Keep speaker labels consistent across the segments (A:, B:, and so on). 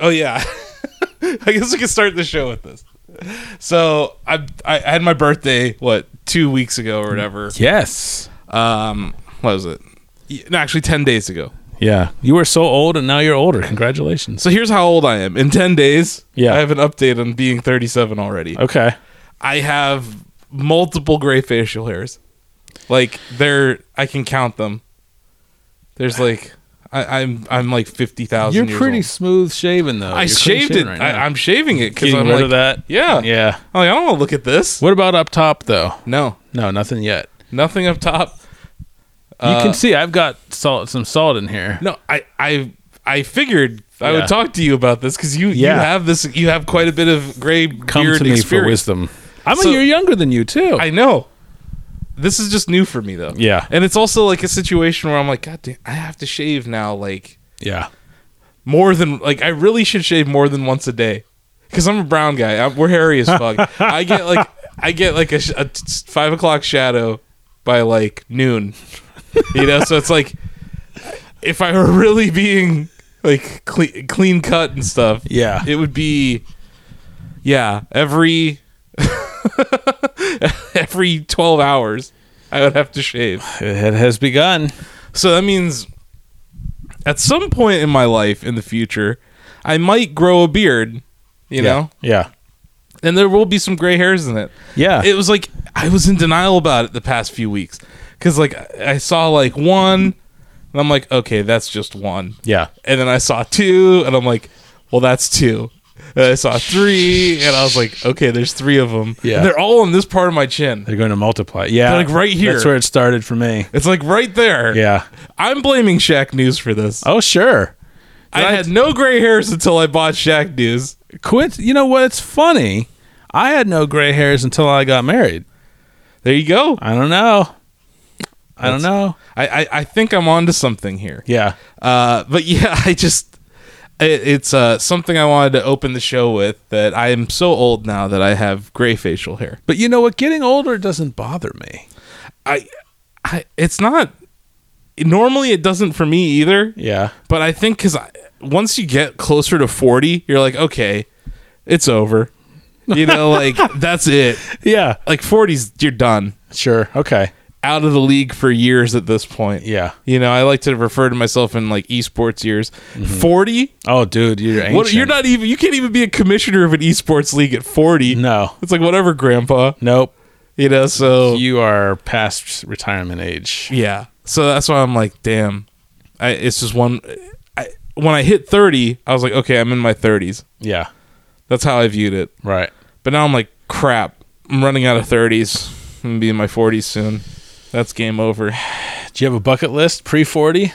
A: Oh yeah. I guess we can start the show with this. So I I had my birthday what two weeks ago or whatever.
B: Yes.
A: Um, what was it? Y- No, actually ten days ago.
B: Yeah. You were so old and now you're older. Congratulations.
A: So here's how old I am. In ten days,
B: Yeah. Oh.
A: I have an update on being 37 already.
B: Okay.
A: I have multiple gray facial hairs. Like they're I can count them. There's like I, I'm I'm like fifty thousand.
B: You're pretty smooth shaven though.
A: I
B: You're clean
A: shaved it.
B: shaven right now.
A: I, I'm shaving it because
B: Getting
A: I'm
B: rid
A: like
B: of that.
A: Yeah.
B: Yeah.
A: I'm like, I don't want to look at this.
B: What about up top though?
A: No,
B: No, nothing yet. Uh,
A: nothing up top.
B: you can see I've got salt, some salt in here.
A: No, I I I figured I
B: Yeah.
A: would talk to you about this because you you
B: Yeah.
A: have this you have quite a bit of gray
B: Come
A: beard
B: to me for
A: experience.
B: wisdom. I'm
A: So-
B: a year younger than you too.
A: I know. This is just new for me though.
B: Yeah.
A: and it's also like a situation where I'm like, God damn, I have to shave now. Like
B: yeah.
A: more than like I really should shave more than once a day because I'm a brown guy. I'm, we're hairy as fuck. I get like I get like a, sh- a t- five o'clock shadow by like noon, you know. So it's like if I were really being like clean, clean cut and stuff,
B: Yeah.
A: it would be yeah every every twelve hours I would have to shave.
B: It has begun.
A: So that means at some point in my life in the future, I might grow a beard, you know,
B: Yeah.
A: and there will be some gray hairs in it.
B: Yeah.
A: It was like I was in denial about it the past few weeks because, like, I I saw like one, and I'm like, okay, that's just one.
B: yeah.
A: And then I saw two, and I'm like, well, that's two. And I saw three, and I was like, okay, there's three of them.
B: Yeah.
A: And they're all on this part of my chin.
B: They're going to multiply. Yeah.
A: They're, like, right here.
B: That's where it started for me.
A: It's like right there.
B: Yeah.
A: I'm blaming Shaq News for this.
B: Oh sure.
A: I had no gray hairs until I bought Shaq News.
B: Quit. You know what? It's funny. I had no gray hairs until I got married.
A: There you go.
B: I don't know. I don't know.
A: I, I, I think I'm onto something here.
B: Yeah.
A: Uh, but yeah, I just it, it's uh, something I wanted to open the show with that I am so old now that I have gray facial hair.
B: But you know what? Getting older doesn't bother me.
A: I, I it's not normally it doesn't for me either.
B: Yeah.
A: But I think because once you get closer to 40, you're like, okay, it's over. You know, like that's it.
B: Yeah.
A: Like 40s, you're done.
B: Sure. Okay.
A: Out of the league for years at this point.
B: Yeah.
A: You know, I like to refer to myself in like esports years. 40?
B: Oh, dude, you're Mm-hmm. ancient.
A: What you're not even you can't even be a commissioner of an esports league at 40.
B: No.
A: It's like whatever, grandpa.
B: Nope.
A: You know, so
B: You are past retirement age.
A: yeah. So that's why I'm like, damn. I it's just one I when I hit 30, I was like, okay, I'm in my 30s.
B: Yeah.
A: That's how I viewed it.
B: Right.
A: But now I'm like, crap. I'm running out of 30s. I'm going to be in my 40s soon. That's game over.
B: Do you have a bucket list pre 40?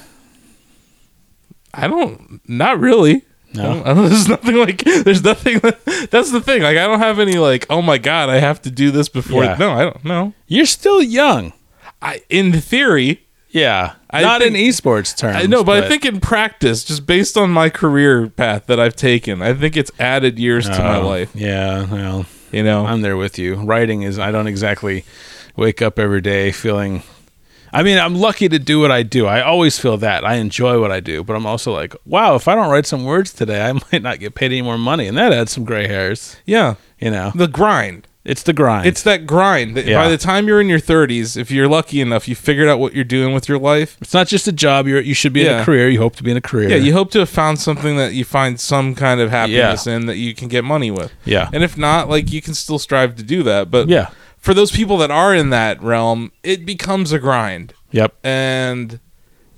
A: I don't. Not really.
B: No.
A: I don't- I don't- there's nothing like. There's nothing. That's the thing. Like I don't have any like. Oh my god, I have to do this before.
B: Yeah.
A: No, I don't. No.
B: You're still young.
A: I in theory.
B: Yeah.
A: I
B: not
A: think-
B: in esports terms.
A: I know, but, I think in practice, just based on my career path that I've taken, I think it's added years to my
B: Oh,
A: life.
B: Yeah. Well,
A: You know.
B: I'm there with you. Writing is, I don't exactly wake up every day feeling. I mean, I'm lucky to do what I do. I always feel that. I enjoy what I do, but I'm also like, wow, if I don't write some words today, I might not get paid any more money. And that adds some gray hairs,
A: yeah.
B: you know?
A: The grind.
B: It's the grind.
A: It's that grind. That
B: Yeah.
A: By the time you're in your 30s, if you're lucky enough, you figured out what you're doing with your life.
B: It's not just a job. You're, you should be in
A: Yeah.
B: a career. You hope to be in a career.
A: Yeah, you hope to have found something that you find some kind of happiness in that you can get money with.
B: Yeah.
A: And if not, like you can still strive to do that. But
B: Yeah.
A: for those people that are in that realm, it becomes a grind.
B: Yep.
A: And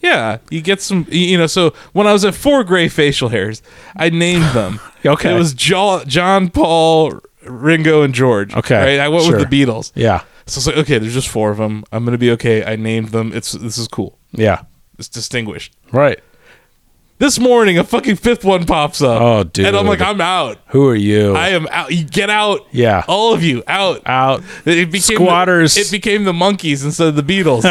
A: yeah, you get some y- you know, so when I was at four gray facial hairs, I named them.
B: Okay.
A: It was jo- John Paul Ringo and George.
B: Okay,
A: Right? I went
B: sure.
A: with the Beatles.
B: Yeah.
A: So it's like, okay, there's just four of them. I'm gonna be okay. I named them. It's this is cool.
B: Yeah.
A: It's distinguished.
B: Right.
A: This morning, a fucking fifth one pops up.
B: Oh, dude.
A: And I'm like, I'm out.
B: Who are you?
A: I am out. You get out.
B: Yeah.
A: All of you out.
B: Out.
A: It became
B: Squatters.
A: The, it became the monkeys instead of the Beatles.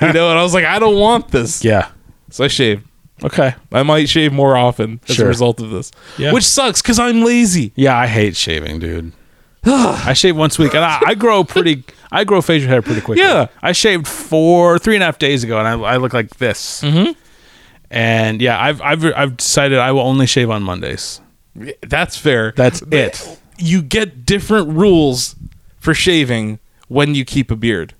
A: you know, and I was like, I don't want this.
B: Yeah.
A: So I shaved.
B: Okay.
A: I might shave more often as a
B: Sure.
A: result of this,
B: Yeah.
A: which sucks because I'm lazy.
B: Yeah. I hate shaving, dude. I shave once a week, and I, I grow pretty. I grow facial hair pretty quickly.
A: Yeah.
B: I shaved four, three and a half days ago, and I, I look like this. Mm-hmm. And yeah, I've, I've I've decided I will only shave on Mondays.
A: That's fair.
B: That's
A: But
B: it.
A: You get different rules for shaving when you keep a beard.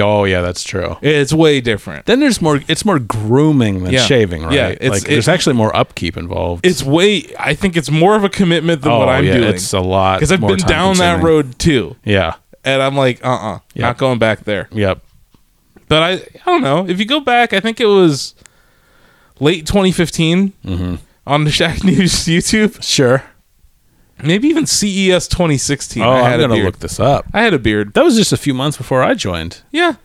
B: Oh yeah, that's true.
A: It's way different.
B: Then there's more. It's more grooming than
A: Yeah.
B: shaving, right?
A: Yeah, it's-
B: like
A: it-
B: there's actually more upkeep involved.
A: It's way. I think it's more of a commitment than
B: oh
A: what I'm
B: yeah,
A: doing.
B: it's a lot
A: Because I've
B: more
A: been
B: time
A: down that
B: consuming.
A: road too,
B: Yeah.
A: and I'm like, uh, uh
B: Yeah.
A: not going back there.
B: Yep.
A: But I, I don't know. If you go back, I think it was late 2015
B: Mm-hmm.
A: on the Shack News YouTube,
B: Sure.
A: maybe even E CES 2016.
B: Oh,
A: I
B: I'm
A: had a
B: gonna
A: beard.
B: look this up.
A: I had a beard.
B: That was just a few months before I joined.
A: Yeah,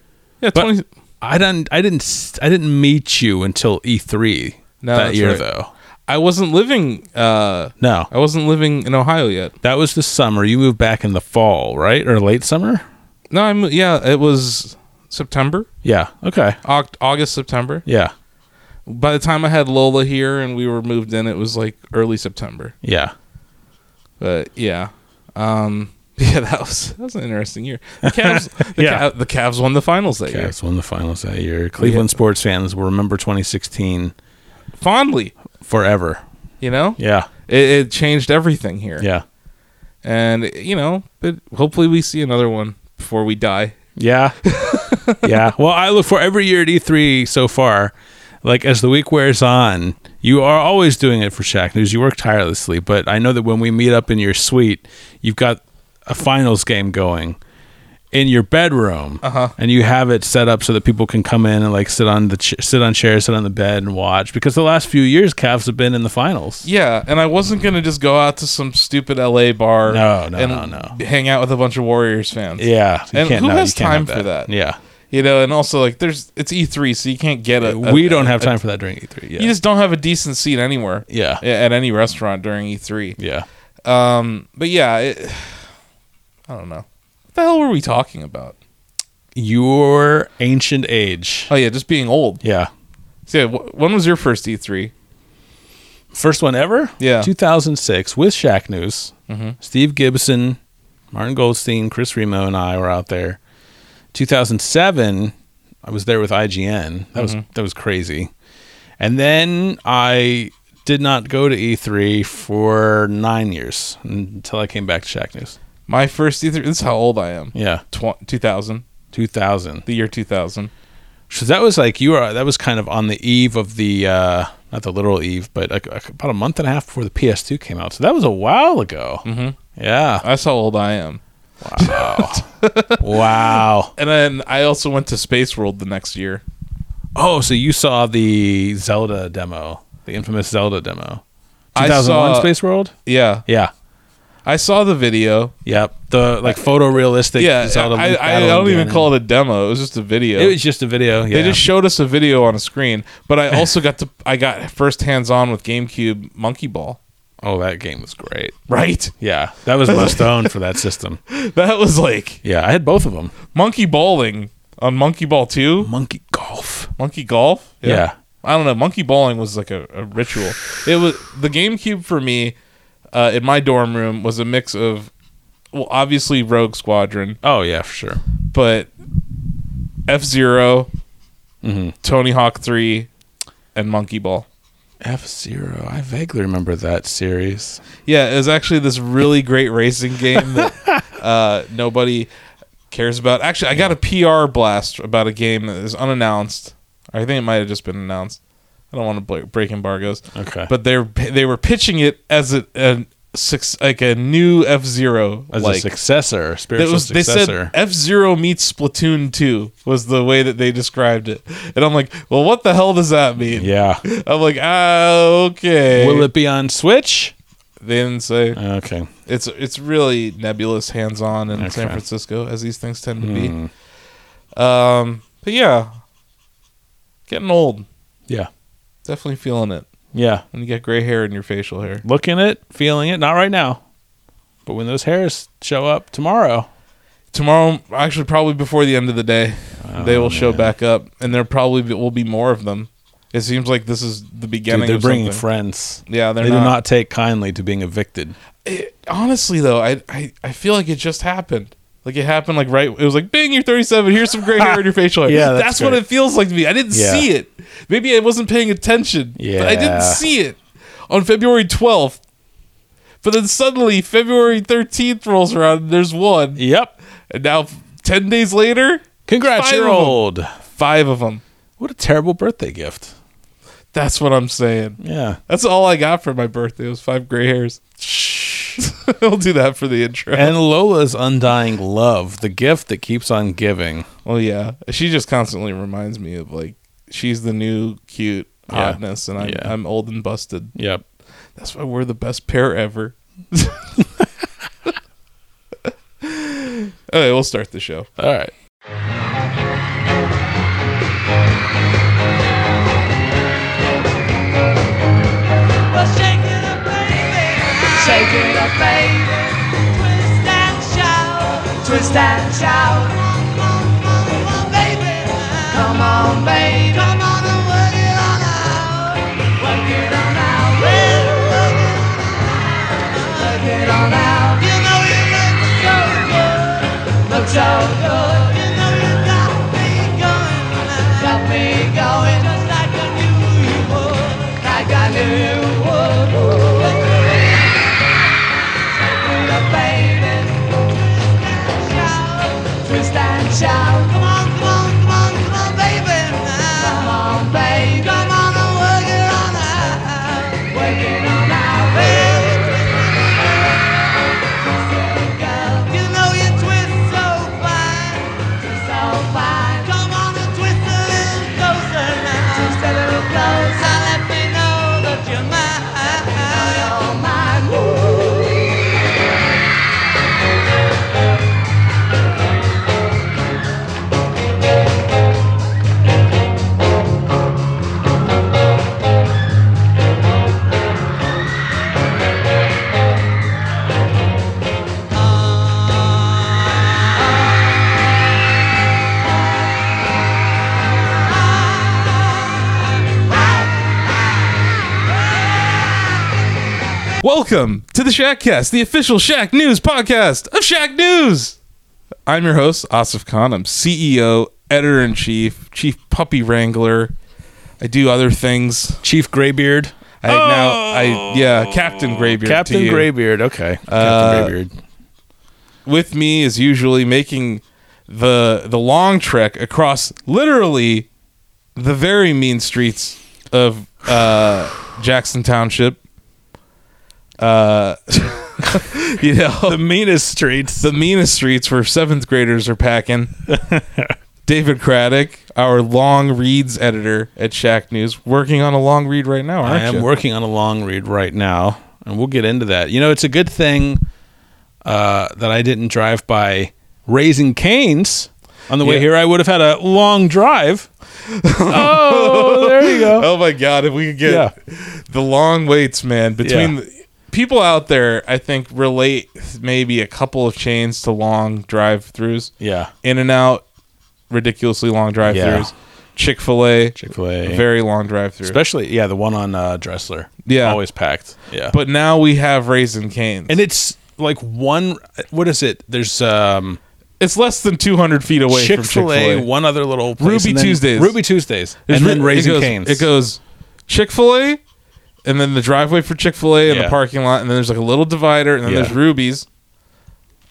A: yeah.
B: But
A: 20,
B: I didn't. I didn't. s- I didn't meet you until E3
A: No,
B: that
A: that's
B: year,
A: right.
B: though.
A: I wasn't living. Uh,
B: No,
A: I wasn't living in Ohio yet.
B: that was the summer. You moved back in the fall, right, or late summer?
A: No, I'm. Yeah, it was September,
B: Yeah. Okay.
A: Oct- August, September.
B: Yeah.
A: By the time I had Lola here and we were moved in, it was like early September.
B: Yeah.
A: But yeah, um, yeah, that was that was an interesting year. The Cavs, the,
B: Yeah.
A: Cav- the Cavs won the finals that year
B: Cavs won the finals that year. Cleveland sports fans will remember 2016
A: fondly.
B: forever.
A: You know,
B: Yeah.
A: it, it changed everything here.
B: Yeah.
A: and you know, but hopefully we see another one before we die.
B: Yeah. yeah. Well, I look for every year at E3 so far, like as the week wears on, you are always doing it for Shack News. You work tirelessly, but I know that when we meet up in your suite, you've got a finals game going in your bedroom,
A: Uh-huh.
B: and you have it set up so that people can come in and like sit on the ch- sit on chairs, sit on the bed, and watch. Because the last few years, Cavs have been in the finals.
A: Yeah, and I wasn't gonna just go out to some stupid LA bar.
B: No, no,
A: and
B: no, no.
A: Hang out with a bunch of Warriors fans.
B: Yeah, you
A: And who
B: no,
A: has
B: you can't have
A: time for that?
B: Yeah,
A: you know, and also like there's it's E3, so you can't get a. a-
B: we don't have time for that during E3. Yeah,
A: Uh, You just don't have a decent seat anywhere.
B: yeah, yeah.
A: At any restaurant during E E3. Um, but yeah, it, I don't know. What the hell were we talking about?
B: Your ancient age.
A: Oh yeah, just being old.
B: Yeah.
A: So yeah, wh- when was your first E E3?
B: First one ever?
A: Yeah.
B: 2006 with Shaq News.
A: Mhm.
B: Steve Gibson, Martin Goldstein, Chris Remo, and I were out there. 2007, I was there with IGN. That was that was crazy. And then I did not go to E3 for nine years until I came back to Shaq News.
A: My first E3. This is how old I am.
B: Yeah,
A: Tw- 2000,
B: 2000.
A: the year 2000.
B: So that was like you were. That was kind of on the eve of the uh, not the literal eve, but like, like about a month and a half before the PS2 came out. So that was a while ago.
A: Mhm.
B: Yeah.
A: That's how old I am.
B: Wow. wow.
A: And then I also went to Space World the next year.
B: Oh, so you saw the Zelda demo, the infamous Zelda demo.
A: I
B: 2001
A: saw-
B: Space World?
A: Yeah,
B: Yeah.
A: I saw the video.
B: Yep. The like photorealistic
A: Yeah,
B: Zelda
A: I,
B: Link
A: I, I
B: battle
A: don't even
B: again.
A: call it a demo. It was just a video.
B: It was just a video. Yeah.
A: They just showed us a video on a screen, but I also got to I got first hands on with GameCube Monkey Ball.
B: oh, that game was great.
A: Right.
B: Yeah. That was my stone for that system.
A: That was like
B: Yeah, I had both of them.
A: monkey balling on Monkey Ball 2,
B: Monkey Golf.
A: Monkey Golf.
B: Yeah.
A: I don't know. Monkey balling was like a, a ritual. It was the GameCube for me uh, in my dorm room was a mix of well, obviously Rogue Squadron,
B: Oh, yeah, for sure.
A: but F 0
B: Mhm.
A: Tony Hawk Three, and Monkey Ball.
B: F Zero. I vaguely remember that series.
A: Yeah, it was actually this really great racing game that uh, nobody cares about. Actually, I got a PR blast about a game that is unannounced. I think it might have just been announced. I don't want to bla- break embargoes,
B: Okay.
A: but they they were pitching it as a, a six, like a new F Zero.
B: As a
A: Like
B: successor,
A: that
B: spiritual
A: was they said
B: successor.
A: F Zero meets Splatoon Two was the way that they described it, and I'm like, well, what the hell does that mean?
B: yeah.
A: I'm like, ah, okay.
B: Will it be on Switch?
A: they didn't say.
B: Okay.
A: it's it's really nebulous hands on in San
B: Okay.
A: Francisco as these things tend to
B: Hmm.
A: be. Um, but yeah, getting old,
B: Yeah.
A: definitely feeling it
B: Yeah.
A: when you get gray hair in your facial hair.
B: Looking it, feeling it, not right now. But when those hairs show up tomorrow,
A: Tomorrow, actually, probably before the end of the day, they will show
B: Oh, man.
A: back up, and there probably be- will be more of them. It seems like this is the beginning.
B: dude, they're
A: of
B: bringing
A: something.
B: friends.
A: yeah, they're
B: they
A: not.
B: do not take kindly to being evicted.
A: It- honestly, though, I, I I feel like it just happened. Like it happened, like right. It was like, "Bing, you're 37. Here's some gray hair in your facial hair."
B: Yeah, that's
A: what
B: great.
A: it feels like to me. I didn't
B: Yeah.
A: see it. Maybe I wasn't paying attention. but I
B: Yeah.
A: didn't see it on February 12th. But then suddenly February 13th rolls around and there's one.
B: Yep.
A: And now 10 days later,
B: Congrats,
A: Five
B: you're
A: of 'em.
B: old.
A: five of them.
B: What a terrible birthday gift.
A: That's what I'm saying.
B: Yeah.
A: That's all I got for my birthday was five gray hairs. I'll do that for the intro.
B: And Lola's undying love, the gift that keeps on giving.
A: Well, yeah, she just constantly reminds me of like she's the new cute
B: Yeah.
A: hotness, and I'm
B: Yeah.
A: I'm old and busted.
B: Yep.
A: That's why we're the best pair ever. okay, we'll start the show.
B: All right.
C: Well, shake it up, baby. Shake it up, baby. Twist and shout. Twist and shout. Come on, come on, baby. Come on, baby. Come on and work it on out. Work it on out. Well, work it on out. Work it on out. You know you look so good. Look so good. You know you got me going. Got me going just like I knew you would. Like I knew you would. Shake it up, baby. Twist and shout. Come on, come on, come on, come on, baby. Come on, baby. Come on and work it on out. Work it on out, baby. You know you twist so fine, twist so fine. Come on and twist a little closer now, twist a little closer. Let me know that you're mine, you're mine.
A: Welcome to the Shackcast, the official Shack News podcast of Shack News. I'm your host, Asif Khan. I'm CEO, editor in chief, chief puppy wrangler. I do other things.
B: Chief Graybeard.
A: I now I yeah, Captain Graybeard. to
B: Captain
A: you.
B: Graybeard. Okay. Captain
A: Uh,
B: Graybeard.
A: with me is usually making the the long trek across literally the very mean streets of uh, Jackson Township. Uh, you know
B: The meanest streets.
A: the meanest streets where seventh graders are packing. David Craddock, our long reads editor at Shack News, working on a long read right now, aren't
B: I am
A: you?
B: working on a long read right now, and we'll get into that. You know, it's a good thing uh, that I didn't drive by Raising Canes on the way
A: Yeah.
B: here. I would have had a long drive. oh, there you go.
A: oh my god if we could get the long waits man between
B: Yeah.
A: the, people out there i think relate maybe a couple of chains to long drive-throughs
B: Yeah.
A: in and out ridiculously long drive-throughs chick-fil-a
B: Chick-fil-A.
A: very long drive-through
B: Especially, yeah, the one on uh, Dressler.
A: Yeah.
B: Always packed. Yeah.
A: but now we have raisin canes
B: and it's like one, what is it? There's um,
A: it's less than 200 feet away
B: Chick
A: from
B: fil A,
A: chick-fil-a
B: one other little place,
A: Ruby
B: and then-
A: Tuesdays.
B: Ruby Tuesdays.
A: There's
B: and then
A: re-
B: Raising
A: it goes,
B: Canes.
A: it goes chick-fil-a and then the driveway for chick-fil-a and
B: Yeah.
A: the parking lot and then there's like a little divider and then
B: Yeah.
A: there's ruby's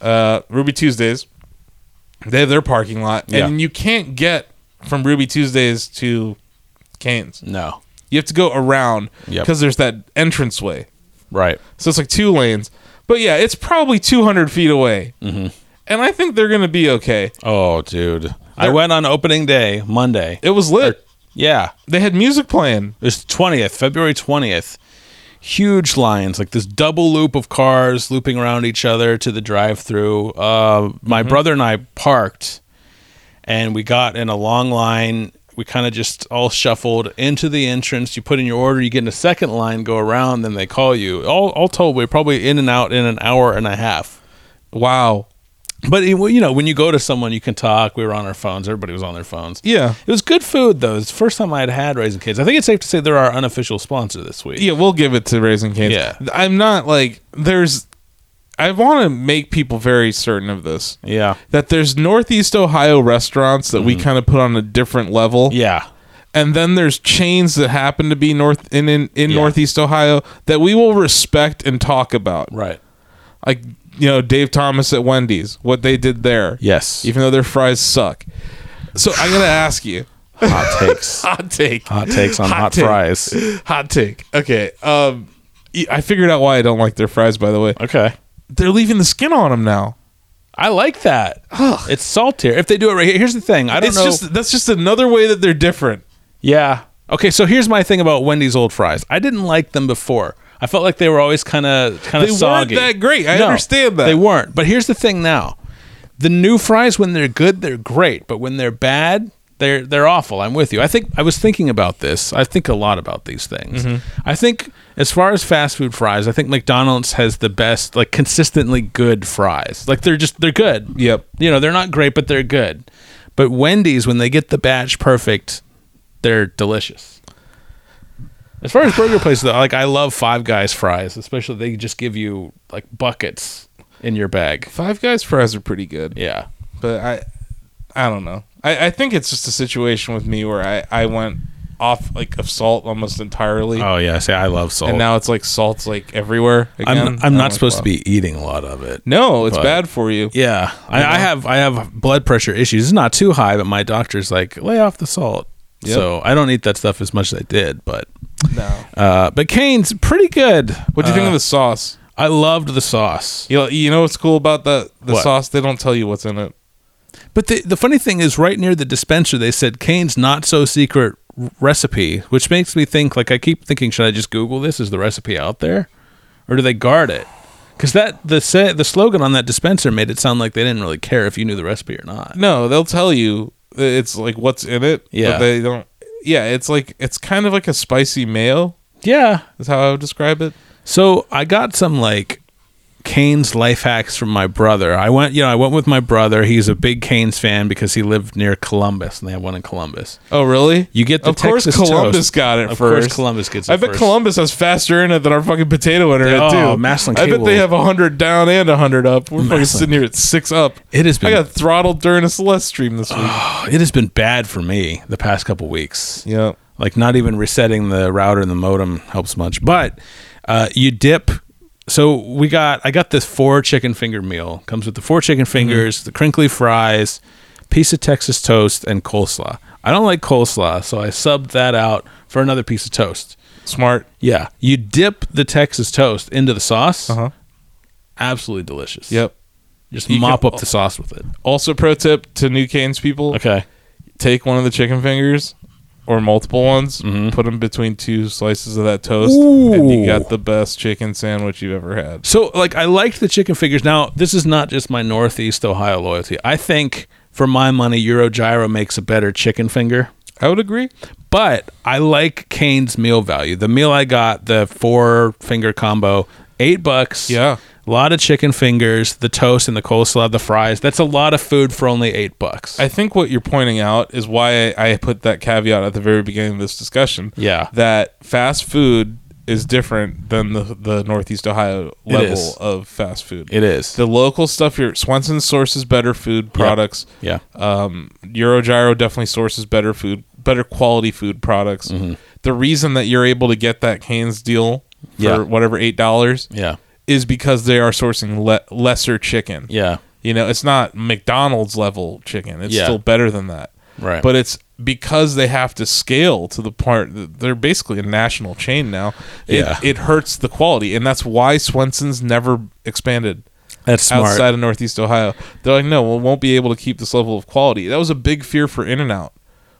A: uh, Ruby Tuesdays. They have their parking lot,
B: Yeah.
A: and you can't get from Ruby Tuesdays to Canes.
B: No.
A: You have to go around
B: Yep.
A: because there's that entrance way.
B: Right.
A: So it's like two lanes. But yeah, it's probably 200 feet away, mm-hmm. and I think they're gonna be okay.
B: Oh, dude. I went on opening day, Monday.
A: It was lit.
B: Yeah.
A: They had music playing.
B: It was 20th, February 20th. Huge lines, like this double loop of cars looping around each other to the drive through. Uh, my
A: Mm-hmm.
B: brother and I parked and we got in a long line. We kind of just all shuffled into the entrance. You put in your order, you get in a second line, go around, then they call you. All, all told, we we're probably in and out in an hour and a half.
A: Wow.
B: But it- you know, when you go to someone, you can talk. We were on our phones. Everybody was on their phones.
A: Yeah.
B: It was good food though. It's the first time I had had Raising Kids. I think it's safe to say they're our unofficial sponsor this week.
A: Yeah, we'll give it to Raising Canes.
B: Yeah.
A: I'm not like there's. I want to make people very certain of this.
B: Yeah.
A: that there's Northeast Ohio restaurants that we kind of put on a different level.
B: Mm-hmm. Yeah.
A: and then there's chains that happen to be north in in, in
B: Yeah.
A: northeast Ohio that we will respect and talk about.
B: Right.
A: Like you know Dave Thomas at Wendy's, what they did there.
B: Yes.
A: Even though their fries suck. So I'm gonna ask you.
B: hot takes.
A: Hot take.
B: Hot takes on hot,
A: take.
B: fries.
A: Hot take. Okay. Um, y- I figured out why I don't like their fries. By the way,
B: Okay.
A: they're leaving the skin on them now.
B: I like that. It's saltier. If they do it right here, here's the thing. I don't
A: It's
B: know.
A: just that's just another way that they're different.
B: Yeah. Okay, so here's my thing about Wendy's old fries. I didn't like them before. I felt like they were always kind of kind
A: They
B: of
A: weren't
B: soggy.
A: that great. I understand that.
B: They weren't. But here's the thing now. The new fries when they're good, they're great, but when they're bad, they're they're awful. I'm with you. I think I was thinking about this. I think a lot about these things.
A: Mm-hmm.
B: I think as far as fast food fries, I think McDonald's has the best like consistently good fries. Like they're just they're good
A: Yep.
B: you know they're not great but they're good but wendy's when they get the batch perfect they're delicious as far as burger places though like i love five guys fries especially they just give you like buckets in your bag
A: Five Guys fries are pretty good,
B: yeah
A: but I, I don't know. I, I think it's just a situation with me where I I went off like of salt almost entirely,
B: oh yeah see i love salt
A: and now it's like salt's like everywhere. Again.
B: i'm, I'm
A: like,
B: not supposed
A: wow.
B: to be eating a lot of it
A: No, it's
B: but-
A: bad for you.
B: yeah I, I have i have blood pressure issues it's not too high but my doctor's like lay off the salt
A: Yep.
B: so i don't eat that stuff as much as i did but
A: No.
B: uh but cane's pretty good
A: What do you
B: Uh,
A: think of the sauce?
B: i loved the sauce
A: You know, you know what's cool about the the
B: What?
A: sauce? They don't tell you what's in it.
B: But the, the funny thing is, right near the dispenser, they said Kane's not so secret r- recipe, which makes me think like I keep thinking, should I just Google this? Is the recipe out there, or do they guard it? Because that the sa- the slogan on that dispenser made it sound like they didn't really care if you knew the recipe or not.
A: No, they'll tell you it's like what's in it.
B: Yeah.
A: but they don't. Yeah, it's like it's kind of like a spicy mayo.
B: Yeah.
A: Is how I would describe it.
B: So I got some like Kane's life hacks from my brother. I went, you know, I went with my brother. He's a big Kane's fan because he lived near Columbus, and they have one in Columbus.
A: Oh, really?
B: You get the
A: of course
B: Texas
A: Columbus
B: toast.
A: got it
B: Of course
A: first.
B: Columbus gets it
A: I bet
B: first.
A: Columbus has faster internet than our fucking potato internet
B: Oh,
A: too.
B: Maslin
A: I bet
B: Cable.
A: they have hundred down and hundred up. We're fucking
B: Maslin.
A: sitting here at six up.
B: It has been
A: I got throttled during a Celeste stream this week.
B: it has been bad for me the past couple weeks.
A: yeah.
B: like not even resetting the router and the modem helps much but uh, you dip so we got i got this four chicken finger meal comes with the four chicken
A: Mm-hmm.
B: fingers the crinkly fries piece of texas toast and coleslaw i don't like coleslaw so i subbed that out for another piece of toast
A: Smart.
B: yeah you dip the texas toast into the sauce
A: Uh-huh.
B: absolutely delicious
A: Yep.
B: just
A: You
B: mop
A: can-
B: up the sauce with it
A: Also, pro tip to New Canes people:
B: okay
A: take one of the chicken fingers or multiple ones, put them between two slices of that toast, and you
B: Mm-hmm. Ooh.
A: got the best chicken sandwich you've ever had.
B: So, like, I liked the chicken fingers. Now, this is not just my Northeast Ohio loyalty. I think, for my money, Eurogyro makes a better chicken finger.
A: I would agree.
B: But I like Kane's meal value. The meal I got, the four finger combo, eight bucks.
A: Yeah.
B: A lot of chicken fingers, the toast and the coleslaw, the fries. That's a lot of food for only eight bucks.
A: I think what you're pointing out is why I, I put that caveat at the very beginning of this discussion.
B: Yeah.
A: That fast food is different than the, the Northeast Ohio
B: is.
A: level of fast food.
B: it is.
A: The local stuff here, Swenson sources better food products.
B: yeah.
A: Um, Eurogyro definitely sources better food, better quality food products.
B: Mm-hmm.
A: The reason that you're able to get that Canes deal for
B: Yeah.
A: whatever eight dollars
B: yeah.
A: is because they are sourcing le- lesser chicken.
B: Yeah.
A: You know, it's not McDonald's level chicken. It's
B: Yeah.
A: still better than that.
B: Right.
A: But it's because they have to scale to the part that they're basically a national chain now. It,
B: Yeah.
A: it hurts the quality, and that's why Swenson's never expanded
B: That's smart.
A: outside of Northeast Ohio. They're like, no, we won't be able to keep this level of quality. That was a big fear for In and Out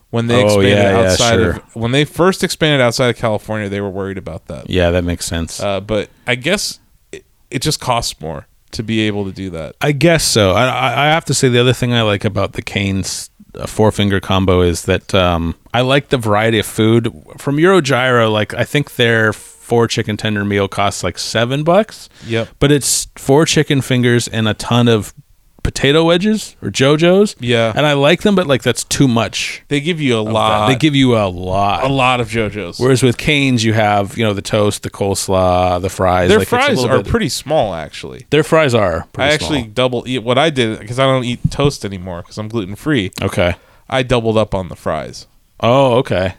A: when they
B: Oh,
A: expanded
B: yeah, yeah,
A: outside
B: sure.
A: of when they first expanded outside of California. They were worried about that.
B: yeah, that makes sense.
A: Uh, but I guess it, it just costs more to be able to do that.
B: I guess so. I, I, I have to say the other thing I like about the Canes uh, four finger combo is that um, I like the variety of food from Eurogyro. Like I think their four chicken tender meal costs like seven bucks.
A: Yep.
B: But it's four chicken fingers and a ton of potato wedges or JoJo's.
A: Yeah.
B: And I like them, but like that's too much.
A: They give you a
B: of that.
A: lot.
B: They give you a lot.
A: a lot of JoJo's.
B: Whereas with Canes, you have you know the toast, the coleslaw, the fries.
A: Their
B: Like, it's a
A: fries
B: little
A: are
B: bit-
A: pretty small, actually.
B: Their fries are. Pretty
A: I actually
B: small.
A: double eat what I did because I don't eat toast anymore because I'm gluten free.
B: okay.
A: I doubled up on the fries.
B: Oh, okay.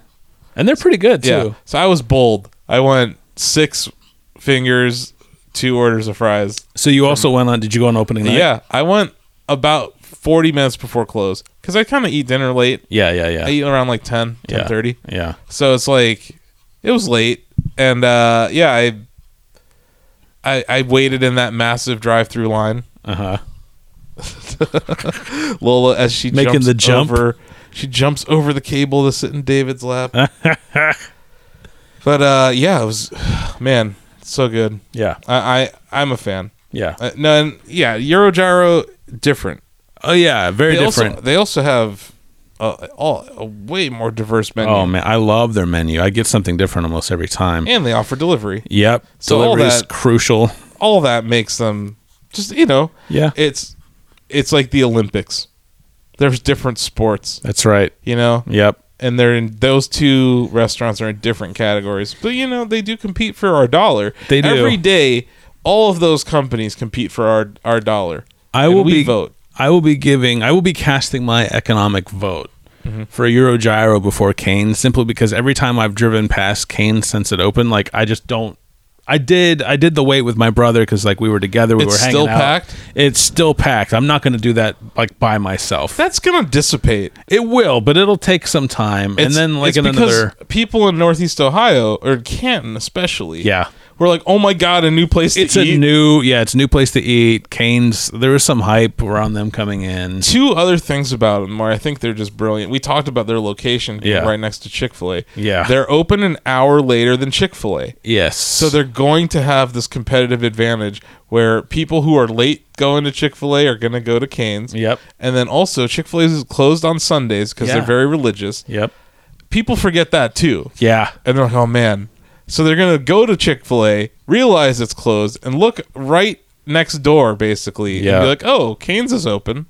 B: and they're pretty good too.
A: Yeah. So I was bold. I went six fingers, two orders of fries.
B: So you also went on? Did you go on opening night?
A: Yeah, I went about 40 minutes before close because I kind of eat dinner late.
B: yeah, yeah, yeah.
A: I eat around like 10,
B: yeah.
A: 10 30.
B: Yeah.
A: So it's like it was late, and uh, yeah, I, I I waited in that massive drive-through line.
B: Uh huh.
A: Lola, as she
B: Making
A: jumps
B: the jump.
A: over, she jumps over the cable to sit in David's lap. but uh, yeah, it was man, so good.
B: Yeah.
A: I, I I'm a fan.
B: Yeah.
A: Uh, no, and yeah, Eurogyro different.
B: Oh yeah. Very
A: They
B: different.
A: also they also have a, all a way more diverse menu,
B: oh man, I love their menu. I get something different almost every time.
A: and they offer delivery.
B: Yep.
A: So all
B: Delivery is
A: that-
B: crucial.
A: all that makes them just you know
B: Yeah.
A: it's it's like the olympics there's different sports
B: That's right.
A: you know
B: Yep.
A: and they're in those two restaurants are in different categories but you know they do compete for our dollar
B: They do.
A: every day all of those companies compete for our our dollar
B: I
A: And
B: will
A: we
B: be
A: vote
B: I will be giving. I will be casting my economic vote
A: Mm-hmm.
B: for Eurogyro before Kane, simply because every time I've driven past Kane since it opened, like I just don't. I did. I did the wait with my brother because like we were together. We
A: It's
B: were hanging
A: still
B: out.
A: packed?
B: It's still packed. I'm not going to do that like by myself.
A: that's gonna dissipate
B: it will, but it'll take some time, and
A: It's-
B: then like
A: it's
B: in
A: because
B: another.
A: people in northeast ohio or canton especially
B: Yeah.
A: we're like oh my god a new place
B: It's
A: to
B: a
A: eat.
B: new, yeah, it's a new place to eat. Kane's, there was some hype around them coming in.
A: two other things about them where I think they're just brilliant. We talked about their location being
B: Yeah.
A: right next to Chick fil A.
B: Yeah.
A: They're open an hour later than Chick fil A.
B: Yes.
A: So they're going to have this competitive advantage where people who are late going to Chick fil A are going to go to Canes.
B: Yep.
A: And then also, Chick fil A is closed on Sundays because
B: Yeah.
A: they're very religious.
B: Yep.
A: People forget that too.
B: Yeah.
A: And they're like, oh man. So they're going to go to Chick fil A, realize it's closed, and look right next door, basically.
B: Yeah.
A: And be like, oh, Canes is open.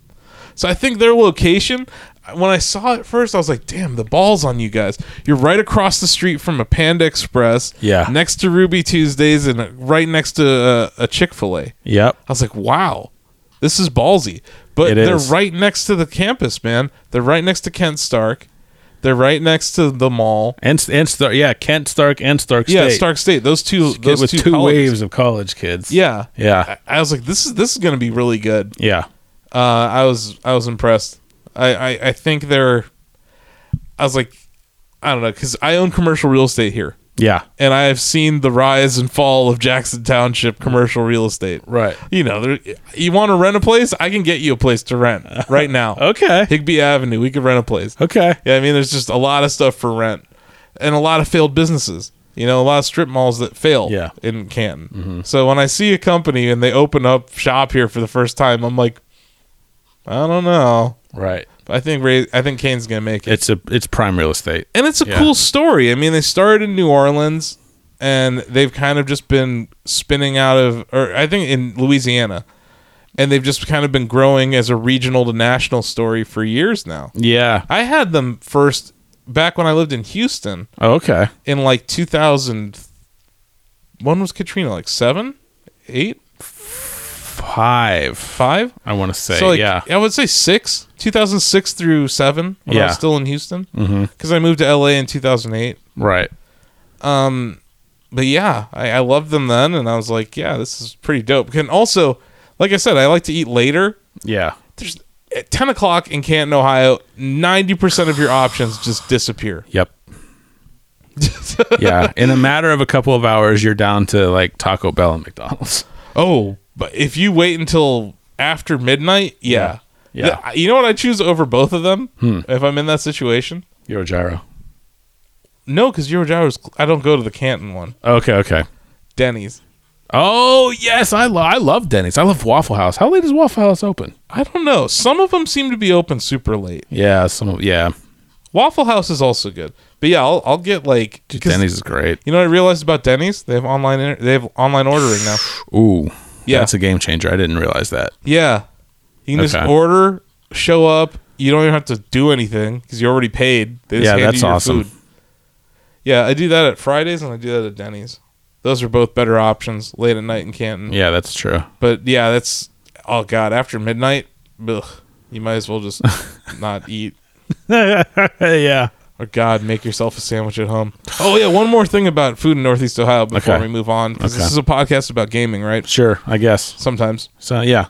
A: So I think their location, when I saw it first, I was like, damn, the ball's on you guys. You're right across the street from a Panda Express.
B: Yeah.
A: Next to Ruby Tuesdays and uh, right next to uh, a Chick fil A. I
B: Yep.
A: was like, wow, this is ballsy. But
B: It
A: they're
B: is.
A: right next to the campus, man. They're right next to Kent Stark. They're right next to the mall.
B: And and Stark, yeah, Kent Stark and Stark State.
A: Yeah, Stark State. Those two.
B: Kid
A: Those
B: with
A: two,
B: two,
A: colleges.
B: waves of college kids.
A: Yeah,
B: yeah,
A: I, I was like, this is this is gonna be really good.
B: yeah.
A: Uh, I was I was impressed. I I, I think they're. I was like, I don't know, because I own commercial real estate here,
B: yeah.
A: and I have seen the rise and fall of Jackson Township commercial real estate.
B: Right.
A: You know, there, you want to rent a place? I can get you a place to rent right now.
B: Okay.
A: Higby Avenue, we could rent a place.
B: Okay.
A: Yeah, I mean, there's just a lot of stuff for rent, and a lot of failed businesses. You know, a lot of strip malls that fail
B: Yeah. Mm-hmm.
A: in Canton. So when I see a company and they open up shop here for the first time, I'm like, I don't know.
B: Right.
A: I think Ray, I think Kane's gonna make it,
B: It's a it's prime real estate.
A: and it's a
B: yeah.
A: cool story. I mean, they started in New Orleans, and they've kind of just been spinning out of, or I think in Louisiana, and they've just kind of been growing as a regional to national story for years now.
B: Yeah.
A: I had them first back when I lived in Houston
B: Oh, okay.
A: in like 2000. When was Katrina? Like seven, eight,
B: Five.
A: five?
B: I want to say.
A: so like,
B: yeah.
A: I would say six, 2006 through seven when I
B: Yeah. Mm-hmm.
A: was still in Houston because I moved to LA in 2008.
B: Right.
A: But yeah, I, I loved them then, and I was like, yeah, this is pretty dope. And also, like I said, I like to eat later.
B: Yeah.
A: There's at 10 o'clock in Canton, Ohio, 90% of your options just disappear.
B: Yep. yeah. In a matter of a couple of hours, you're down to like Taco Bell and McDonald's.
A: Oh, but if you wait until after midnight, yeah.
B: Yeah. Yeah. Hmm.
A: Th- you know what I choose over both of them if I'm in that situation?
B: Your gyro.
A: No, because Eurogyro's. I don't go to the Canton one.
B: Okay. Okay.
A: Denny's.
B: Oh yes, I love I love Denny's. I love Waffle House. How late is Waffle House open?
A: I don't know. Some of them seem to be open super late.
B: Yeah. Some. of- Yeah.
A: Waffle House is also good, but yeah, I'll, I'll get like 'cause
B: Denny's is great.
A: You know what I realized about Denny's? They have online. Inter- they have online ordering now.
B: Ooh,
A: Yeah.
B: that's a game changer. I didn't realize that.
A: Yeah, you can just
B: Okay.
A: order, show up. You don't even have to do anything because you're already paid. They just
B: Yeah,
A: hand you
B: that's
A: your
B: awesome.
A: food. Yeah, I do that at Fridays and I do that at Denny's. Those are both better options late at night in Canton.
B: Yeah, that's true.
A: But yeah, that's oh god, after midnight, ugh, you might as well just not eat.
B: yeah,
A: Or God, make yourself a sandwich at home. Oh yeah, one more thing about food in Northeast Ohio before
B: Okay.
A: we move on, because
B: Okay.
A: this is a podcast about gaming, right?
B: Sure, I guess.
A: Sometimes
B: So yeah.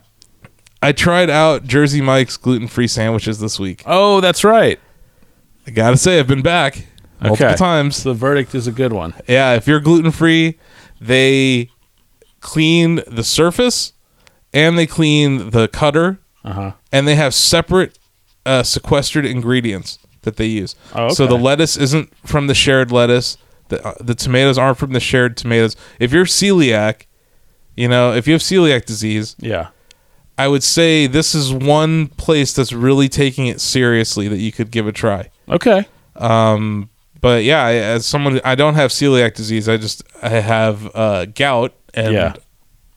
A: I tried out Jersey Mike's gluten-free sandwiches this week.
B: Oh, that's right.
A: I gotta say, I've been back multiple
B: Okay.
A: times.
B: So the verdict is a good one.
A: Yeah, if you're gluten free, they clean the surface and they clean the cutter,
B: Uh huh.
A: and they have separate uh, sequestered ingredients that they use.
B: Oh, okay.
A: So the lettuce isn't from the shared lettuce. The uh, the tomatoes aren't from the shared tomatoes. If you're celiac, you know, if you have celiac disease,
B: Yeah.
A: I would say this is one place that's really taking it seriously that you could give a try.
B: Okay.
A: Um, But yeah, I, as someone I don't have celiac disease. I just I have uh, gout, and
B: Yeah.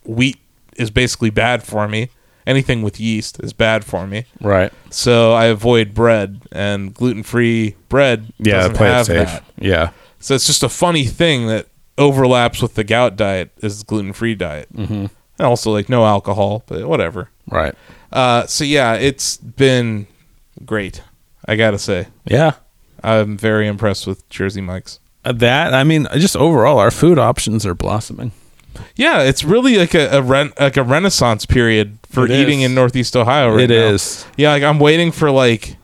A: wheat is basically bad for me. Anything with yeast is bad for me.
B: Right.
A: So I avoid bread and gluten free bread.
B: Yeah.
A: doesn't
B: Play it
A: have
B: safe.
A: that.
B: Yeah.
A: So it's just a funny thing that overlaps with the gout diet is gluten free diet. Mm-hmm. And also like no alcohol, but whatever.
B: Right.
A: Uh, so yeah, it's been great. I gotta say,
B: Yeah.
A: I'm very impressed with Jersey Mike's.
B: Uh, That I mean, just overall, our food options are blossoming.
A: Yeah, it's really like a, a ren- like a renaissance period for
B: It
A: eating
B: is.
A: in Northeast Ohio right
B: It
A: now.
B: is.
A: Yeah, like I'm waiting for like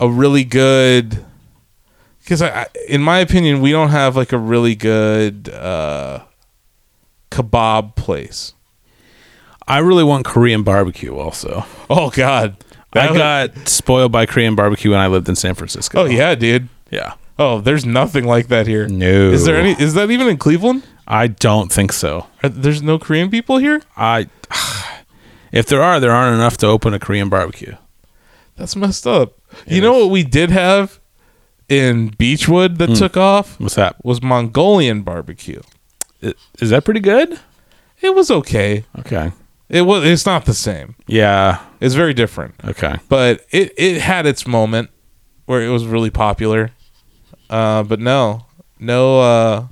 A: a really good cuz I, I in my opinion we don't have like a really good uh kebab place.
B: I really want Korean barbecue. Also,
A: Oh god. That
B: I
A: would-
B: got spoiled by Korean barbecue when I lived in San Francisco.
A: Oh yeah, dude.
B: Yeah.
A: Oh, there's nothing like that here.
B: No.
A: Is there any is that even in Cleveland?
B: I don't think so.
A: Are, there's no Korean people here?
B: I. If there are, there aren't enough to open a Korean barbecue.
A: That's messed up. you know what we did have in Beechwood
B: Hmm.
A: that took off?
B: What's that?
A: was Mongolian barbecue.
B: I- Is that pretty good?
A: It was okay.
B: Okay.
A: It was. It's not the same.
B: Yeah.
A: It's very different.
B: Okay.
A: But it it had its moment where it was really popular. Uh, but no, no, uh,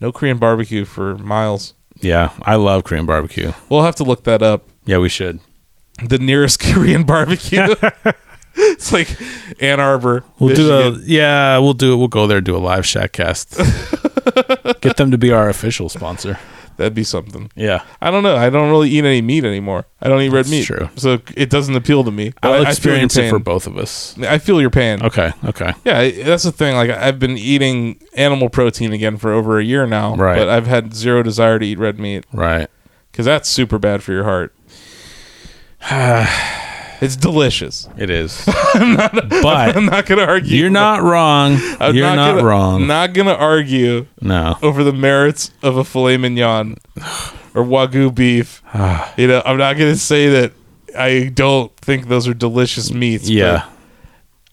A: no Korean barbecue for miles.
B: Yeah, I love Korean barbecue.
A: We'll have to look that up.
B: Yeah, we should.
A: The nearest Korean barbecue. it's like Ann Arbor.
B: We'll do
A: Michigan.
B: a yeah, we'll do it. We'll go there and do a live Shackcast. Get them to be our official sponsor.
A: That'd be something.
B: Yeah.
A: I don't know. I don't really eat any meat anymore. I don't eat red
B: That's
A: meat.
B: true.
A: So it doesn't appeal to me. But I- I
B: I'll
A: feel your
B: experience it for
A: pain.
B: both of us.
A: I feel your pain.
B: Okay, okay.
A: Yeah, I- that's the thing. Like I've been eating animal protein again for over a year now,
B: Right.
A: But I've had zero desire to eat red meat
B: Right.
A: because that's super bad for your heart. it's delicious.
B: It is. but
A: I'm not gonna argue.
B: you're not wrong.
A: I'm
B: you're not,
A: gonna,
B: wrong.
A: Not gonna argue
B: no.
A: over the merits of a filet mignon or wagyu beef.
B: Ah.
A: you know, I'm not gonna say that I don't think those are delicious meats. but
B: Yeah.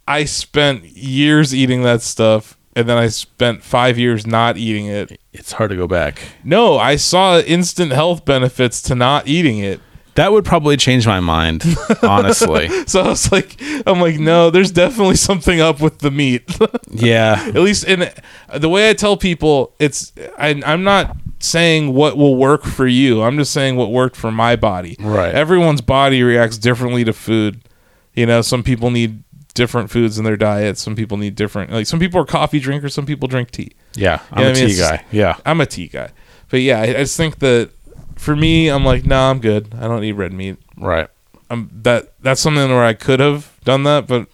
A: I spent years eating that stuff, and then I spent five years not eating it.
B: It's hard to go back.
A: No, I saw instant health benefits to not eating it.
B: That would probably change my mind, honestly.
A: So I was like, I'm like, no, there's definitely something up with the meat.
B: yeah.
A: At least in the way I tell people, it's I, I'm not saying what will work for you. I'm just saying what worked for my body.
B: Right.
A: Everyone's body reacts differently to food. You know, some people need different foods in their diet. Some people need different. Like some people are coffee drinkers. Some people drink tea.
B: Yeah. I'm
A: Yeah, I
B: a
A: mean,
B: tea
A: it's just-
B: guy. Yeah.
A: I'm a tea guy. But yeah, I, I just think that for me, I'm like, nah, I'm good. I don't need red meat.
B: Right.
A: um, that that's something where I could have done that, but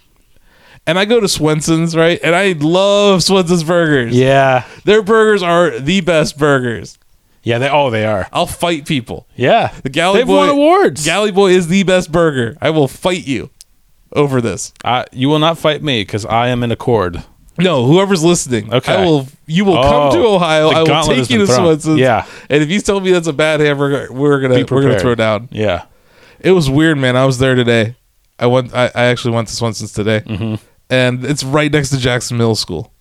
A: and I go to Swenson's right, and I love Swenson's burgers.
B: Yeah.
A: Their burgers are the best burgers.
B: Yeah, they oh they are.
A: I'll fight people.
B: Yeah.
A: The Galley
B: They've
A: Boy
B: won awards.
A: Galley Boy is the best burger. I will fight you over this.
B: I, you will not fight me because I am in accord.
A: No, whoever's listening,
B: Okay.
A: I will. You will come
B: Oh,
A: to Ohio.
B: the
A: I will
B: gauntlet
A: take
B: has
A: you to
B: been thrown.
A: Swenson's.
B: Yeah.
A: and if you tell me that's a bad hamburger, we're gonna we're gonna
B: prepared.
A: throw down.
B: Yeah.
A: It was weird, man. I was there today. I went. I, I actually went to Swenson's today,
B: Mm-hmm.
A: and it's right next to Jackson Middle School.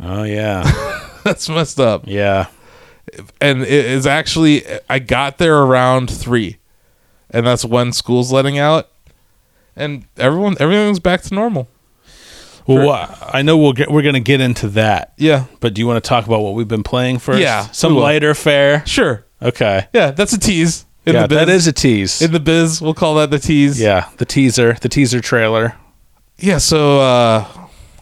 B: Oh yeah.
A: That's messed up.
B: yeah.
A: And it is actually. I got there around three, and that's when school's letting out, and everyone everything's back to normal.
B: Well, wha- I know we'll get, we're gonna get into that,
A: Yeah,
B: but do you want to talk about what we've been playing first?
A: Yeah,
B: Some
A: we will.
B: lighter fare.
A: sure.
B: Okay.
A: Yeah, that's a tease. In
B: yeah,
A: the biz.
B: that is a tease.
A: in the biz. We'll call that the tease.
B: yeah, the teaser, the teaser trailer.
A: Yeah. So uh,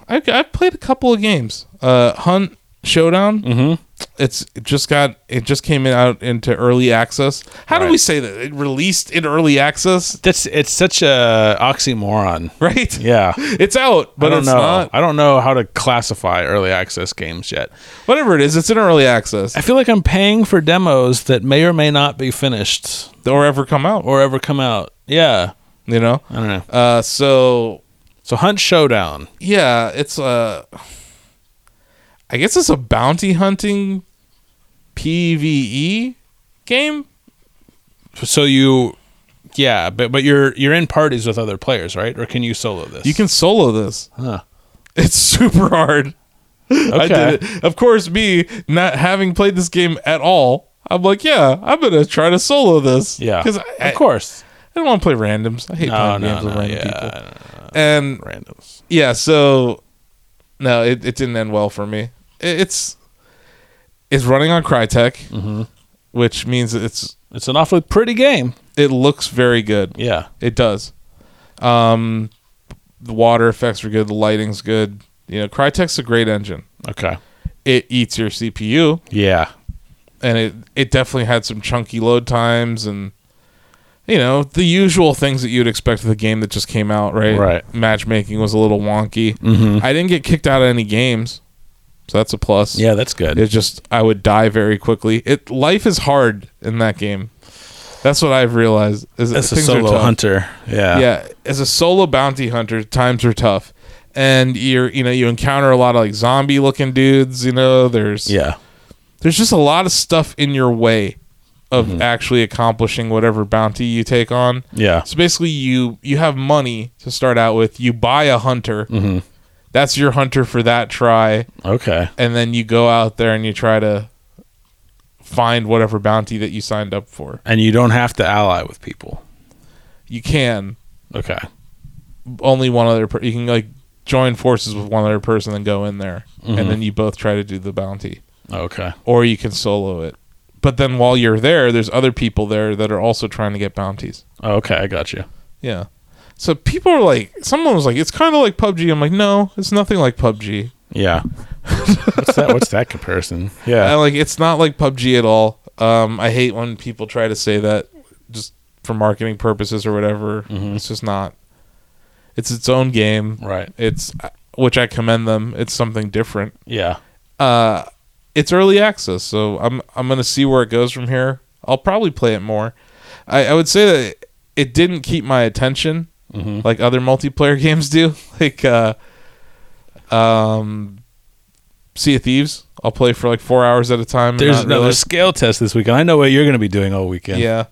A: I've, I've played a couple of games. Uh, Hunt Showdown. Mm-hmm. It's it just got it just came in out into early access. How do
B: Right.
A: we say that? It released in early access,
B: That's it's such a oxymoron.
A: right?
B: Yeah.
A: It's out,
B: I
A: but
B: don't
A: it's
B: know.
A: not.
B: I don't know how to classify early access games yet.
A: Whatever it is, it's in early access
B: I feel like I'm paying for demos that may or may not be finished
A: or ever come out.
B: or ever come out. Yeah.
A: You know.
B: I don't know.
A: Uh, so
B: So Hunt Showdown.
A: yeah, it's a. I guess it's a bounty hunting, PVE game.
B: So you yeah, but but you're you're in parties with other players, right? Or can you solo this?
A: You can solo this.
B: Huh.
A: It's super hard. I did it. Of course, me not having played this game at all, I'm like, yeah, I'm gonna try to solo this.
B: Yeah.
A: because
B: of course.
A: I don't want to play randoms. I hate
B: No,
A: playing
B: no,
A: games with
B: no,
A: random
B: yeah,
A: people. And
B: Randoms.
A: yeah, so no, it, it didn't end well for me. It, it's it's running on Crytek, which means it's
B: It's an awfully pretty game.
A: it looks very good.
B: Yeah.
A: It does. Um, the water effects are good. The lighting's good. You know, Crytek's a great engine.
B: Okay.
A: It eats your CPU,
B: Yeah.
A: and it it definitely had some chunky load times and you know the usual things that you'd expect of the game that just came out. Right.
B: Right. Mm-hmm.
A: Matchmaking was a little wonky. I didn't get kicked out of any games, so that's a plus.
B: Yeah, that's good.
A: It's just I would die very quickly. It life is hard in that game. That's what I've realized. Is that
B: that's a
A: things are
B: solo
A: tough
B: hunter. Yeah.
A: yeah as a solo bounty hunter times are tough and you're you know you encounter a lot of like zombie looking dudes you know there's
B: Yeah.
A: there's just a lot of stuff in your way of actually accomplishing whatever bounty you take on
B: Yeah.
A: so basically you you have money to start out with you buy a hunter
B: Mm.
A: that's your hunter for that try
B: Mm-hmm. Okay.
A: and then you go out there and you try to find whatever bounty that you signed up for
B: And you don't have to ally with people.
A: you can
B: Okay.
A: only one other per- you can like join forces with one other person and go in there and then you both try to do the bounty
B: Okay.
A: or you can solo it but then while you're there there's other people there that are also trying to get bounties
B: Okay, I got you.
A: yeah so people are like someone was like it's kind of like pubg i'm like no it's nothing like pubg
B: Yeah. what's that what's that comparison?
A: i
B: Yeah.
A: like it's not like pubg at all um i hate when people try to say that just for marketing purposes or whatever it's just not it's its own game
B: Mm-hmm. Right.
A: it's uh, which i commend them it's something different
B: Yeah.
A: uh, it's early access, so I'm I'm gonna see where it goes from here. I'll probably play it more. I, I would say that it didn't keep my attention
B: Mm-hmm.
A: like other multiplayer games do. Like uh, um, Sea of Thieves, I'll play for like four hours at a time. and
B: There's
A: not
B: another
A: really-
B: scale test this weekend. I know what you're going to be doing all weekend.
A: yeah.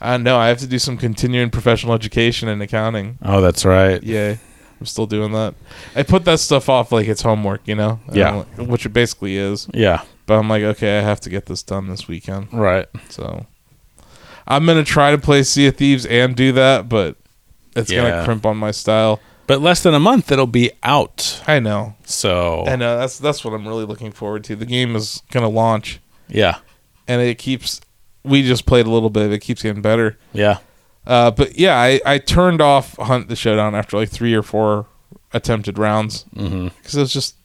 A: I know I have to do some continuing professional education in accounting.
B: Oh, that's right.
A: Yay. I'm still doing that. I put that stuff off like it's homework, you know? And
B: Yeah.
A: I'm like- Which it basically is.
B: Yeah.
A: But I'm like, okay, I have to get this done this weekend.
B: Right.
A: So I'm gonna try to play Sea of Thieves and do that, but it's
B: Yeah.
A: gonna crimp on my style.
B: But less than a month it'll be out.
A: I know.
B: So
A: I know that's that's what I'm really looking forward to. The game is gonna launch
B: Yeah.
A: and it keeps we just played a little bit, of it keeps getting better.
B: Yeah.
A: Uh, but yeah, I, I turned off Hunt the Showdown after like three or four attempted rounds because
B: Mm-hmm.
A: it was just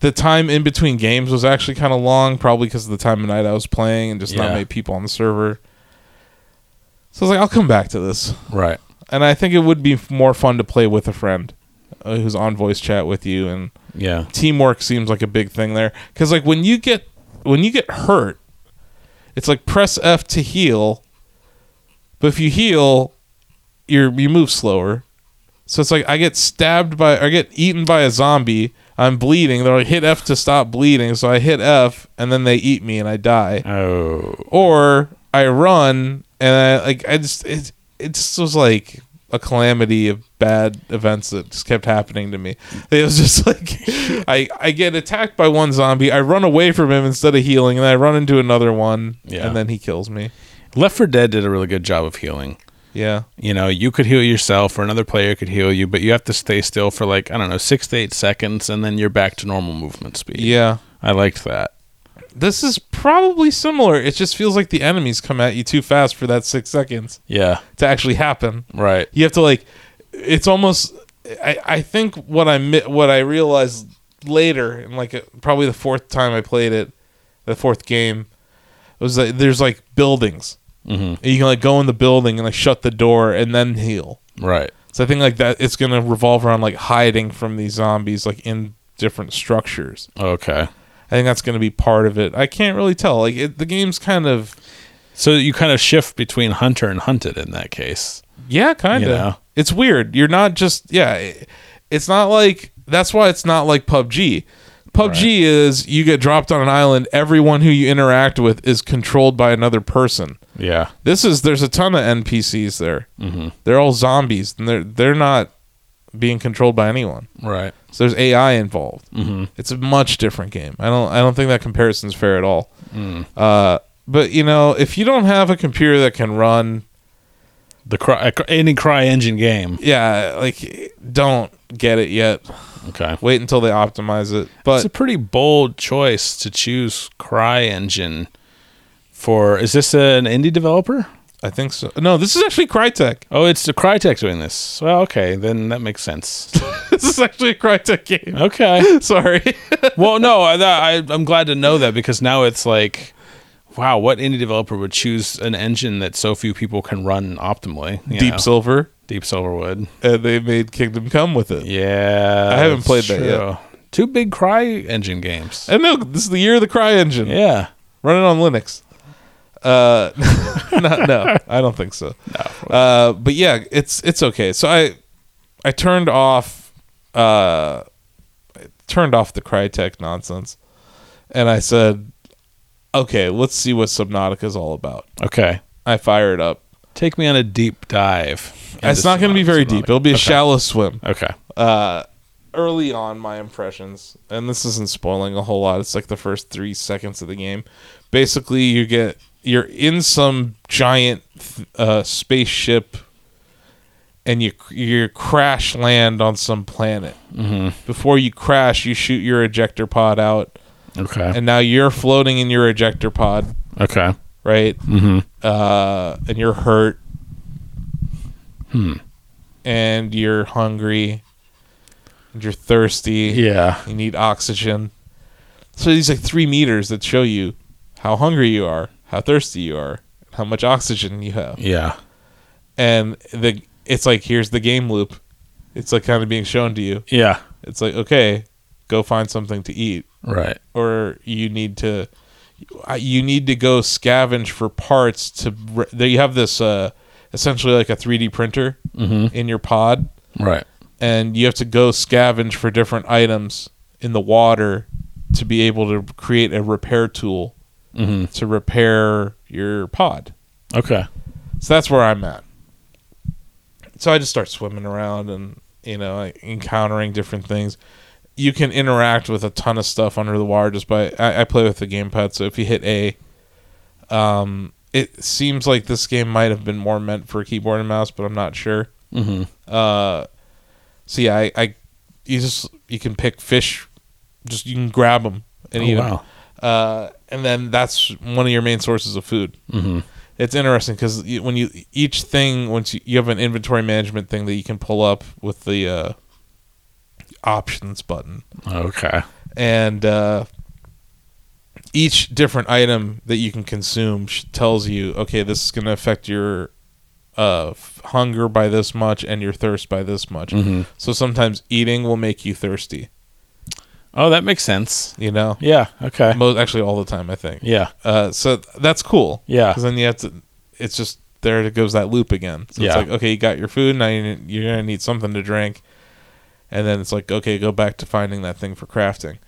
A: the time in between games was actually kind of long, probably because of the time of night I was playing and just not
B: Yeah.
A: many people on the server. So I was like, I'll come back to this,
B: Right.
A: and I think it would be more fun to play with a friend uh, who's on voice chat with you, and
B: Yeah.
A: teamwork seems like a big thing there because like when you get when you get hurt it's like press f to heal but if you heal you're you move slower so it's like i get stabbed by i get eaten by a zombie i'm bleeding they're like hit f to stop bleeding so i hit f and then they eat me and i die
B: Oh.
A: or i run and i like i just it, it just was like a calamity of bad events that just kept happening to me. It was just like I I get attacked by one zombie, I run away from him instead of healing, and I run into another one,
B: Yeah.
A: and then he kills me.
B: Left for Dead did a really good job of healing.
A: Yeah,
B: You know, you could heal yourself or another player could heal you, but you have to stay still for like, I don't know, six to eight seconds and then you're back to normal movement speed.
A: yeah.
B: I liked that.
A: This is probably similar. It just feels like the enemies come at you too fast for that six seconds
B: Yeah.
A: to actually happen.
B: Right.
A: You have to like, it's almost I, I think what I mi- what I realized later, and like uh, probably the fourth time I played it, the fourth game, was that there's like buildings. Mm-hmm. You can like go in the building and like shut the door and then heal.
B: Right.
A: So I think like that it's gonna revolve around like hiding from these zombies like in different structures.
B: Okay.
A: I think that's gonna be part of it. I can't really tell. Like it, the game's kind of
B: So you kind of shift between hunter and hunted in that case.
A: Yeah, kind of.
B: You know?
A: It's weird. You're not just yeah. i- It's not like that's why it's not like PUBG. PUBG is you get dropped on an island. Everyone who you interact with is controlled by another person.
B: Yeah.
A: This is there's a ton of NPCs there. Mm-hmm. They're all zombies, and they're they're not being controlled by anyone.
B: Right.
A: So there's AI involved. Mm-hmm. It's a much different game. I don't I don't think that comparison's fair at all. Uh, but you know, if you don't have a computer that can run
B: The cry, uh, any cry engine game.
A: yeah, like don't get it yet.
B: Okay.
A: Wait until they optimize it.
B: It's
A: But
B: a pretty bold choice to choose cry engine for. Is this an indie developer?
A: I think so. No, this is actually Crytek.
B: Oh, it's the Crytek doing this. Well, okay, then that makes sense.
A: This is actually a Crytek game.
B: Okay.
A: Sorry.
B: well, no, I, I, I'm glad to know that because now it's like, wow, what indie developer would choose an engine that so few people can run optimally? you know?
A: Deep Silver,
B: Deep Silverwood.
A: and they made Kingdom Come with it.
B: Yeah,
A: I haven't
B: that's
A: played that yet.
B: Two big Cry engine games.
A: And no, this is the year of the Cry Engine.
B: Yeah,
A: Run it on Linux. Uh, no, no, I don't think so. No. Uh, but yeah, it's it's okay. So I I turned off uh I turned off the Crytek nonsense, and I said, okay, let's see what Subnautica's all about.
B: okay.
A: I fire it up.
B: Take me on a deep dive.
A: it's not going to be very deep. It'll be a shallow swim.
B: Okay.
A: Uh, early on, my impressions, and this isn't spoiling a whole lot. It's like the first three seconds of the game. Basically, you get you're in some giant th- uh, spaceship, and you you crash land on some planet. Mm-hmm. Before you crash, you shoot your ejector pod out,
B: Okay.
A: and now you're floating in your ejector pod,
B: okay.
A: right? Mm-hmm. Uh, and you're hurt. And you're hungry. And you're thirsty.
B: Yeah.
A: You need oxygen. So these like three meters that show you how hungry you are, how thirsty you are, and how much oxygen you have.
B: Yeah.
A: And the it's like here's the game loop. It's like kind of being shown to you.
B: Yeah.
A: It's like okay, go find something to eat
B: Right.
A: or you need to you need to go scavenge for parts to there you have this uh essentially like a 3d printer in your pod
B: Right.
A: and you have to go scavenge for different items in the water to be able to create a repair tool to repair your pod
B: Mm-hmm. Okay.
A: so that's where i'm at so i just start swimming around and you know like, encountering different things you can interact with a ton of stuff under the water just by I, I play with the gamepad so if you hit a um it seems like this game might have been more meant for keyboard and mouse but i'm not sure
B: Mhm.
A: uh so yeah i, I you just you can pick fish just you can grab them and
B: Oh,
A: eat 'em.
B: wow.
A: uh and then that's one of your main sources of food
B: Mm-hmm.
A: it's interesting because when you each thing once you, you have an inventory management thing that you can pull up with the uh, options button
B: Okay.
A: and uh, each different item that you can consume sh- tells you okay this is going to affect your uh, f- hunger by this much and your thirst by this much
B: Mhm.
A: so sometimes eating will make you thirsty
B: Oh, that makes sense.
A: you know
B: Yeah. Okay.
A: Mo- actually all the time i think
B: Yeah.
A: Uh, so th- that's cool.
B: Yeah.
A: Because then you have to. It's just there. It goes that loop again. So
B: Yeah.
A: it's like okay, you got your food. Now you, you're gonna need something to drink, and then it's like okay, go back to finding that thing for crafting.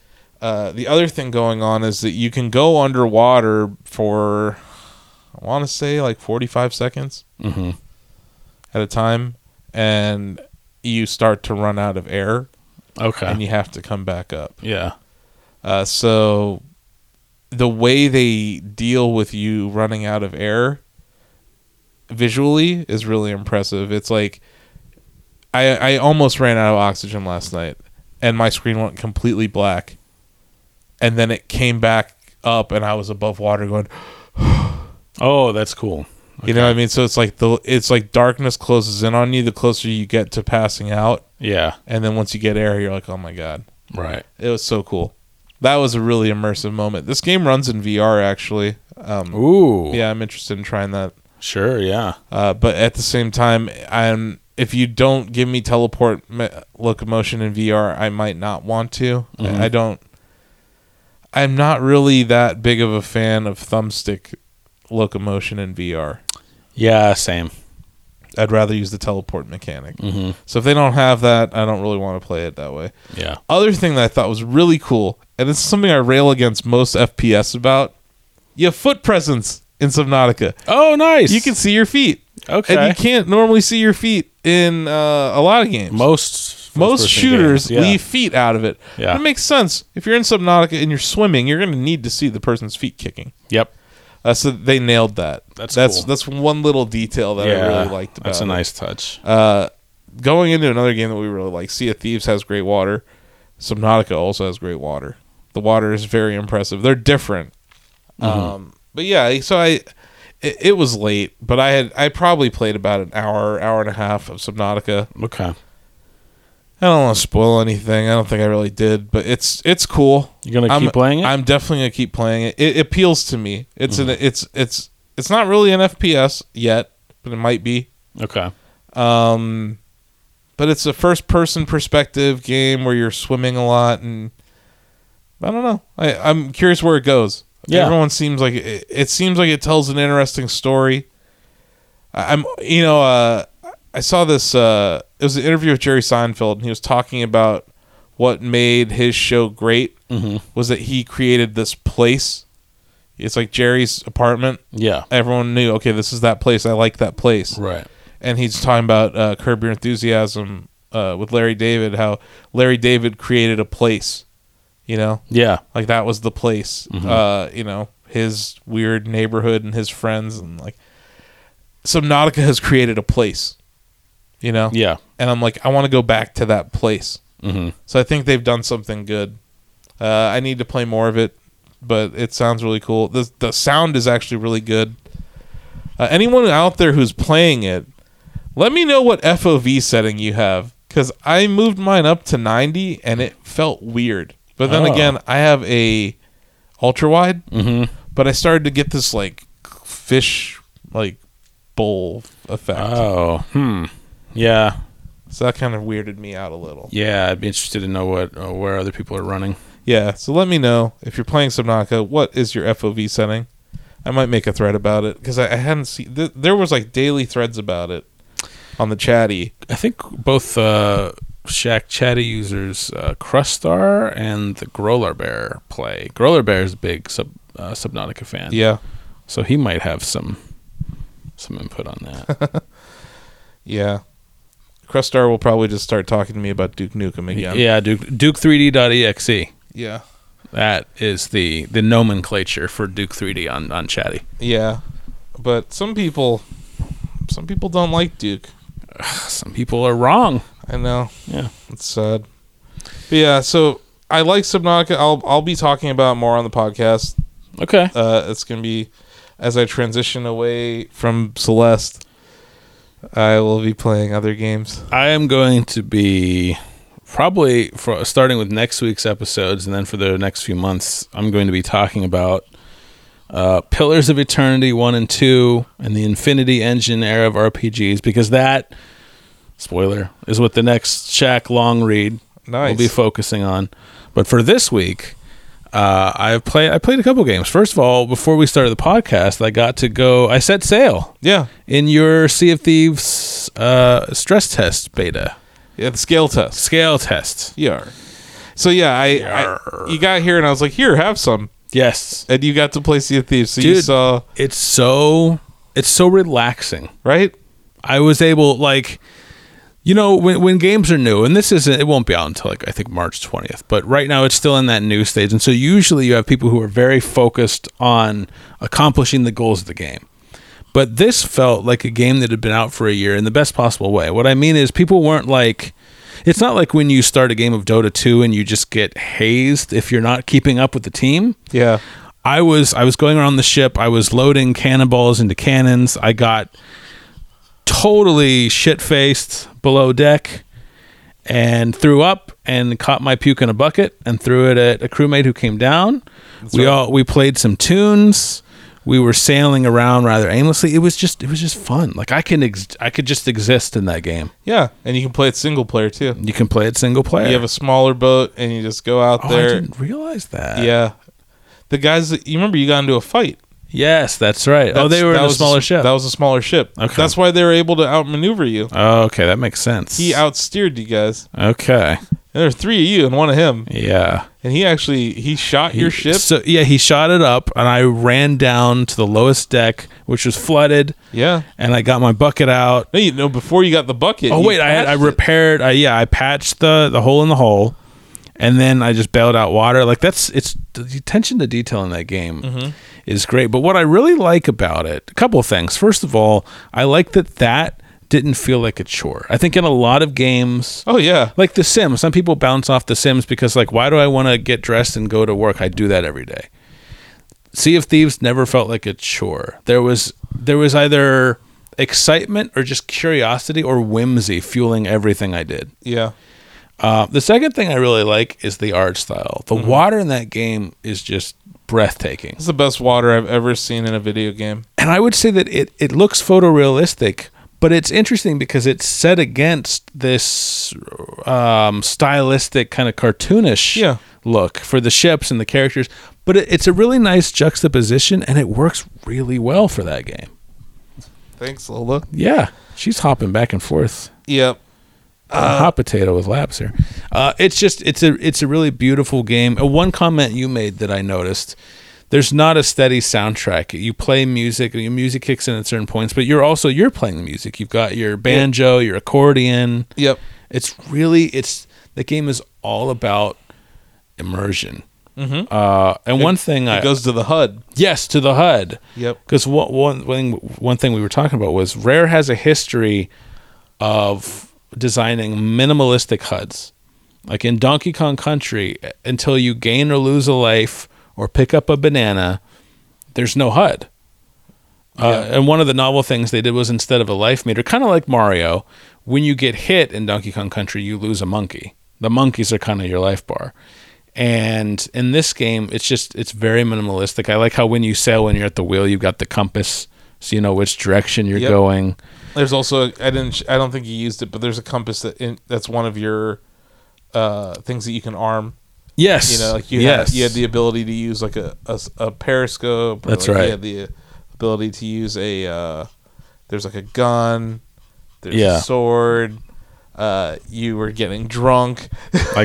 A: Uh, the other thing going on is that you can go underwater for, I want to say like 45 seconds
B: Mm-hmm.
A: at a time, and you start to run out of air,
B: Okay.
A: and you have to come back up.
B: yeah.
A: Uh, so the way they deal with you running out of air visually is really impressive. It's like I I almost ran out of oxygen last night and my screen went completely black. And then it came back up and I was above water going,
B: Oh, that's cool.
A: you know what I mean? So it's like the it's like darkness closes in on you the closer you get to passing out
B: Yeah.
A: And then once you get air, you're like, oh my god,
B: Right.
A: it was so cool. That was a really immersive moment. This game runs in VR actually. Um,
B: Ooh.
A: yeah, I'm interested in trying that.
B: Sure. Yeah.
A: Uh, but at the same time, I'm if you don't give me teleport me- locomotion in VR, I might not want to. I, I don't. I'm not really that big of a fan of thumbstick locomotion in VR.
B: Yeah. Same.
A: I'd rather use the teleport mechanic.
B: Mm-hmm.
A: So if they don't have that, I don't really want to play it that way.
B: Yeah.
A: Other thing that I thought was really cool, and this is something I rail against most FPS about, you have foot presence in Subnautica.
B: Oh, nice.
A: You can see your feet.
B: Okay.
A: And you can't normally see your feet in uh, a lot of games.
B: most
A: Most
B: first-person
A: shooters
B: games, yeah.
A: leave feet out of it.
B: Yeah.
A: It makes sense. If you're in Subnautica and you're swimming, you're going to need to see the person's feet kicking.
B: Yep.
A: Uh, so they nailed that.
B: That's
A: that's
B: cool.
A: that's one little detail that I really liked about
B: that's a
A: it.
B: nice touch.
A: Uh, going into another game that we really like, Sea of Thieves has great water. Subnautica also has great water. The water is very impressive. They're different.
B: Mm-hmm.
A: Um, but yeah, so I it, it was late, but I had I probably played about an hour, hour and a half of Subnautica.
B: okay.
A: I don't want to spoil anything. I don't think I really did, but it's it's cool.
B: You're gonna
A: I'm,
B: keep playing it. Mm-hmm.
A: I'm definitely gonna keep playing it. It, appeals to me. It's an it's it's it's not really an FPS yet, but it might be.
B: okay.
A: Um, but it's a first person perspective game where you're swimming a lot, and I don't know. I, I'm curious where it goes.
B: Yeah.
A: everyone seems like it, it seems like it tells an interesting story. I- I'm, you know, uh, I saw this. Uh, it was an interview with Jerry Seinfeld, and he was talking about what made his show great
B: Mhm.
A: was that he created this place. It's like Jerry's apartment.
B: Yeah.
A: Everyone knew, okay, this is that place. I like that place
B: Right.
A: and he's talking about uh, Curb Your Enthusiasm uh, with Larry David, how Larry David created a place, you know,
B: Yeah.
A: like that was the place, uh, you know, his weird neighborhood and his friends and like Subnautica has created a place, you know,
B: Yeah.
A: and I'm like, I want to go back to that place.
B: Mm-hmm.
A: So I think they've done something good. Uh, I need to play more of it, but it sounds really cool. The the sound is actually really good. Uh, anyone out there who's playing it, let me know what FOV setting you have cuz I moved mine up to 90 and it felt weird. But then
B: Oh.
A: again, I have a ultra wide,
B: Mm-hmm.
A: but I started to get this like fish like bowl effect.
B: Oh. Hmm. Yeah.
A: so that kind of weirded me out a little.
B: Yeah. I'd be interested to know what uh, where other people are running.
A: Yeah, so let me know if you're playing Subnautica. What is your FOV setting? I might make a thread about it because I, I hadn't seen. Th- there was like daily threads about it on the chatty.
B: I think both uh, Shack Chatty users, uh, Crustar and the Growler Bear play. Growler Bear is a big sub, uh, Subnautica fan.
A: Yeah,
B: So he might have some some input on that.
A: yeah. Crustar will probably just start talking to me about Duke Nukem
B: yeah.
A: again.
B: Duke Duke3D.exe.
A: yeah,
B: E That is the the nomenclature for Duke 3D on on Chatty.
A: yeah. But some people, some people don't like Duke.
B: Some people are wrong.
A: I know.
B: Yeah.
A: It's sad. But yeah, so I like Subnautica. I'll I'll be talking about it more on the podcast.
B: Okay.
A: uh, it's gonna be as I transition away from Celeste. I will be playing other games.
B: I am going to be probably for starting with next week's episodes and then for the next few months I'm going to be talking about uh, Pillars of Eternity 1 and 2 and the Infinity Engine era of RPGs because that spoiler is what the next Shack long read
A: Nice.
B: we'll be focusing on. But for this week, uh, I play I played a couple games. First of all, before we started the podcast, I got to go. I set sail
A: yeah,
B: in your Sea of Thieves uh, stress test beta
A: yeah. The scale test.
B: scale test.
A: Yeah. So yeah, I,
B: Yarr.
A: I you got here and I was like, here, have some,
B: Yes,
A: and you got to play Sea of Thieves. So you
B: Dude.
A: saw
B: it's so it's so relaxing.
A: right.
B: I was able like you know when when games are new and this isn't it won't be out until like I think March 20th but right now it's still in that new stage and so usually you have people who are very focused on accomplishing the goals of the game. But this felt like a game that had been out for a year in the best possible way. What I mean is people weren't like it's not like when you start a game of Dota 2 and you just get hazed if you're not keeping up with the team.
A: Yeah.
B: I was I was going around the ship. I was loading cannonballs into cannons. I got totally shit faced below deck, and threw up and caught my puke in a bucket and threw it at a crewmate who came down. we all we played some tunes. We were sailing around rather aimlessly. It was just it was just fun. Like I can ex- I could just exist in that game.
A: Yeah, and you can play it single player too.
B: You can play it single player.
A: You have a smaller boat and you just go out
B: oh, I
A: there.
B: didn't realize that.
A: Yeah. The guys that you remember you got into a fight.
B: Yes, that's right. oh,
A: That's-
B: they were
A: that
B: in a
A: was-
B: smaller ship.
A: That was a smaller ship.
B: Okay.
A: That's why they were able to outmaneuver you.
B: oh, okay, that makes sense.
A: He outsteered you guys.
B: okay.
A: And there were three of you and one of him.
B: Yeah.
A: And he actually he shot your ship.
B: So yeah, he shot it up, and I ran down to the lowest deck, which was flooded,
A: yeah.
B: and I got my bucket out.
A: No, you know before you got the bucket.
B: Oh
A: you
B: wait, I had, I
A: patched it.
B: repaired. I, yeah, I patched the the hole in the hole, and then I just bailed out water. Like that's it's the attention to detail in that game is great. But what I really like about it, a couple of things. First of all, I like that that didn't feel like a chore. I think in a lot of games.
A: Oh yeah.
B: Like The Sims, some people bounce off The Sims because, like, why do I want to get dressed and go to work? I do that every day. Sea of Thieves never felt like a chore. There was there was either excitement or just curiosity or whimsy fueling everything I did.
A: Yeah.
B: Uh, the second thing I really like is the art style. The water in that game is just breathtaking,
A: It's the best water I've ever seen in a video game.
B: and I would say that it it looks photorealistic. But it's interesting because it's set against this um, stylistic kind of cartoonish
A: Yeah.
B: look for the ships and the characters. But it, it's a really nice juxtaposition, and it works really well for that game.
A: Thanks, Lola.
B: Yeah, she's hopping back and forth.
A: Yep.
B: Hot potato with laps here. Uh, it's just it's a it's a really beautiful game. Uh, One comment you made that I noticed: there's not a steady soundtrack. You play music, and your music kicks in at certain points, but you're also you're playing the music. You've got your banjo, your accordion.
A: Yep.
B: It's really it's the game is all about immersion. Mm-hmm. Uh, and one thing I
A: It goes to the HUD.
B: Yes, to the HUD.
A: Yep.
B: Because one one thing one thing we were talking about was Rare has a history of designing minimalistic HUDs. Like in Donkey Kong Country, until you gain or lose a life or pick up a banana, there's no HUD. Uh, and one of the novel things they did was instead of a life meter, kind of like Mario, when you get hit in Donkey Kong Country, you lose a monkey. The monkeys are kind of your life bar. And in this game, it's just it's very minimalistic. I like how when you sail, when you're at the wheel, you've got the compass, so you know which direction you're
A: Yep.
B: going.
A: There's also I didn't I don't think you used it, but there's a compass that in, that's one of your uh, things that you can arm.
B: Yes,
A: You know, like you
B: yes.
A: had you had the ability to use like a a, s- a periscope. or,
B: That's
A: like,
B: right.
A: You had the ability to use a uh, there's like a gun. There's
B: Yeah.
A: a sword. Uh, you were getting drunk.
B: I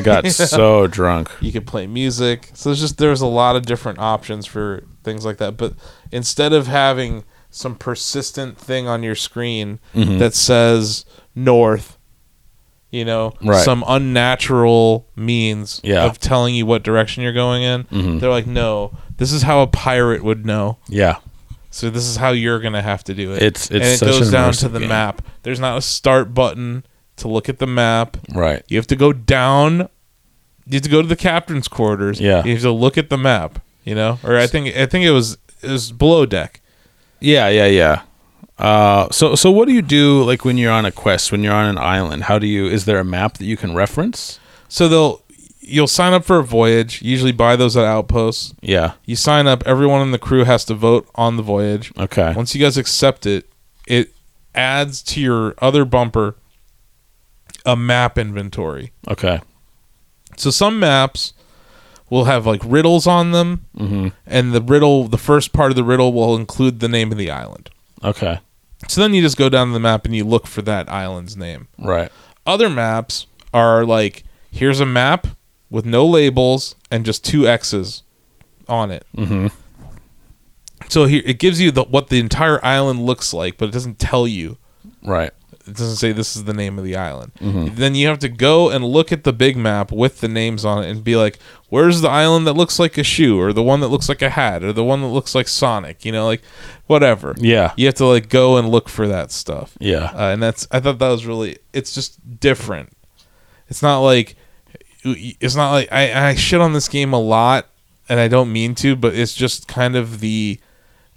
B: got so drunk.
A: you could play music. So there's just there's a lot of different options for things like that. But instead of having some persistent thing on your screen
B: Mm-hmm.
A: that says north, you know,
B: Right.
A: some unnatural means
B: Yeah. Mm-hmm.
A: of telling you what direction you're going in, they're like, no, this is how a pirate would know.
B: Yeah,
A: So this is how you're gonna have to do it.
B: It's- it's
A: and it
B: such
A: goes
B: an
A: down to
B: immersive
A: the
B: game.
A: map. There's not a start button to look at the map.
B: right.
A: You have to go down. You have to go to the captain's quarters.
B: Yeah.
A: You have to look at the map. You know, or I think I think it was it was below deck.
B: Yeah, yeah, yeah. Uh, so, so what do you do like when you're on a quest? When you're on an island, how do you? Is there a map that you can reference?
A: So they'll you'll sign up for a voyage. You Usually buy those at outposts.
B: Yeah.
A: You sign up. Everyone in the crew has to vote on the voyage.
B: Okay.
A: Once you guys accept it, it adds to your other bumper a map inventory.
B: Okay.
A: So some maps will have like riddles on them,
B: Mm-hmm.
A: and the riddle, the first part of the riddle, will include the name of the island.
B: Okay.
A: So then you just go down the map and you look for that island's name.
B: Right.
A: Other maps are like here's a map with no labels and just two X's on it. Mm-hmm. So here it gives you the, what the entire island looks like, but it doesn't tell you
B: Right.
A: it doesn't say this is the name of the island. Then you have to go and look at the big map with the names on it and be like, where's the island that looks like a shoe or the one that looks like a hat or the one that looks like Sonic, you know, like whatever.
B: Yeah.
A: You have to like go and look for that stuff.
B: Yeah.
A: Uh, and that's I thought that was really it's just different. It's not like it's not like I, I shit on this game a lot and I don't mean to, but it's just kind of the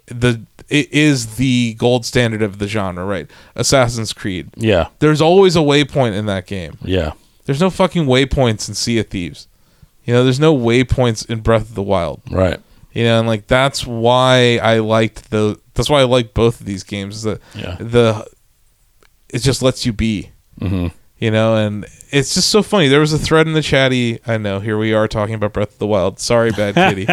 A: the it is the gold standard of the genre, right? Assassin's Creed.
B: yeah.
A: There's always a waypoint in that game.
B: Yeah.
A: There's no fucking waypoints in Sea of Thieves. You know, there's no waypoints in Breath of the Wild.
B: Right.
A: You know, and like that's why I liked the that's why I like both of these games. Is that
B: Yeah.
A: the it just lets you be.
B: Mm-hmm.
A: You know, and it's just so funny. There was a thread in the chatty. I know here we are talking about Breath of the Wild. Sorry, bad kitty.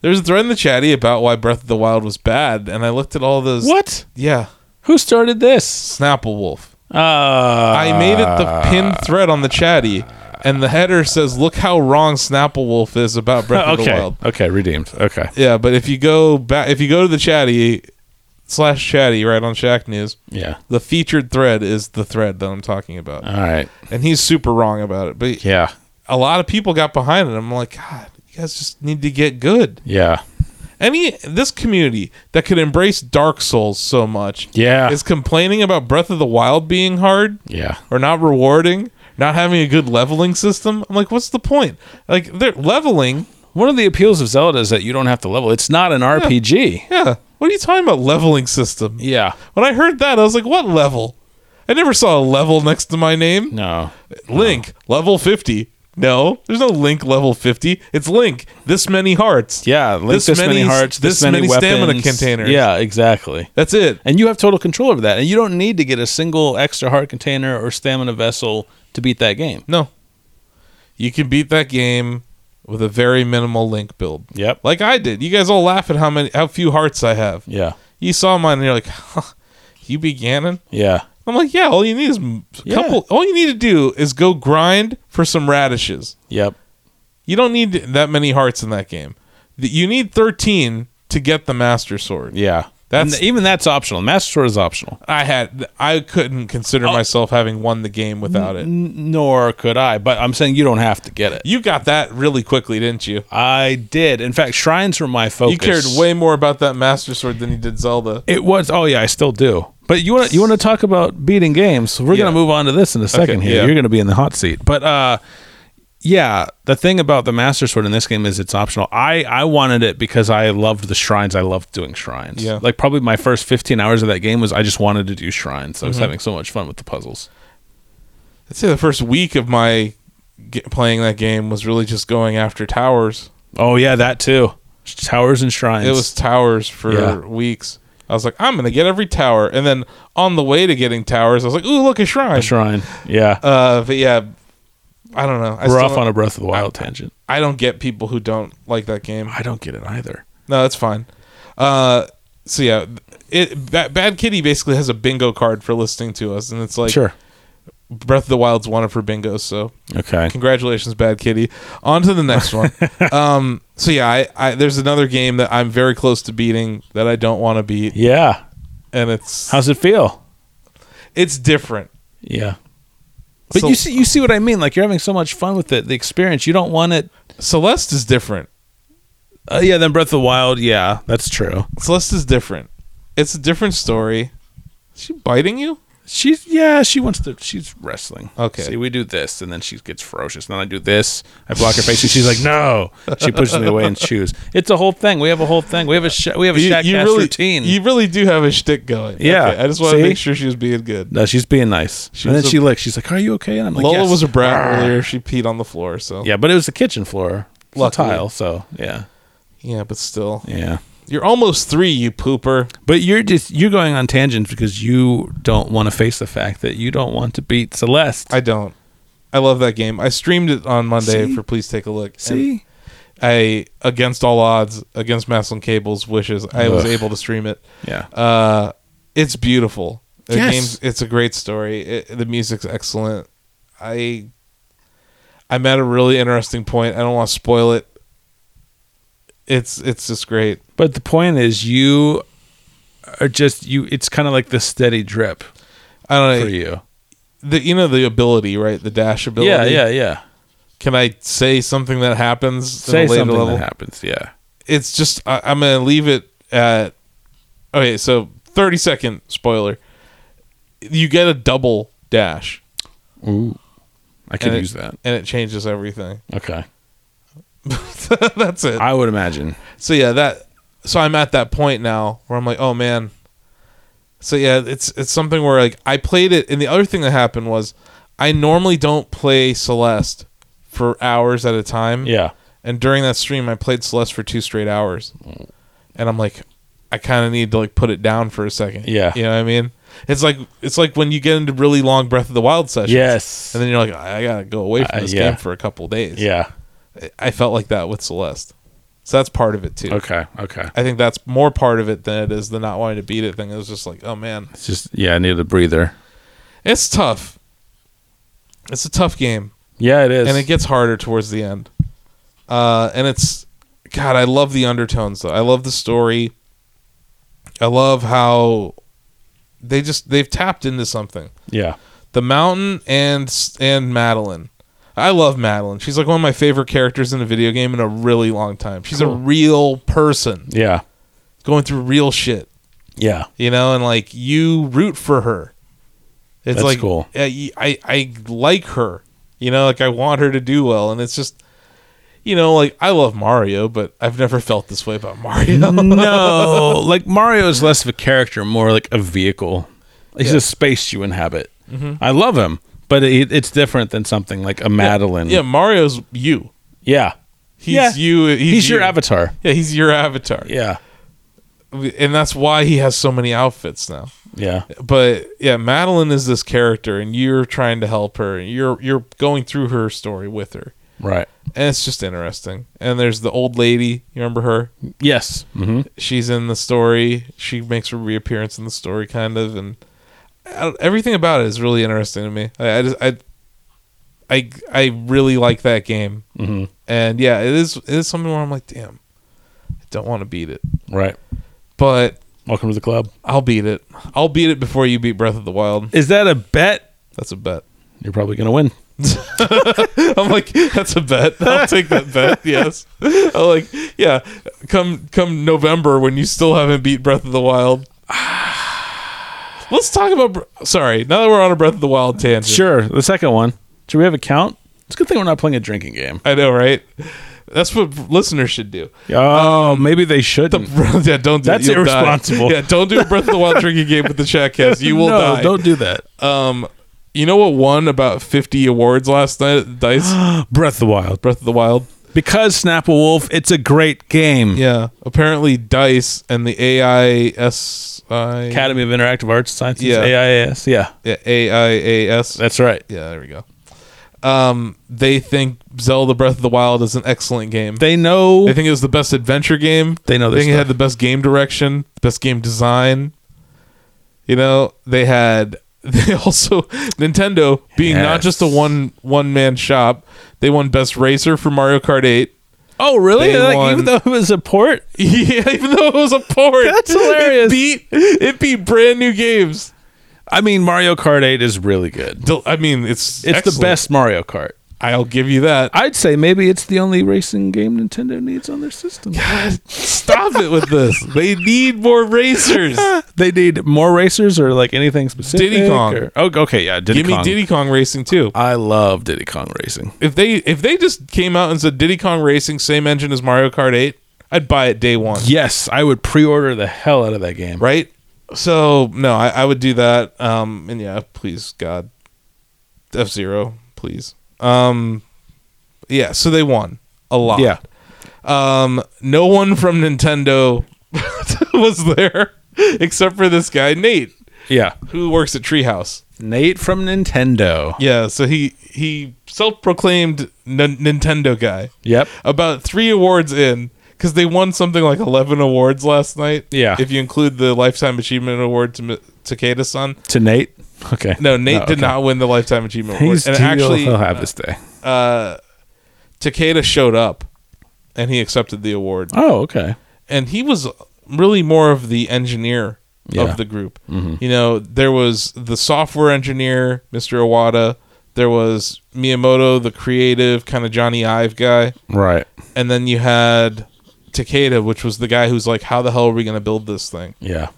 A: there was a thread in the chatty about why Breath of the Wild was bad, and I looked at all those.
B: What?
A: Yeah,
B: Who started this?
A: Snapple Wolf.
B: Uh,
A: I
B: I
A: made it
B: Ah.
A: the pinned thread on the chatty, and the header says, "Look how wrong Snapple Wolf is about Breath of the
B: okay.
A: Wild."
B: Okay. Redeemed. Okay.
A: Yeah, but if you go back, if you go to the chatty slash chatty right on Shack News,
B: Yeah.
A: the featured thread is the thread that I'm talking about,
B: All right.
A: and he's super wrong about it. But
B: Uh. Yeah.
A: a lot of people got behind it. I'm like, God, you guys just need to get good.
B: Yeah.
A: Any this community that could embrace Dark Souls so much,
B: Yeah.
A: is complaining about Breath of the Wild being hard
B: yeah.
A: or not rewarding, not having a good leveling system. I'm like, what's the point? Like, they're leveling.
B: One of the appeals of Zelda is that you don't have to level. It's not an RPG.
A: Yeah. What are you talking about, leveling system?
B: Yeah.
A: When I heard that, I was like, what level? I never saw a level next to my name.
B: No.
A: Link, level 50. No, there's no Link level 50. It's Link, this many hearts.
B: Yeah. Link this, many, hearts. This, many,
A: stamina
B: weapons.
A: containers.
B: Yeah. Exactly.
A: That's it.
B: And you have total control over that. And you don't need to get a single extra heart container or stamina vessel to beat that game.
A: No. You can beat that game with a very minimal Link build.
B: Yep.
A: Like I did. You guys all laugh at how many how few hearts I have.
B: Yeah.
A: you saw mine and you're like, huh, you be Ganon?
B: Yeah.
A: I'm like, yeah, all you need is m- a
B: Yeah.
A: couple, all you need to do is go grind for some radishes.
B: Yep.
A: You don't need that many hearts in that game. Th- You need 13 to get the Master Sword.
B: Yeah.
A: That's-
B: That's even that's optional. Master Sword is optional.
A: I had, I couldn't
B: Oh.
A: consider myself having won the game without it.
B: N- nor could I, but I'm saying you don't have to get it.
A: You got that really quickly, didn't you?
B: I did. In fact, shrines were my focus.
A: You cared way more about that Master Sword than you did Zelda.
B: It was. Oh yeah, I still do. But you want to you want to talk about beating games? We're
A: Yeah.
B: gonna move on to this in a second here.
A: yeah.
B: You're gonna be in the hot seat. But uh, yeah, the thing about the Master Sword in this game is it's optional. I I wanted it because I loved the shrines. I loved doing shrines.
A: Yeah.
B: Like probably my first 15 hours of that game was I just wanted to do shrines.
A: Mm-hmm.
B: I was having so much fun with the puzzles.
A: I'd say the first week of my ge- playing that game was really just going after towers.
B: Oh yeah, that too. Towers and shrines.
A: It was towers for
B: Yeah.
A: weeks. I was like, I'm gonna get every tower, and then on the way to getting towers, I was like, Ooh, look a shrine.
B: a shrine. Yeah.
A: Uh, but yeah, I don't know. I
B: We're
A: still-
B: off on a Breath of the Wild tangent.
A: I don't get people who don't like that game.
B: I don't get it either.
A: No, that's fine. Uh, so yeah, it Ba- Bad Kitty basically has a bingo card for listening to us, and it's like
B: sure.
A: Breath of the Wild's one of her bingos. So
B: Okay.
A: congratulations bad kitty on to the next one um so yeah I, I there's another game that i'm very close to beating that i don't want to beat
B: Yeah.
A: and it's
B: How's it feel?
A: it's different
B: Yeah. But
A: So-
B: you see, you see what I mean. Like you're having so much fun with it, the experience. You don't want it.
A: celeste is different
B: Uh, yeah. Then Breath of the Wild. Yeah, that's true.
A: celeste is different it's a different story is she biting you
B: She's yeah. She wants to. She's wrestling.
A: Okay.
B: See, we do this, and then she gets ferocious. And then I do this. I block her face, and she's like, "No." She pushes me away and chews. It's a whole thing. We have a whole thing. We have a sh- we have a Shaq cast
A: really,
B: routine.
A: you really do have a shtick going.
B: Yeah.
A: I just want to
B: See?
A: make sure she was being good.
B: no, she's being nice.
A: She
B: and
A: was
B: then
A: a-
B: she like, she's like, "Are you okay?" And I'm like,
A: Lola
B: "Yes."
A: was a brat earlier. She peed on the floor, so
B: Yeah, but it was the kitchen floor. It's a
A: Luckily.
B: tile, so yeah.
A: yeah but still,
B: Yeah.
A: you're almost three, you pooper.
B: But you're just you're going on tangents because you don't want to face the fact that you don't want to beat Celeste.
A: I don't. I love that game. I streamed it on Monday
B: See?
A: for please take a look. and
B: See?
A: I against all odds, against Maslin Cable's wishes, I was
B: Ugh.
A: able to stream it.
B: Yeah.
A: Uh, it's beautiful. The
B: Yes.
A: game's it's a great story. It, the music's excellent. I I'm at a really interesting point. I don't want to spoil it. It's it's just great.
B: But the point is you are just you it's kind of like the steady drip
A: I don't
B: for
A: know. You.
B: you.
A: The, you know the ability, right? The dash ability.
B: Yeah, yeah, yeah.
A: Can I say something that happens? in
B: Say
A: a later
B: something
A: level?
B: that happens, yeah.
A: it's just I, I'm gonna leave it at okay. So 30 second spoiler. You get a double dash,
B: Ooh. I could
A: And it-
B: use that.
A: and it changes everything.
B: Okay.
A: That's it.
B: I would imagine.
A: So yeah, that. So I'm at that point now where I'm like, oh man. So yeah, it's it's something where like I played it, and the other thing that happened was I normally don't play Celeste for hours at a time.
B: Yeah.
A: And during that stream, I played Celeste for two straight hours, and I'm like, I kind of need to like put it down for a second.
B: Yeah.
A: you know what I mean. It's like it's like when you get into really long Breath of the Wild sessions.
B: Yes.
A: and then you're like, I gotta go away from
B: Uh,
A: this
B: yeah.
A: game for a couple days.
B: Yeah.
A: I felt like that with Celeste, so that's part of it too.
B: Okay. Okay.
A: I think that's more part of it than it is the not wanting to beat it thing. It was just like, oh man,
B: It's just yeah, I need a breather.
A: it's tough. It's a tough game.
B: Yeah, it is.
A: and it gets harder towards the end. Uh, and it's God, I love the undertones though. I love the story. I love how they just they've tapped into something.
B: yeah.
A: The mountain and and Madeline. I love Madeline. She's like one of my favorite characters in a video game in a really long time. She's a real person
B: Yeah.
A: going through real shit,
B: Yeah.
A: you know, and like you root for her. It's
B: That's
A: like
B: cool.
A: uh, y- I I like her. You know, like I want her to do well, and it's just, you know, like I love Mario, but I've never felt this way about Mario.
B: no, like Mario is less of a character, more like a vehicle. He's
A: Yeah.
B: a space you inhabit. I love him, but it, it's different than something like a Madeline.
A: yeah, Mario's you.
B: yeah,
A: He's
B: Yeah.
A: you. He's,
B: He's, your
A: you.
B: avatar.
A: Yeah, he's your avatar.
B: Yeah,
A: and that's why he has so many outfits now.
B: yeah,
A: But yeah, Madeline is this character, and you're trying to help her. And you're you're going through her story with her,
B: right.
A: and it's just interesting. And there's the old lady. You remember her?
B: Yes. hmm
A: she's in the story. She makes a reappearance in the story, kind of, and I don't- everything about it is really interesting to me. I, I just I, I I really like that game, mm-hmm. and yeah, it is it is something where I'm like, damn, I don't want to beat it,
B: Right.
A: but
B: Welcome to the club.
A: I'll beat it. I'll beat it before you beat Breath of the Wild.
B: Is that a bet?
A: That's a bet.
B: You're probably gonna win.
A: I'm like, that's a bet. I'll take that bet. Yes. I'm like, yeah. Come come November when you still haven't beat Breath of the Wild. Let's talk about. Bre- Sorry, now that we're on a Breath of the Wild tangent.
B: Sure. The second one. Should we have a count? It's a good thing we're not playing a drinking game.
A: I know, right? That's what listeners should do.
B: Oh, maybe they should.
A: yeah, don't. Do
B: That's
A: it. You'll die.
B: irresponsible.
A: Yeah, don't do a Breath of the Wild drinking game with the chat cast. You will
B: no,
A: die.
B: Don't do that.
A: Um, you know what won about 50 awards last night at Dice?
B: Breath of the Wild.
A: Breath of the Wild.
B: Because Snapple Wolf, it's a great game.
A: Yeah. Apparently, Dice and the AISI
B: Academy of Interactive Arts and Sciences,
A: Yeah.
B: AIAS. Yeah,
A: Yeah, AIAS.
B: that's right.
A: yeah, there we go. Um, they think Zelda Breath of the Wild is an excellent game.
B: They know.
A: They think it was the best adventure game.
B: They know
A: They
B: their
A: think it had
B: stuff.
A: the best game direction, best game design. You know, they had they also Nintendo being not
B: Yes.
A: just a one one man shop. They won best racer for Mario Kart 8.
B: oh, really?
A: they
B: like,
A: won-
B: even though it was a port,
A: Yeah, even though it was a port.
B: That's hilarious.
A: It beat it beat brand new games.
B: I mean, Mario Kart 8 is really good.
A: Del- I mean, it's
B: It's
A: excellent.
B: the best Mario Kart.
A: I'll give you that.
B: I'd say maybe it's the only racing game Nintendo needs on their system.
A: Stop it with this. They need more racers.
B: they need more racers or like anything specific.
A: Diddy Kong.
B: or- oh, okay, yeah, Diddy
A: Give me
B: Kong. Uh,
A: Diddy Kong Racing too.
B: I love Diddy Kong racing.
A: If they if they just came out and said Diddy Kong Racing, same engine as Mario Kart 8, I'd buy it day one.
B: Yes, I would pre-order the hell out of that game.
A: Right? So no, I, I would do that. Um and yeah, please God. F Zero, please. Um Yeah, so they won. A lot.
B: Yeah.
A: Um no one from Nintendo was there except for this guy, Nate,
B: Yeah.
A: who works at Treehouse.
B: Nate from Nintendo.
A: Yeah, so he he self-proclaimed N- Nintendo guy.
B: Yep.
A: About 3 awards in cuz they won something like 11 awards last night.
B: Yeah.
A: If you include the lifetime achievement award to Mi- Takeda-san.
B: To Nate. Okay.
A: No, Nate
B: Oh,
A: did
B: okay.
A: not win the lifetime achievement award.
B: He's
A: And
B: due-
A: actually
B: he'll have his day.
A: Takeda showed up and he accepted the award.
B: Oh, okay.
A: and he was really more of the engineer
B: Yeah.
A: of the group. You know, there was the software engineer, Mr. Iwata. There was Miyamoto, the creative kind of Johnny Ive guy,
B: Right.
A: and then you had Takeda, which was the guy who's like, "How the hell are we going to build this thing?"
B: Yeah.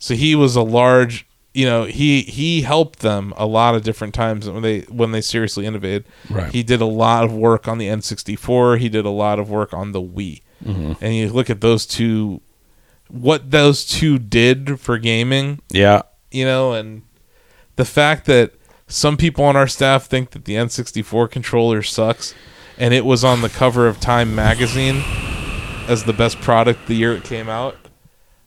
A: So he was a large, you know, he he helped them a lot of different times when they when they seriously innovated.
B: Right.
A: He did a lot of work on the N64. He did a lot of work on the Wii. And you look at those two, what those two did for gaming,
B: Yeah.
A: you know, and the fact that Some people on our staff think that the N64 controller sucks, and it was on the cover of Time magazine as the best product the year it came out.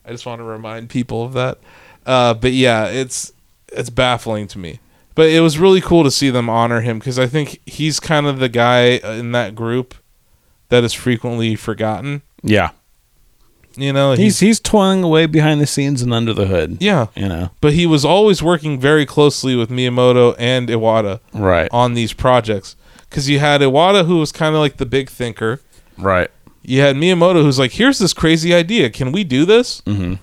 A: I just want to remind people of that. Uh, but yeah, it's it's baffling to me. But it was really cool to see them honor him because I think he's kind of the guy uh, in that group that is frequently forgotten.
B: Yeah.
A: You know,
B: He's he's toiling away behind the scenes and under the hood.
A: yeah,
B: You know.
A: but he was always working very closely with Miyamoto and Iwata
B: Right.
A: on these projects because you had Iwata who was kind of like the big thinker.
B: Right.
A: You had Miyamoto who's like, "Here's this crazy idea. Can we do this?" Mm-hmm.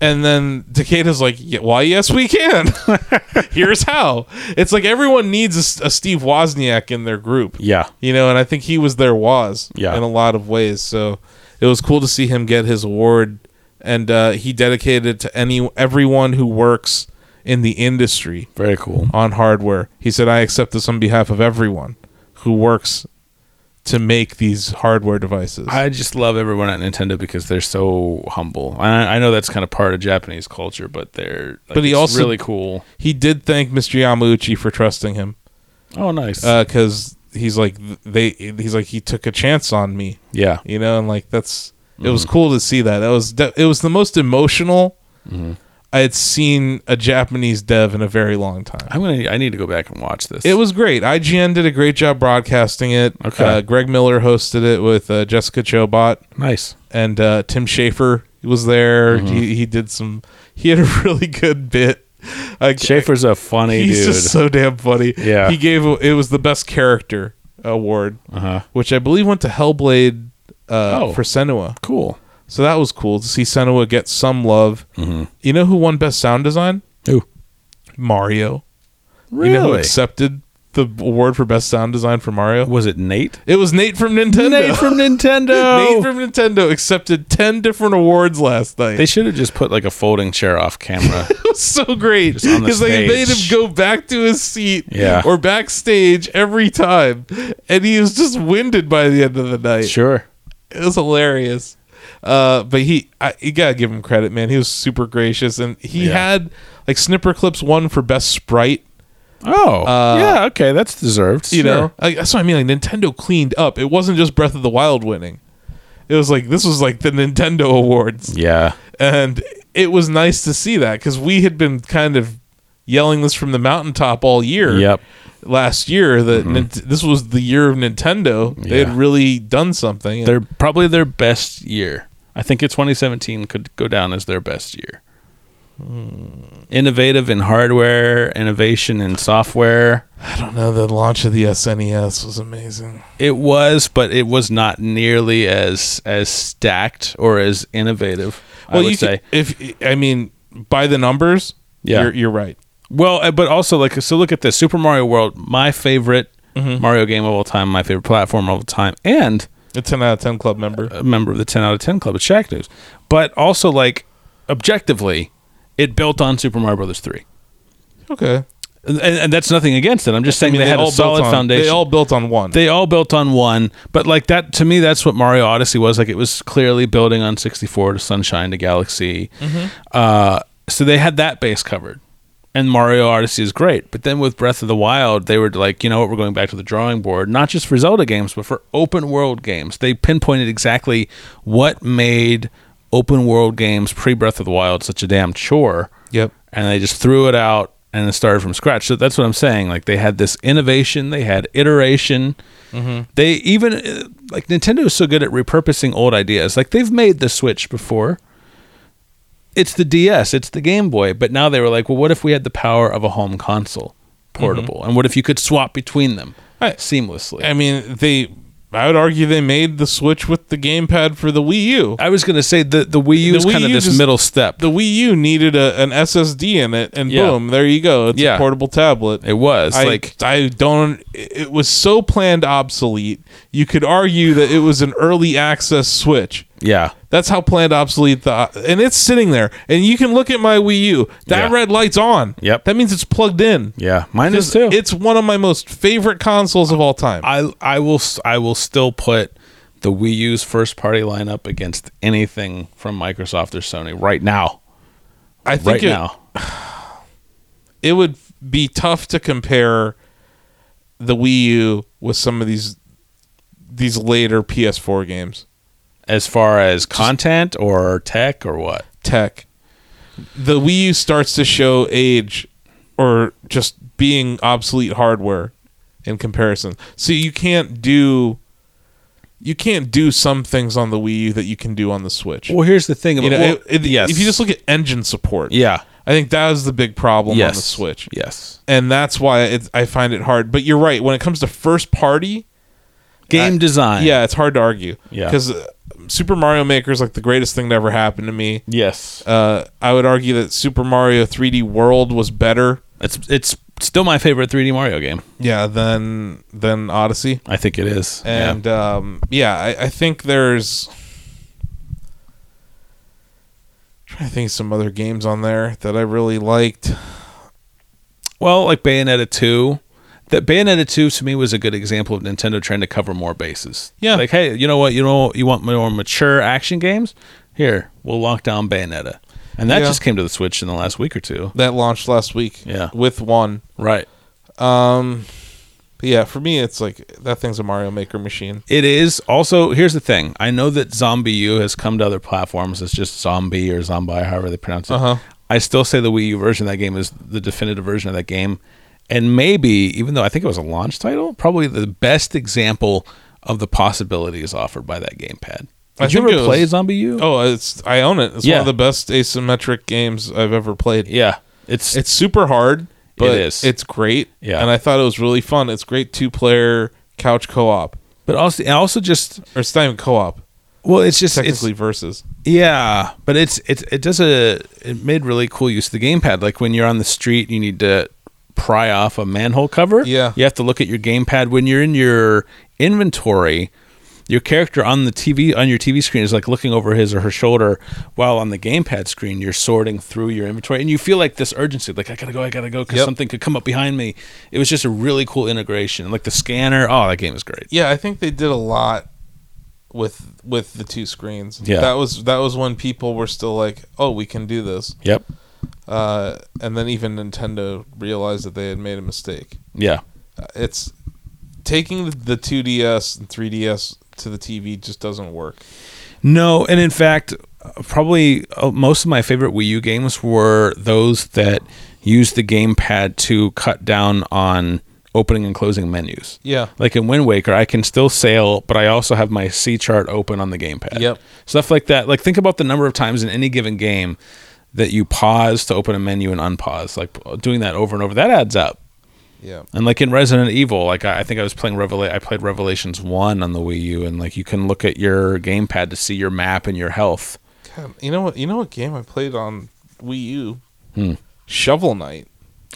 A: And then Takeda's like, yeah, "Why? Yes, we can. Here's how." It's like everyone needs a S- a, Steve Wozniak in their group.
B: Yeah.
A: You know, and I think he was their Woz
B: Yeah.
A: in a lot of ways. So it was cool to see him get his award, and uh, he dedicated it to any everyone who works in the industry
B: Very cool.
A: on hardware. He said, "I accept this on behalf of everyone who works to make these hardware devices."
B: I just love everyone at Nintendo because they're so humble. I, I know that's kind of part of Japanese culture, but they're like,
A: But he
B: it's
A: also-
B: really cool.
A: he did thank Mr. Yamauchi for trusting him
B: Oh, nice.
A: because he's like th- they he's like he took a chance on me,
B: yeah,
A: you know, and like that's it
B: Mm-hmm.
A: was cool to see that. That was de- it was the most emotional
B: Mm-hmm.
A: I had seen a Japanese dev in a very long time.
B: I'm gonna. I need to go back and watch this.
A: It was great. IGN did a great job broadcasting it.
B: Okay.
A: Uh, Greg Miller hosted it with uh, Jessica Chobot.
B: nice.
A: and uh, Tim Schafer was there.
B: Mm-hmm.
A: He, he did some. He had a really good bit. Like,
B: Schaefer's a funny
A: he's
B: dude.
A: just so damn funny.
B: Yeah.
A: he gave it was the best character award,
B: uh-huh.
A: which I believe went to Hellblade uh,
B: Oh.
A: for Senua.
B: Cool.
A: So that was cool to see Senua get some love.
B: Mm-hmm.
A: You know who won best sound design?
B: Who?
A: Mario.
B: Really?
A: You know who accepted the award for best sound design for Mario?
B: was it Nate?
A: It was Nate from Nintendo.
B: Nate from Nintendo.
A: Nate from Nintendo accepted ten different awards last night.
B: they should have just put like a folding chair off camera.
A: was so great
B: on the
A: because they made him
B: stage.
A: go back to his seat
B: Yeah.
A: or backstage every time and he was just winded by the end of the night
B: sure.
A: it was hilarious uh, but he I, you gotta give him credit man he was super gracious and he
B: Yeah.
A: had like snipper clips one for best sprite
B: Oh. yeah. Okay. That's deserved.
A: Uh, you
B: Sure.
A: know like, that's what i mean like nintendo cleaned up it wasn't just breath of the wild winning it was like this was like the nintendo awards
B: Yeah.
A: and it was nice to see that because we had been kind of yelling this from the mountaintop all year
B: Yep. Mm-hmm.
A: last year that Nint- this was the year of Nintendo. They
B: Yeah.
A: had really done something.
B: They're probably their best year. I think it's 2017 could go down as their best year.
A: Hmm.
B: Innovative in hardware, innovation in software.
A: I don't know. The launch of the SNES was amazing.
B: It was, but it was not nearly as as stacked or as innovative. I would
A: you
B: say.
A: could- if I mean by the numbers,
B: Yeah.
A: you're, you're right.
B: Well, uh, but also like so look at this Super Mario World, my favorite
A: Mm-hmm.
B: Mario game of all time, my favorite platform of all time, and
A: A ten out of ten club member.
B: a member of the 10 out of 10 club at Shack News. But also like objectively, it built on Super Mario Brothers 3.
A: okay,
B: And, and that's nothing against it. I'm just saying
A: I mean,
B: they, had a
A: built
B: solid
A: on-
B: foundation.
A: They all built on one.
B: they all built on one, but like that to me, that's what Mario Odyssey was. Like it was clearly building on 64 to Sunshine to Galaxy. Uh, so they had that base covered, and Mario Odyssey is great. But then with Breath of the Wild, they were like, you know what, we're going back to the drawing board, not just for Zelda games, but for open world games. They pinpointed exactly what made open world games pre Breath of the Wild such a damn chore
A: yep.
B: and they just threw it out and it started from scratch. So that's what I'm saying. Like they had this innovation, they had iteration.
A: Mm-hmm.
B: They even uh, like Nintendo is so good at repurposing old ideas. Like they've made the Switch before. It's the DS, it's the Game Boy, but now they were like, well, what if we had the power of a home console, portable, and what if you could swap between them
A: Mm-hmm. Right.
B: seamlessly?
A: I mean, they. I would argue they made the switch with the gamepad for the Wii U.
B: I was gonna say the the Wii U
A: The
B: is kind
A: Wii
B: of
A: U
B: this
A: just-
B: middle step.
A: The Wii U needed a, an SSD in it, and
B: Yeah.
A: boom, there you go. It's
B: Yeah.
A: a portable tablet.
B: it was
A: I,
B: like
A: I don't. It was so planned obsolete. You could argue that it was an early access Switch.
B: yeah,
A: That's how planned obsolete the and it's sitting there. And you can look at my Wii U. That
B: Yeah.
A: red light's on.
B: Yep.
A: That means it's plugged in.
B: yeah. Mine is too.
A: It's one of my most favorite consoles of all time.
B: I I will s- I will still put the Wii U's first party lineup against anything from Microsoft or Sony right now.
A: I think
B: Right
A: it,
B: now,
A: it would be tough to compare the Wii U with some of these these later PS4 games.
B: as far as content or tech or what?
A: Tech. The Wii U starts to show age or just being obsolete hardware in comparison. So you can't do you can't do some things on the Wii U that you can do on the Switch.
B: Well, here's the thing about
A: you know,
B: well,
A: it- it-
B: yes.
A: if you just look at engine support,
B: yeah,
A: I think that is the big problem
B: yes,
A: on the Switch.
B: yes,
A: and that's why it, I find it hard. But you're right. When it comes to first party,
B: game design,
A: yeah, it's hard to argue.
B: Yeah.
A: because uh, Super Mario Maker is like the greatest thing to ever happen to me.
B: yes.
A: Uh, I would argue that Super Mario 3D World was better.
B: It's it's still my favorite 3D Mario game.
A: Yeah, than than Odyssey.
B: I think it is.
A: And yeah, um, yeah I, I think there's. i trying to think of some other games on there that I really liked.
B: yeah. well, like Bayonetta two. That Bayonetta two to me was a good example of Nintendo trying to cover more bases.
A: Yeah.
B: like hey, you know what? You know you want more mature action games? Here, we'll lock down Bayonetta, and that
A: Yeah.
B: just came to the Switch in the last week or two.
A: That launched last week.
B: Yeah.
A: with one.
B: Right.
A: Um, but yeah, for me, it's like that thing's a Mario Maker machine.
B: It is also here's the thing. I know that Zombie U has come to other platforms. It's just Zombie or Zombie, however they pronounce it.
A: Uh-huh.
B: I still say the Wii U version of that game is the definitive version of that game, and maybe even though I think it was a launch title, probably the best example of the possibilities offered by that gamepad.
A: I
B: Did you
A: think
B: ever
A: it
B: play
A: was-
B: Zombie U?
A: Oh, it's I own it. It's
B: Yeah.
A: one of the best asymmetric games I've ever played.
B: yeah, it's
A: It's super hard, but
B: It is.
A: it's great.
B: Yeah.
A: and I thought it was really fun. It's great two player couch co op,
B: but also and also just
A: or it's not even co op.
B: well, it's just it's,
A: Technically, versus.
B: Yeah, but it's it's it does a it made really cool use of the gamepad. Like when you're on the street, and you need to pry off a manhole cover.
A: Yeah.
B: you have to look at your gamepad when you're in your inventory. Your character on the TV on your TV screen is like looking over his or her shoulder, while on the gamepad screen you're sorting through your inventory, and you feel like this urgency, like I gotta go, I gotta go, because
A: Yep.
B: something could come up behind me. It was just a really cool integration, like the scanner. Oh, that game is great.
A: Yeah, I think they did a lot with with the two screens.
B: Yeah.
A: that was that was when people were still like, "Oh, we can do this,"
B: Yep.
A: uh, and then even Nintendo realized that they had made a mistake. Uh,
B: Yeah.
A: it's taking the, the 2DS and 3DS to the TV just doesn't work.
B: No, and in fact, uh, probably uh, most of my favorite Wii U games were those that used the gamepad to cut down on opening and closing menus.
A: Yeah.
B: Like in Wind Waker, I can still sail, but I also have my C chart open on the gamepad.
A: Yep.
B: Stuff like that. Like think about the number of times in any given game that you pause to open a menu and unpause. Like doing that over and over, that adds up.
A: Yeah.
B: And like in Resident Evil, like I, I think I was playing Revela- I played Revelations One on the Wii U, and like you can look at your gamepad to see your map and your health.
A: God, you know what? You know what game I played on Wii U?
B: Hmm.
A: Shovel Knight.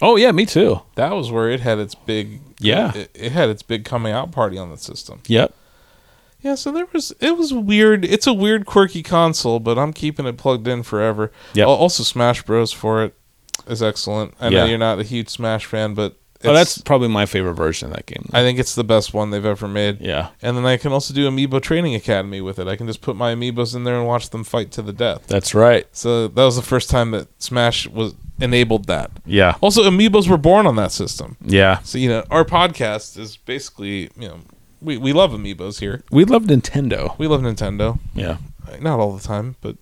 B: Oh yeah, me too.
A: That was where it had its big.
B: Yeah.
A: It, it had its big coming out party on the system.
B: Yep.
A: Yeah. So there was. It was weird. It's a weird, quirky console, but I'm keeping it plugged in forever.
B: Yep.
A: Al- Also, Smash Bros. for it is excellent. I know
B: Yeah.
A: you're not a huge Smash fan, but it's,
B: Oh, that's probably my favorite version of that game.
A: I think it's the best one they've ever made.
B: yeah,
A: And then I can also do Amiibo Training Academy with it. I can just put my amiibos in there and watch them fight to the death.
B: that's right.
A: So that was the first time that Smash was enabled that.
B: Yeah,
A: Also, amiibos were born on that system.
B: yeah.
A: So you know, our podcast is basically you know we we love amiibos here.
B: We love Nintendo.
A: We love Nintendo,
B: Yeah,
A: not all the time, but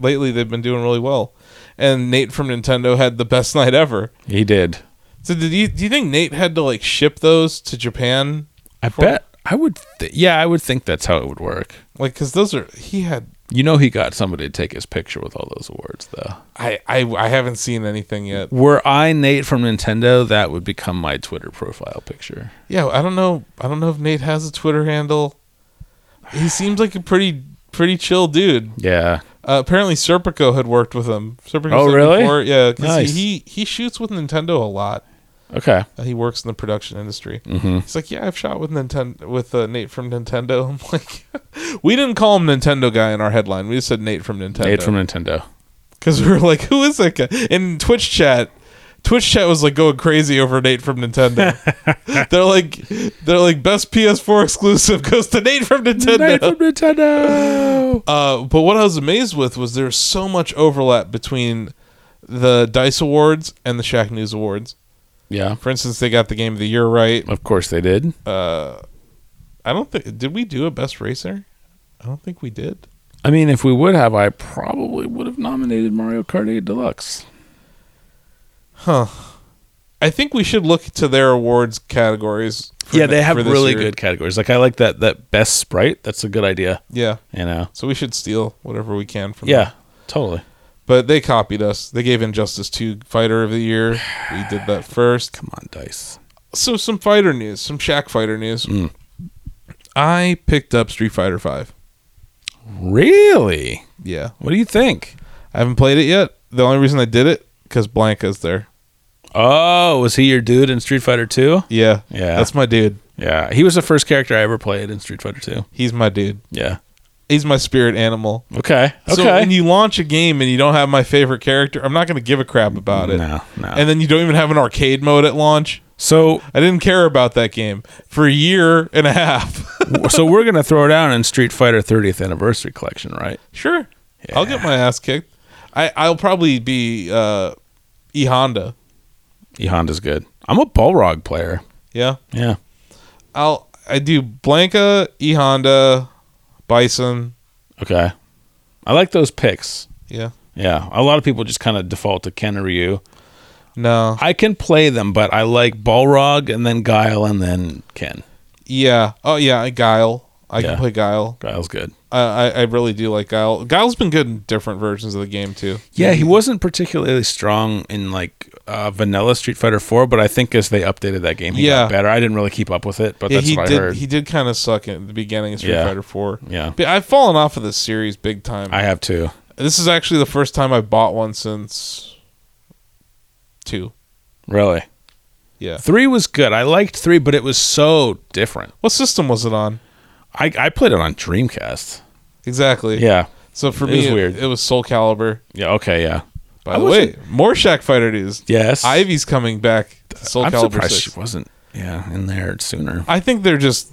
A: lately they've been doing really well. And Nate from Nintendo had the best night ever.
B: he did.
A: So did you do you think Nate had to like ship those to Japan?
B: I
A: For-
B: bet. I would. Th- yeah, I would think that's how it would work.
A: Like, cause those are he had
B: You know, he got somebody to take his picture with all those awards, though.
A: I, I I haven't seen anything yet.
B: Were I Nate from Nintendo, that would become my Twitter profile picture.
A: Yeah, I don't know. I don't know if Nate has a Twitter handle. He seems like a pretty pretty chill dude.
B: Yeah,
A: Uh, apparently, Serpico had worked with him. Serpico
B: Oh,
A: said
B: really?
A: Before, yeah, 'cause
B: Nice.
A: he, he he shoots with Nintendo a lot.
B: Okay.
A: Uh, he works in the production industry.
B: Mm-hmm.
A: He's like, yeah, I've shot with Nintendo with uh, Nate from Nintendo. I'm like, we didn't call him Nintendo guy in our headline. We just said Nate from Nintendo.
B: Nate from Nintendo.
A: because we were like, "Who is that guy?" In Twitch chat, Twitch chat was like going crazy over Nate from Nintendo. they're like, they're like, best PS4 exclusive goes to Nate from Nintendo.
B: Nintendo.
A: uh, but what I was amazed with was there's so much overlap between the Dice Awards and the Shack News Awards.
B: Yeah.
A: For instance, they got the game of the year right.
B: Of course they did.
A: Uh, I don't think did we do a best racer? I don't think we did.
B: I mean, if we would have, I probably would have nominated Mario Kart 8 Deluxe.
A: Huh. I think we should look to their awards categories. for
B: yeah,
A: ne-
B: they have
A: for this
B: really
A: year.
B: good categories. Like I like that that best sprite. That's a good idea.
A: Yeah.
B: You know.
A: So we should steal whatever we can from them.
B: Yeah, totally.
A: But they copied us. They gave Injustice 2 Fighter of the Year. We did that first.
B: Come on, dice.
A: So some fighter news, some Shaq fighter news.
B: Mm.
A: I picked up Street Fighter 5.
B: Really?
A: Yeah.
B: What do you think?
A: I haven't played it yet. The only reason I did it cuz Blanca's there.
B: Oh, was he your dude in Street Fighter 2?
A: Yeah.
B: Yeah.
A: That's my dude.
B: Yeah, he was the first character I ever played in Street Fighter 2.
A: He's my dude.
B: Yeah.
A: He's my spirit animal.
B: Okay. Okay.
A: So when you launch a game and you don't have my favorite character, I'm not going to give a crap about it.
B: No, no.
A: And then you don't even have an arcade mode at launch.
B: so
A: I didn't care about that game for a year and a half.
B: so we're going to throw down in Street Fighter 30th Anniversary Collection, right?
A: sure. I'll get my ass kicked. I, I'll probably be uh, E Honda.
B: E Honda's good. I'm a Balrog player.
A: Yeah.
B: Yeah.
A: I'll I do Blanca, E Honda, Bison.
B: Okay. I like those picks.
A: Yeah.
B: Yeah. A lot of people just kind of default to Ken or Ryu.
A: No.
B: I can play them, but I like Balrog and then Guile and then Ken.
A: Yeah. Oh yeah. I- Guile. I
B: Yeah.
A: can play Guile.
B: Guile's good.
A: I, I I really do like Guile. Guile's been good in different versions of the game too.
B: Yeah, he wasn't particularly strong in like uh, vanilla Street Fighter 4, but I think as they updated that game, he
A: Yeah.
B: got better. I didn't really keep up with it, but
A: Yeah,
B: that's
A: he
B: what
A: did.
B: I heard.
A: He did kind of suck at the beginning of Street
B: Yeah.
A: Fighter Four.
B: Yeah.
A: but I've fallen off of this series big time.
B: I have too.
A: this is actually the first time I bought one since two.
B: Really.
A: Yeah.
B: Three was good. I liked three, but it was so different.
A: What system was it on?
B: I, I played it on Dreamcast.
A: Exactly.
B: Yeah.
A: So for
B: It
A: me,
B: was
A: it,
B: weird.
A: it was Soul Calibur.
B: Yeah. Okay. Yeah.
A: By
B: I
A: the way,
B: wasn't-
A: more Shack Fighter news.
B: Yes.
A: Ivy's coming back. To Soul
B: I'm
A: Calibur 6.
B: surprised she wasn't. Yeah, in there sooner.
A: I think they're just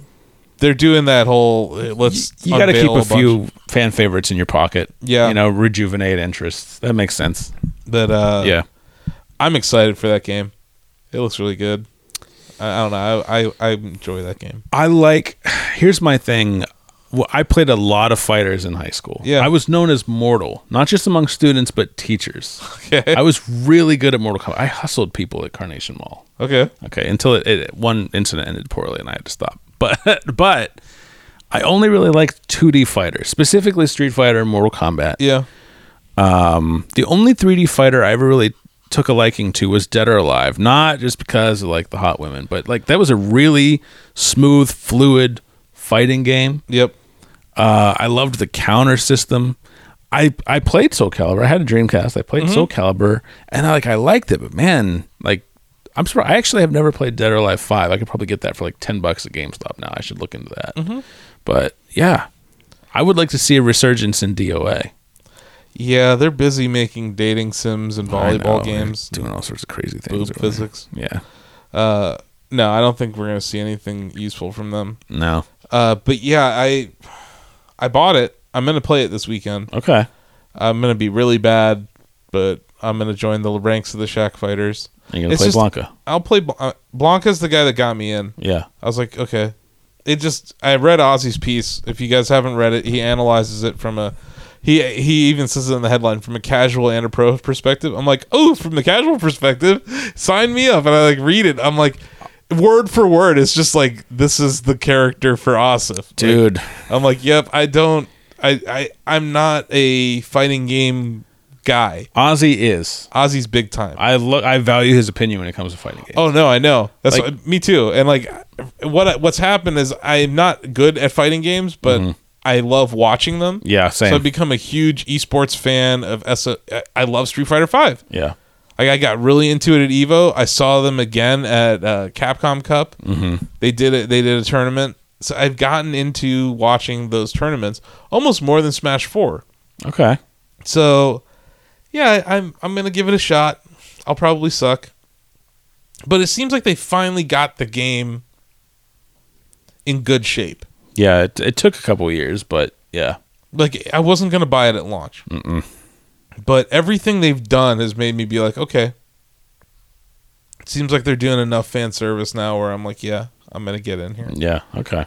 A: they're doing that whole uh, let's.
B: you got to keep
A: unveil
B: a,
A: bunch.
B: few fan favorites in your pocket.
A: Yeah.
B: You know, rejuvenate interests. That makes sense.
A: But uh,
B: yeah.
A: I'm excited for that game. It looks really good. I, I don't know. I, I I enjoy that game.
B: I like. Here's my thing. Well, I played a lot of fighters in high school.
A: Yeah.
B: I was known as mortal, not just among students but teachers.
A: Okay.
B: I was really good at Mortal Kombat. I hustled people at Carnation Mall.
A: Okay.
B: Okay, until it, it one incident ended poorly and I had to stop. But but I only really liked 2D fighters, specifically Street Fighter and Mortal Kombat. Um,
A: Yeah.
B: The only 3D fighter I ever really took a liking to was Dead or Alive, not just because of like the hot women, but like that was a really smooth, fluid fighting game.
A: Yep.
B: Uh, I loved the counter system. I I played Soul Calibur. I had a Dreamcast. I played
A: Mm-hmm.
B: Soul Calibur, and I like I liked it, but man, like I'm surprised. I actually have never played Dead or Alive Five. I could probably get that for like ten bucks at GameStop now. I should look into that.
A: Mm-hmm.
B: But yeah, I would like to see a resurgence in DOA
A: Yeah, they're busy making dating sims and
B: I know,
A: volleyball
B: they're
A: games.
B: doing all sorts of crazy things.
A: Boob
B: over there.
A: physics.
B: Yeah,
A: Uh, no, I don't think we're gonna see anything useful from them.
B: no,
A: Uh, but yeah, I I bought it. I'm gonna play it this weekend.
B: okay,
A: I'm gonna be really bad, but I'm gonna join the ranks of the Shack Fighters.
B: you're gonna
A: It's
B: play
A: just-
B: Blanca.
A: I'll play Bl- uh, Blanca's the guy that got me in.
B: Yeah,
A: I was like, okay. It just I read Ozzy's piece. If you guys haven't read it, he analyzes it from a he he even says it in the headline from a casual and a pro perspective. I'm like, oh, from the casual perspective, sign me up. And I like read it. I'm like, word for word, it's just like this is the character for Ossif. Like,
B: dude.
A: I'm like, yep. I don't. I I I'm not a fighting game guy.
B: Ozzy is.
A: Ozzy's big time.
B: I look. I value his opinion when it comes to fighting games.
A: Oh no, I know. That's
B: Like-
A: what, me too. And like, what what's happened is I'm not good at fighting games, but I love watching them.
B: Mm-hmm. yeah,
A: So
B: same.
A: I've become a huge esports fan of S. I love Street Fighter Five.
B: yeah.
A: Like I got really into it at Evo. I saw them again at uh, Capcom Cup. Mm-hmm. They did it. They did a tournament. So I've gotten into watching those tournaments almost more than Smash Four.
B: Okay.
A: So, yeah, I- I'm I'm gonna give it a shot. I'll probably suck, but it seems like they finally got the game in good shape.
B: Yeah, it, it took a couple years, but yeah,
A: Like I wasn't gonna buy it at launch, but everything they've done has made me be like, okay, seems like they're doing enough fan service now where I'm like, yeah, I'm gonna get in here.
B: Yeah. Okay.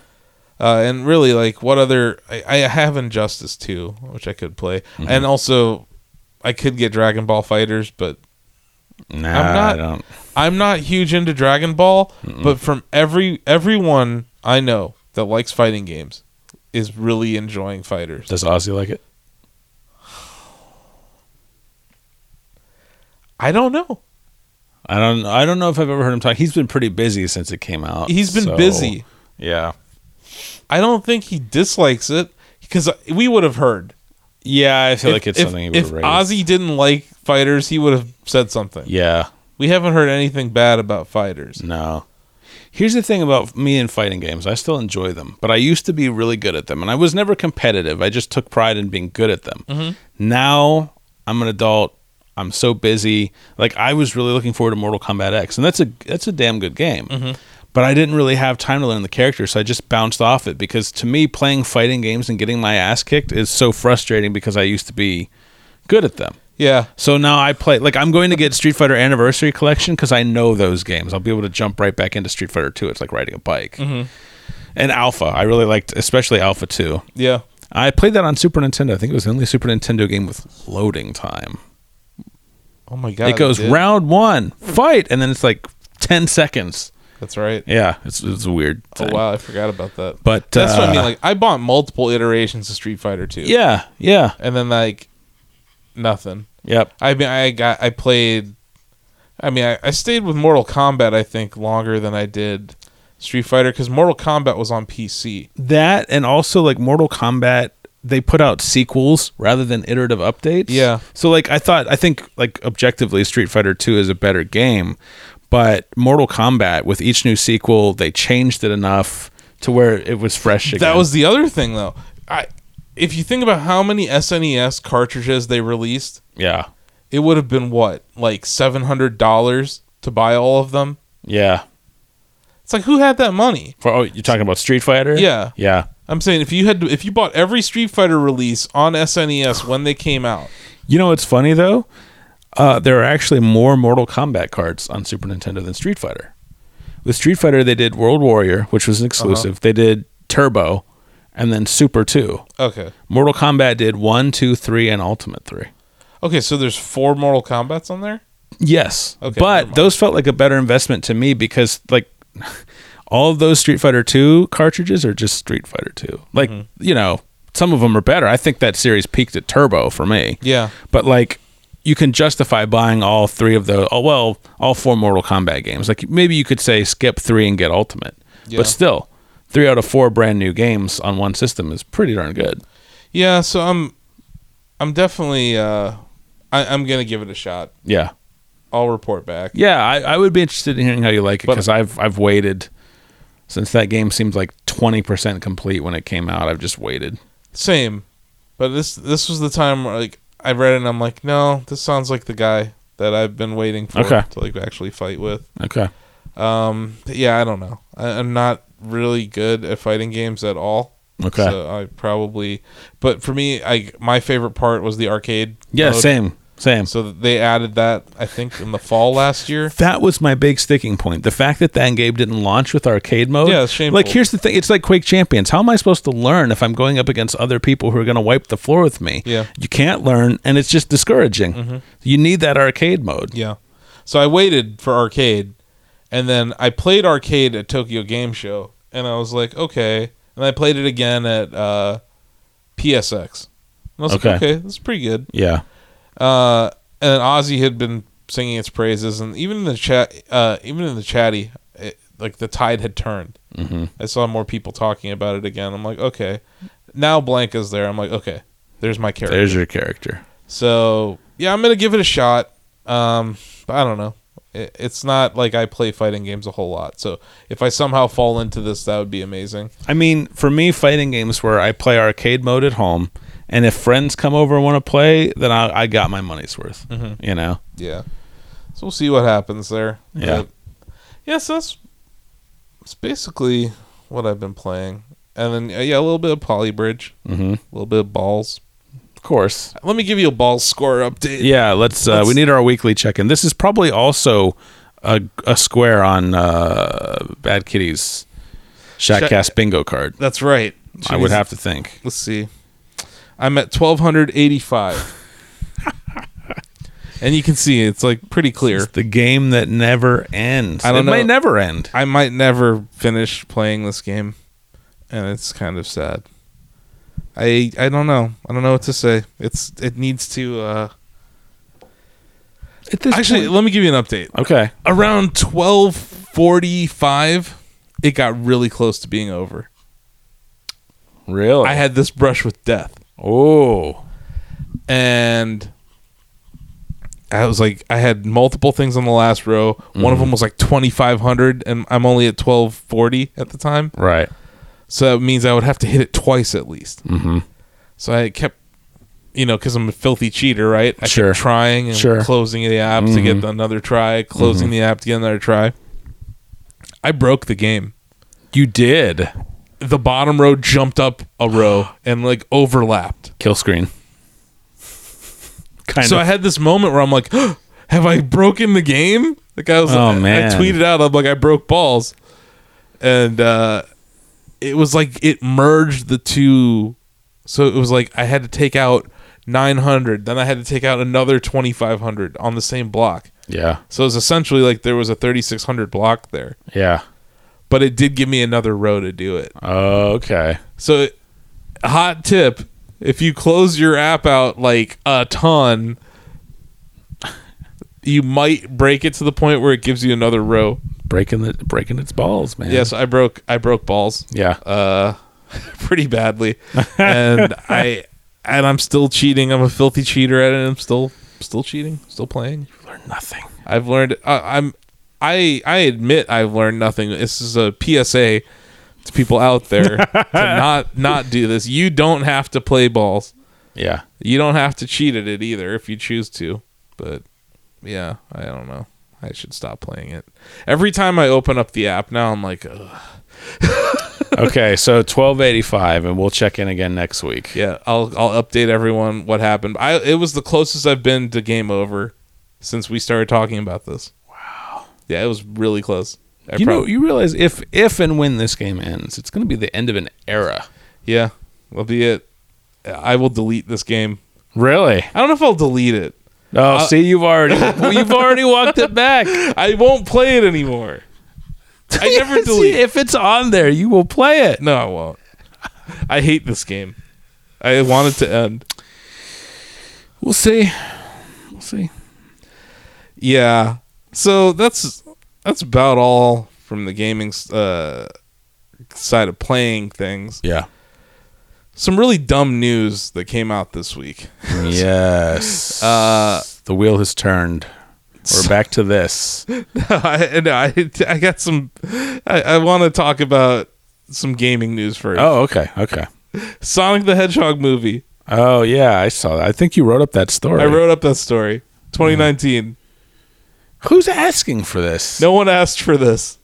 A: Uh, and really, like, what other? I, I have Injustice two, which I could play, and also I could get Dragon Ball Fighters, but
B: Nah,
A: I'm
B: I
A: not-
B: don't.
A: I'm not huge into Dragon Ball. But from every everyone I know that likes fighting games is really enjoying fighters.
B: Does Ozzy like it?
A: I don't know.
B: I don't. I don't know if I've ever heard him talk. He's been pretty busy since it came out.
A: He's been
B: so-
A: busy.
B: Yeah.
A: I don't think he dislikes it because we would have heard.
B: Yeah, I feel
A: If-
B: like it's
A: if,
B: something he would
A: if
B: raise.
A: Ozzy didn't like fighters, he would have said something.
B: Yeah. Mm.
A: We haven't heard anything bad about fighters.
B: No. Here's the thing about me and fighting games. I still enjoy them, but I used to be really good at them, and I was never competitive. I just took pride in being good at them. Now I'm an adult. I'm so busy. Like I was really looking forward to Mortal Kombat X, and that's a that's a damn good game. But I didn't really have time to learn the characters, so I just bounced off it because to me, playing fighting games and getting my ass kicked is so frustrating because I used to be good at them.
A: Yeah.
B: So now I play like I'm going to get Street Fighter Anniversary Collection because I know those games. I'll be able to jump right back into Street Fighter Two. It's like riding a bike.
A: Mm-hmm.
B: And Alpha, I really liked, especially Alpha Two.
A: Yeah.
B: I played that on Super Nintendo. I think it was the only Super Nintendo game with loading time.
A: Oh my god.
B: it goes
A: did.
B: round one, fight, and then it's like ten seconds.
A: That's right.
B: Yeah, it's it's a weird. Thing.
A: Oh wow, I forgot about that.
B: But,
A: that's what I mean.
B: uh,
A: Like I bought multiple iterations of Street Fighter 2.
B: Yeah, yeah,
A: And then like nothing.
B: yep.
A: I mean I got I played I mean I, I stayed with Mortal Kombat I think longer than I did Street Fighter cuz Mortal Kombat was on PC.
B: That and also like Mortal Kombat, they put out sequels rather than iterative updates.
A: Yeah.
B: So like I thought I think like objectively Street Fighter 2 is a better game, but Mortal Kombat with each new sequel they changed it enough to where it was fresh again.
A: That was the other thing though. I if you think about how many SNES cartridges they released,
B: yeah.
A: it would have been what? Like $700 to buy all of them.
B: Yeah.
A: It's like who had that money?
B: For, oh, you're talking about Street Fighter?
A: Yeah.
B: Yeah.
A: I'm saying if you had if you bought every Street Fighter release on SNES when they came out.
B: You know what's funny though? Uh, there are actually more Mortal Kombat cards on Super Nintendo than Street Fighter. With Street Fighter, they did World Warrior, which
A: Uh-huh.
B: was an exclusive. They did Turbo, and then Super Two.
A: Okay.
B: Mortal Kombat did one, two, three, and Ultimate Three.
A: Okay, so there's four Mortal Kombats on there?
B: Yes,
A: Okay, never
B: but
A: mind.
B: those felt like a better investment to me because like all of those Street Fighter Two cartridges are just Street Fighter Two. Like
A: Mm-hmm.
B: you know, some of them are better. I think that series peaked at Turbo for me.
A: Yeah.
B: but like you can justify buying all three of the oh well all four mortal kombat games like maybe you could say skip three and get ultimate
A: Yeah.
B: but still three out of four brand new games on one system is pretty darn good
A: Yeah, so I'm I'm definitely uh I, I'm gonna give it a shot.
B: yeah
A: I'll report back.
B: yeah i, I would be interested in hearing how you like it
A: But-
B: because i've i've waited since that game seemed like 20% complete when it came out i've just waited
A: Same. But this this was the time where like I read it and I'm like, no, this sounds like the guy that I've been waiting for
B: Okay.
A: to like actually fight with.
B: okay
A: Um but yeah, I don't know. I, I'm not really good at fighting games at all.
B: okay
A: So I probably but for me I my favorite part was the arcade.
B: yeah
A: mode.
B: same same
A: So that they added that I think in the fall last year.
B: that was my big sticking point. The fact that that game didn't launch with arcade mode.
A: Yeah, it's shameful.
B: Like, here's the thing: it's like Quake Champions. How am I supposed to learn if I'm going up against other people who are going to wipe the floor with me?
A: Yeah. Mm-hmm.
B: you can't learn, and it's just discouraging. You need that arcade mode.
A: Yeah. So I waited for arcade, and then I played arcade at Tokyo Game Show, and I was like, okay. And I played it again at uh, PSX. And I was
B: Okay.
A: like, okay, that's pretty good.
B: Yeah,
A: Uh, and then Ozzy had been singing its praises, and even in the chat, uh, even in the chatty, it, like the tide had turned. Mm-hmm. I saw more people talking about it again. I'm like, okay. Now Blanca's there. I'm like, okay. There's my character.
B: there's your character.
A: So yeah, I'm gonna give it a shot. Um, but I don't know. It, it's not like I play fighting games a whole lot. So if I somehow fall into this, that would be amazing.
B: I mean, for me, fighting games where I play arcade mode at home, and if friends come over and want to play, then I, I got my money's worth.
A: Mm-hmm.
B: You know.
A: Yeah. So we'll see what happens there.
B: Yeah.
A: But, yeah. So that's it's basically what I've been playing, and then uh, yeah, a little bit of Polybridge,
B: Mm-hmm.
A: a little bit of balls.
B: Of course.
A: Let me give you a ball score update.
B: Yeah, let's. Uh,
A: Let's-
B: we need our weekly check in. This is probably also a, a square on uh, Bad Kitty's Shotcast bingo card.
A: That's right.
B: I would have to think.
A: Let's see. I'm at 1285. and you can see it's like pretty clear.
B: It's the game that never ends.
A: I don't
B: it may
A: know.
B: never end.
A: I might never finish playing this game, and it's kind of sad. I I don't know. I don't know what to say. It's it needs to. Uh, actually, let me give you an update.
B: okay.
A: Around twelve forty five, it got really close to being over.
B: Really?
A: I had this brush with death,
B: oh.
A: and I was like, I had multiple things on the last row. One
B: Mm-hmm.
A: of them was like twenty five hundred, and I'm only at twelve forty at the time.
B: Right.
A: So that means I would have to hit it twice at least. Mm-hmm. So I kept, you know, because I'm a filthy cheater, right? I
B: Sure.
A: kept trying and
B: Sure. Mm-hmm.
A: closing the app to get another try, closing the app to get another try. I broke the game.
B: You did.
A: The bottom row jumped up a row and like overlapped.
B: Kill screen. Kind
A: so
B: of.
A: I had this moment where I'm like, have I broken the game? Like I was,
B: Oh,
A: I-
B: man.
A: I tweeted out, I'm like, I broke balls, and uh, it was like it merged the two. So it was like I had to take out 900, then I had to take out another 2500 on the same block.
B: yeah.
A: So it was essentially like there was a 3600 block there,
B: Yeah.
A: but it did give me another row to do it.
B: Okay.
A: So, hot tip: if you close your app out like a ton, you might break it to the point where it gives you another row.
B: Breaking the breaking its balls, man.
A: Yes, I broke. I broke balls
B: Yeah.
A: uh, pretty badly, and I and I'm still cheating. I'm a filthy cheater at it. And I'm still still cheating. Still playing.
B: Learn nothing.
A: I've learned. Uh, I'm. I I admit I've learned nothing. This is a PSA to people out there to not not do this. You don't have to play balls.
B: Yeah.
A: You don't have to cheat at it either if you choose to. But yeah, I don't know. I should stop playing it. Every time I open up the app now, I'm like, Ugh.
B: Okay. So twelve eighty five, and we'll check in again next week.
A: yeah, I'll I'll update everyone what happened. I it was the closest I've been to game over since we started talking about this. Wow. Yeah, it was really close. I
B: You know,
A: prob-
B: you realize if if and when this game ends, it's going to be the end of an era.
A: Yeah, that'll be it. I will delete this game.
B: Really?
A: I don't know if I'll delete it.
B: Oh, see, you've already you've already walked it back.
A: I won't play it anymore. I never
B: Yes,
A: delete.
B: If it's on there, you will play it.
A: No, I won't. I hate this game. I want it to end.
B: We'll see. We'll see.
A: Yeah. So that's that's about all from the gaming uh, side of playing things.
B: Yeah.
A: Some really dumb news that came out this week.
B: Yes.
A: Uh,
B: the wheel has turned. We're back to this.
A: I, no, I, I got some. I, I want to talk about some gaming news first.
B: Oh, okay. Okay.
A: Sonic the Hedgehog movie.
B: Oh, yeah. I saw that. I think you wrote up that story.
A: I wrote up that story. 2019.
B: Who's asking for this?
A: No one asked for this.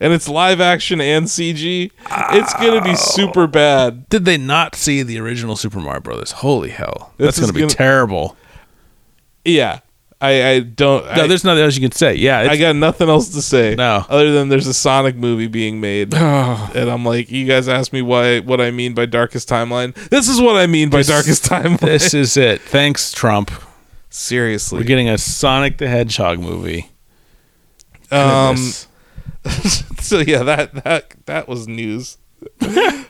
A: And it's live action and CG. It's going to be super bad.
B: Did they not see the original Super Mario Brothers? Holy hell. That's
A: is
B: going to be
A: gonna-
B: terrible.
A: Yeah. I, I don't.
B: No,
A: I,
B: there's nothing else you can say. Yeah.
A: I
B: It's,
A: got nothing else to say.
B: No.
A: Other than there's a Sonic movie being made.
B: Oh,
A: and I'm like, you guys asked me why what I mean by darkest timeline. This is what I mean by darkest timeline.
B: this is it. Thanks, Trump. We're
A: Seriously.
B: getting a Sonic the Hedgehog movie.
A: Um,
B: Goodness.
A: so yeah, that that that was news.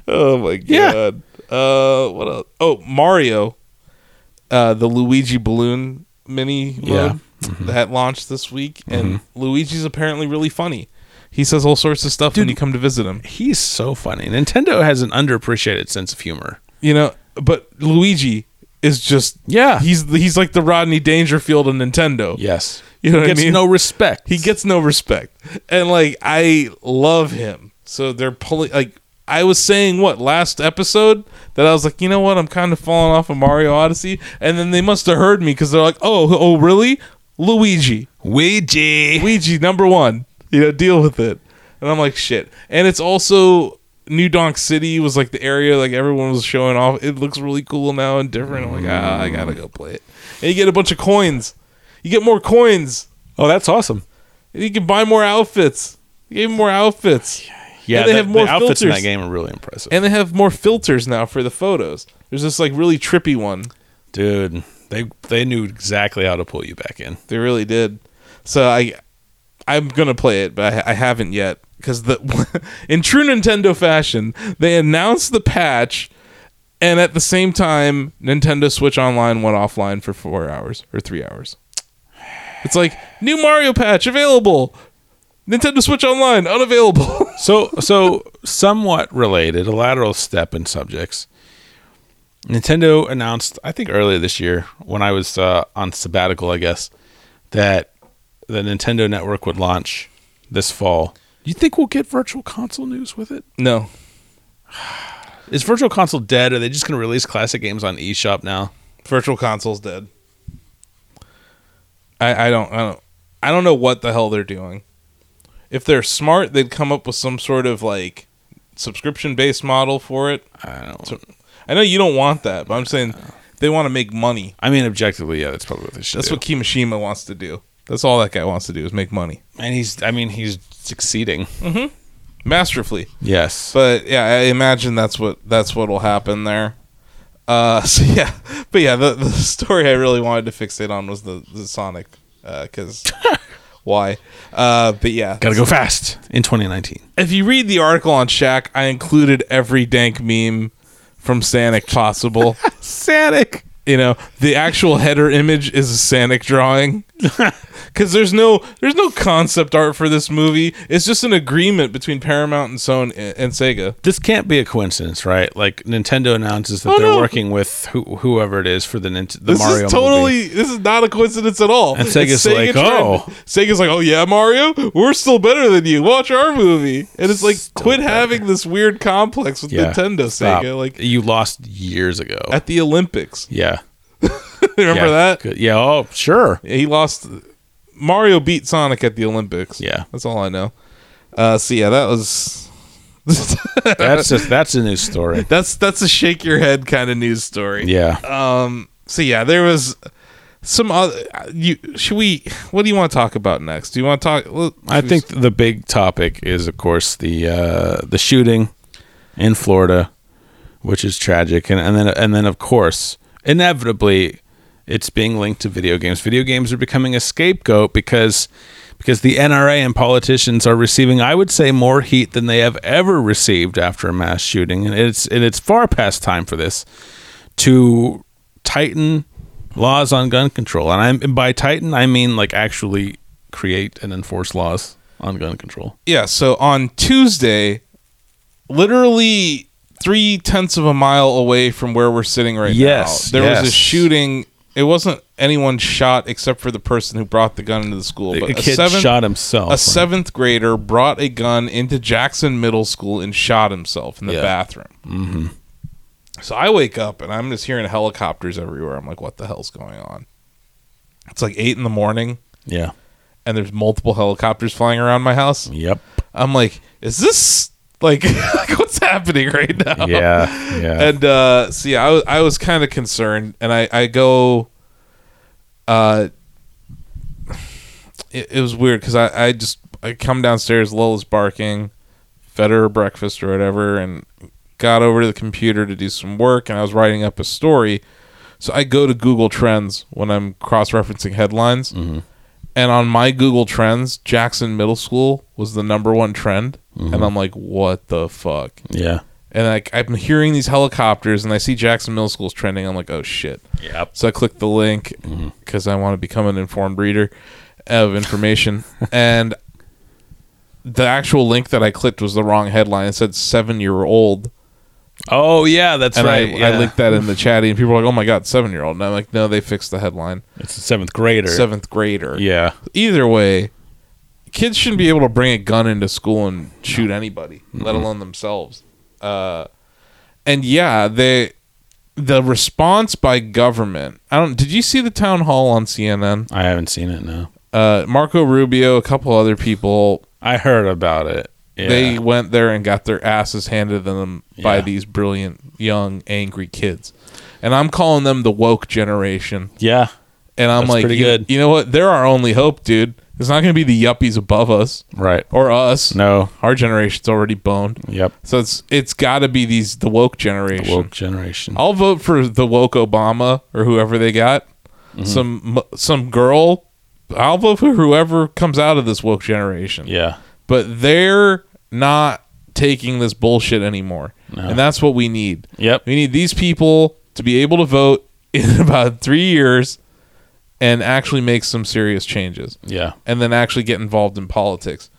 A: oh my
B: Yeah.
A: god. Uh, what else? Oh, Mario, uh, the Luigi balloon mini
B: Yeah. Mm-hmm.
A: mode that launched this week, and Luigi's apparently really funny. He says all sorts of stuff when you come to visit him.
B: he's so funny. Nintendo has an underappreciated sense of humor.
A: You know, but Luigi is just
B: Yeah.
A: He's he's like the Rodney Dangerfield of Nintendo.
B: Yes.
A: You know
B: he
A: what I
B: gets
A: mean?
B: no respect.
A: he gets no respect and like i love him so they're pulling like i was saying what last episode that i was like you know what i'm kind of falling off of mario odyssey and then they must have heard me because they're like oh oh really luigi
B: Ouija.
A: luigi number one you know deal with it and i'm like shit and it's also new donk city was like the area like everyone was showing off it looks really cool now and different i'm like ah, i gotta go play it and you get a bunch of coins you get more coins
B: Oh, that's awesome.
A: You can buy more outfits. Give him more outfits.
B: Yeah,
A: And they
B: the-
A: have more
B: the outfits in that
A: filters.
B: game are really impressive,
A: And they have more filters now for the photos. There's this like really trippy one.
B: dude. They they knew exactly how to pull you back in.
A: They really did. So I, I'm gonna play it, but I, I haven't yet because the in true Nintendo fashion, they announced the patch, and at the same time, Nintendo Switch Online went offline for four hours or three hours. It's like new Mario patch available. Nintendo Switch Online unavailable.
B: So so somewhat related, a lateral step in subjects. Nintendo announced, I think earlier this year, when I was uh, on sabbatical, I guess, that the Nintendo Network would launch this fall. You think we'll get Virtual Console news with it?
A: no,
B: Is Virtual Console dead? Are they just going to release classic games on eShop now?
A: Virtual Console's dead. I, I don't I don't I don't know what the hell they're doing. If they're smart, they'd come up with some sort of like subscription based model for it.
B: I don't.
A: I know you don't want that, but I'm saying they want to make money.
B: I mean, objectively, yeah, that's probably what they should
A: That's
B: do.
A: what Kimishima wants to do. That's all that guy wants to do is make money
B: and he's, I mean, he's succeeding.
A: masterfully.
B: Yes.
A: But yeah, I imagine that's what that's what'll happen there. Uh, so yeah, but yeah, the, the story I really wanted to fixate on was the, the Sonic, because why? Uh, but yeah,
B: Gotta go fast in 2019.
A: if you read the article on Shaq, I included every dank meme from Sonic possible.
B: Sonic.
A: you know, the actual header image is a Sonic drawing. Because there's no there's no concept art for this movie. It's just an agreement between Paramount and Sony and Sega.
B: This can't be a coincidence, right? Like Nintendo announces that
A: Oh,
B: they're
A: no.
B: working with who, whoever it is for the Nint- the
A: This
B: Mario
A: is
B: movie.
A: totally this is not a coincidence at all.
B: And
A: It's
B: Sega's like, "Oh."
A: Sega's like, oh yeah, Mario, we're still better than you. Watch our movie, and it's like, quit having this weird complex with
B: Yeah.
A: Nintendo,
B: Stop.
A: Sega, like
B: you lost years ago.
A: at the Olympics.
B: yeah,
A: Remember
B: yeah.
A: that?
B: Good. Yeah. Oh, sure.
A: Yeah, he lost. Mario beat Sonic at the Olympics.
B: Yeah.
A: that's all I know. Uh, so yeah, that was.
B: That's just that's a new story.
A: that's that's a shake your head kind of news story.
B: Yeah.
A: Um. So yeah, there was some other. You should we? What do you want to talk about next? Do you want to talk? well,
B: I think the big topic is, of course, the uh, the shooting in Florida, which is tragic, and, and then and then of course, inevitably, it's being linked to video games. Video games are becoming a scapegoat because because the NRA and politicians are receiving, I would say, more heat than they have ever received after a mass shooting, and it's and it's far past time for this to tighten laws on gun control. And I'm and by tighten I mean like actually create and enforce laws on gun control.
A: yeah. So on Tuesday, literally three tenths of a mile away from where we're sitting right
B: Yes,
A: now, there was
B: yes.
A: a shooting. It wasn't anyone shot except for the person who brought the gun into the school. But
B: a kid
A: seven-
B: shot himself.
A: a seventh grader brought a gun into Jackson Middle School and shot himself in the
B: Yeah.
A: bathroom. Mm-hmm. So I wake up and I'm just hearing helicopters everywhere. I'm like, what the hell's going on? It's like eight in the morning
B: yeah.
A: and there's multiple helicopters flying around my house.
B: Yep.
A: I'm like, is this like, like, what's happening right now?
B: Yeah. Yeah.
A: And uh, so yeah, I was, I was kind of concerned, and I I go. Uh, it, it was weird because I I just I come downstairs, Lola's barking, fed her breakfast or whatever, and got over to the computer to do some work, and I was writing up a story. So I go to Google Trends when I'm cross referencing headlines. And on my Google Trends, Jackson Middle School was the number one trend. And I'm like, what the fuck?
B: yeah.
A: and like I'm hearing these helicopters, and I see Jackson Middle School's trending. I'm like, oh shit.
B: Yep.
A: So I click the link
B: Mm-hmm.
A: because I want to become an informed reader of information. and the actual link that I clicked was the wrong headline. It said seven year old,
B: Oh yeah, that's
A: and
B: right.
A: I,
B: yeah.
A: I linked that in the chatty, and people were like, oh my god, seven year old. And I'm like, no, they fixed the headline,
B: It's a seventh grader.
A: seventh grader.
B: Yeah.
A: Either way, kids shouldn't be able to bring a gun into school and shoot anybody, let alone themselves. Uh, and yeah, they the response by government. I don't. Did you see the town hall on CNN?
B: I haven't seen it now.
A: Uh, Marco Rubio, a couple other people,
B: I heard about it. Yeah.
A: they went there and got their asses handed to them by
B: Yeah.
A: these brilliant, young, angry kids. And I'm calling them the woke generation.
B: yeah.
A: And I'm
B: That's
A: like,
B: pretty
A: you,
B: good.
A: you know what? They're our only hope, dude. It's not going to be the yuppies above us
B: Right.
A: or us.
B: No.
A: Our generation's already boned.
B: Yep.
A: So it's it's got to be these the woke generation.
B: Woke generation.
A: I'll vote for the woke Obama or whoever they got.
B: Mm-hmm.
A: Some some girl. I'll vote for whoever comes out of this woke generation.
B: Yeah.
A: But they're not taking this bullshit anymore. And that's what we need.
B: Yep.
A: We need these people to be able to vote in about 3 years and actually make some serious changes
B: Yeah.
A: and then actually get involved in politics.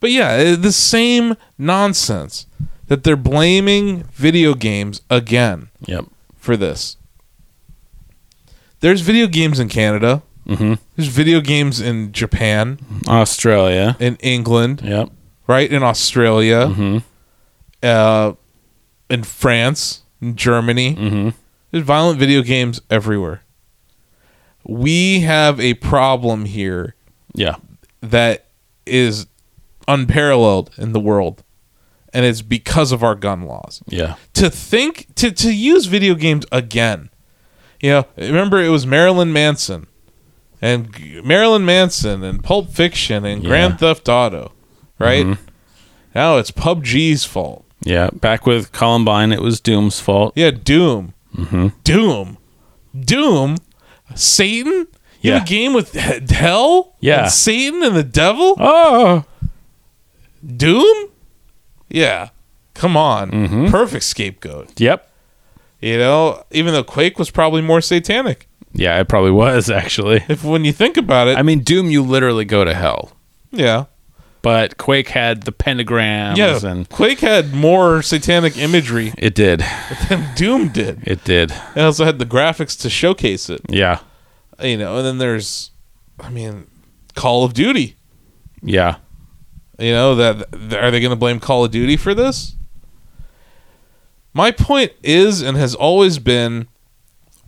A: But yeah, eh, the same nonsense that they're blaming video games again
B: Yep.
A: for this. There's video games in Canada.
B: Mm-hmm.
A: There's video games in Japan,
B: Australia.
A: in England,
B: Yep.
A: right? In Australia,
B: Mm-hmm.
A: uh, in France, in Germany.
B: Mm-hmm.
A: There's violent video games everywhere. We have a problem here
B: Yeah.
A: that is unparalleled in the world. And it's because of our gun laws.
B: Yeah.
A: to think to to use video games again. You know, remember it was Marilyn Manson and G- Marilyn Manson and Pulp Fiction and
B: Yeah. Mm-hmm.
A: Grand Theft Auto, right? Now it's PUBG's fault.
B: Yeah. Back with Columbine, it was Doom's fault.
A: Yeah, Doom.
B: Mm-hmm.
A: Doom. Doom. Satan? You have
B: Yeah.
A: a game with he- hell?
B: Yeah.
A: And Satan and the devil?
B: Oh.
A: Doom? Yeah. Come on. Perfect scapegoat.
B: Yep.
A: You know, even though Quake was probably more satanic.
B: Yeah, it probably was actually.
A: If when you think about it,
B: I mean, Doom, you literally go to hell.
A: yeah,
B: But Quake had the pentagrams
A: yeah.
B: and
A: Quake had more satanic imagery
B: it did.
A: than Doom did.
B: It did.
A: It also had the graphics to showcase it,
B: Yeah.
A: you know. And then there's, I mean, Call of Duty.
B: Yeah.
A: You know that are they going to blame Call of Duty for this? My point is and has always been,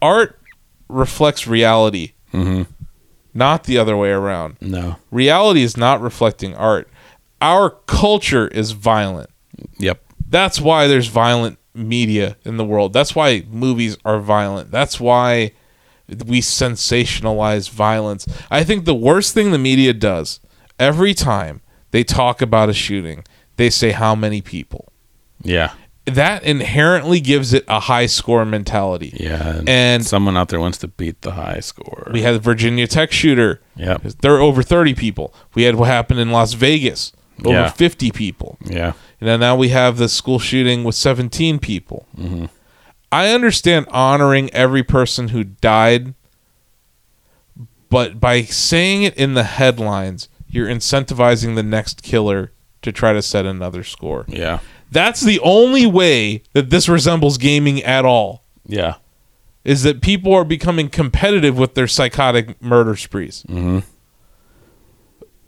A: art reflects reality,
B: Mm-hmm.
A: not the other way around.
B: No.
A: Reality is not reflecting art. Our culture is violent.
B: Yep.
A: That's why there's violent media in the world. That's why movies are violent. That's why we sensationalize violence. I think the worst thing the media does every time they talk about a shooting, they say how many people.
B: Yeah.
A: That inherently gives it a high score mentality.
B: Yeah. And,
A: And
B: someone out there wants to beat the high score.
A: we had the Virginia Tech shooter.
B: Yep.
A: There are over 30 people. We had what happened in Las Vegas, over
B: Yeah.
A: 50 people.
B: Yeah.
A: And then now we have the school shooting with 17 people. I understand honoring every person who died, but by saying it in the headlines, you're incentivizing the next killer to try to set another score.
B: Yeah.
A: That's the only way that this resembles gaming at all,
B: Yeah.
A: is that people are becoming competitive with their psychotic murder sprees.
B: Mhm.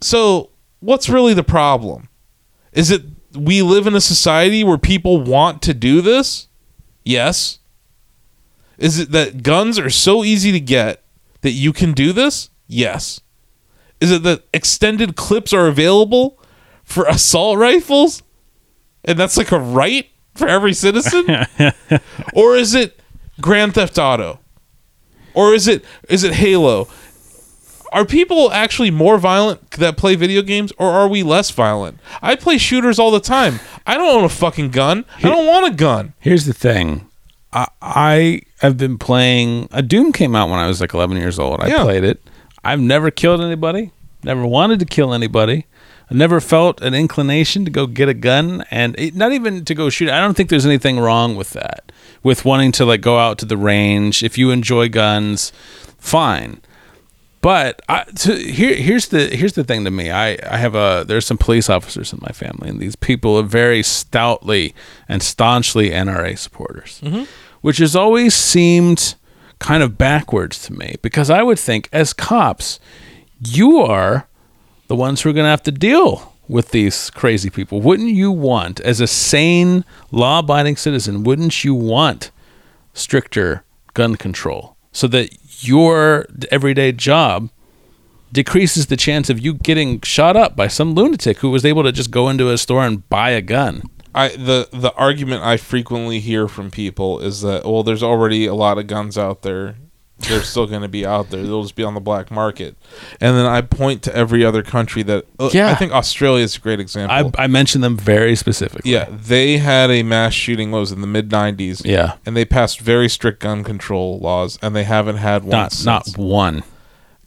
A: So, what's really the problem? Is it we live in a society where people want to do this? Yes. Is it that guns are so easy to get that you can do this? Yes. Is it that extended clips are available for assault rifles? And that's like a right for every citizen? or is it Grand Theft Auto? Or is it is it Halo? Are people actually more violent that play video games or are we less violent? I play shooters all the time. I don't own a fucking gun. I don't want a gun.
B: Here's the thing. I, I have been playing. A Doom came out when I was like 11 years old. I
A: Yeah.
B: played it. I've never killed anybody. Never wanted to kill anybody. I never felt an inclination to go get a gun and it, not even to go shoot. I don't think there's anything wrong with that. With wanting to like go out to the range. If you enjoy guns, fine. But I, to, here, here's the here's the thing to me. I, I have a there's some police officers in my family, and these people are very stoutly and staunchly NRA supporters, which has always seemed kind of backwards to me because I would think as cops, you are the ones who are going to have to deal with these crazy people. Wouldn't you want, as a sane, law-abiding citizen, wouldn't you want? stricter gun control so that your everyday job decreases the chance of you getting shot up by some lunatic who was able to just go into a store and buy a gun.
A: I the the argument I frequently hear from people is that well, there's already a lot of guns out there. they're still going to be out there. They'll just be on the black market. And then I point to every other country that uh, I
B: Yeah.
A: think Australia is a great example.
B: I, I mentioned them very specifically.
A: yeah, they had a mass shooting what was it, in the mid 90s.
B: Yeah.
A: And they passed very strict gun control laws and they haven't had one
B: Not
A: since.
B: not one.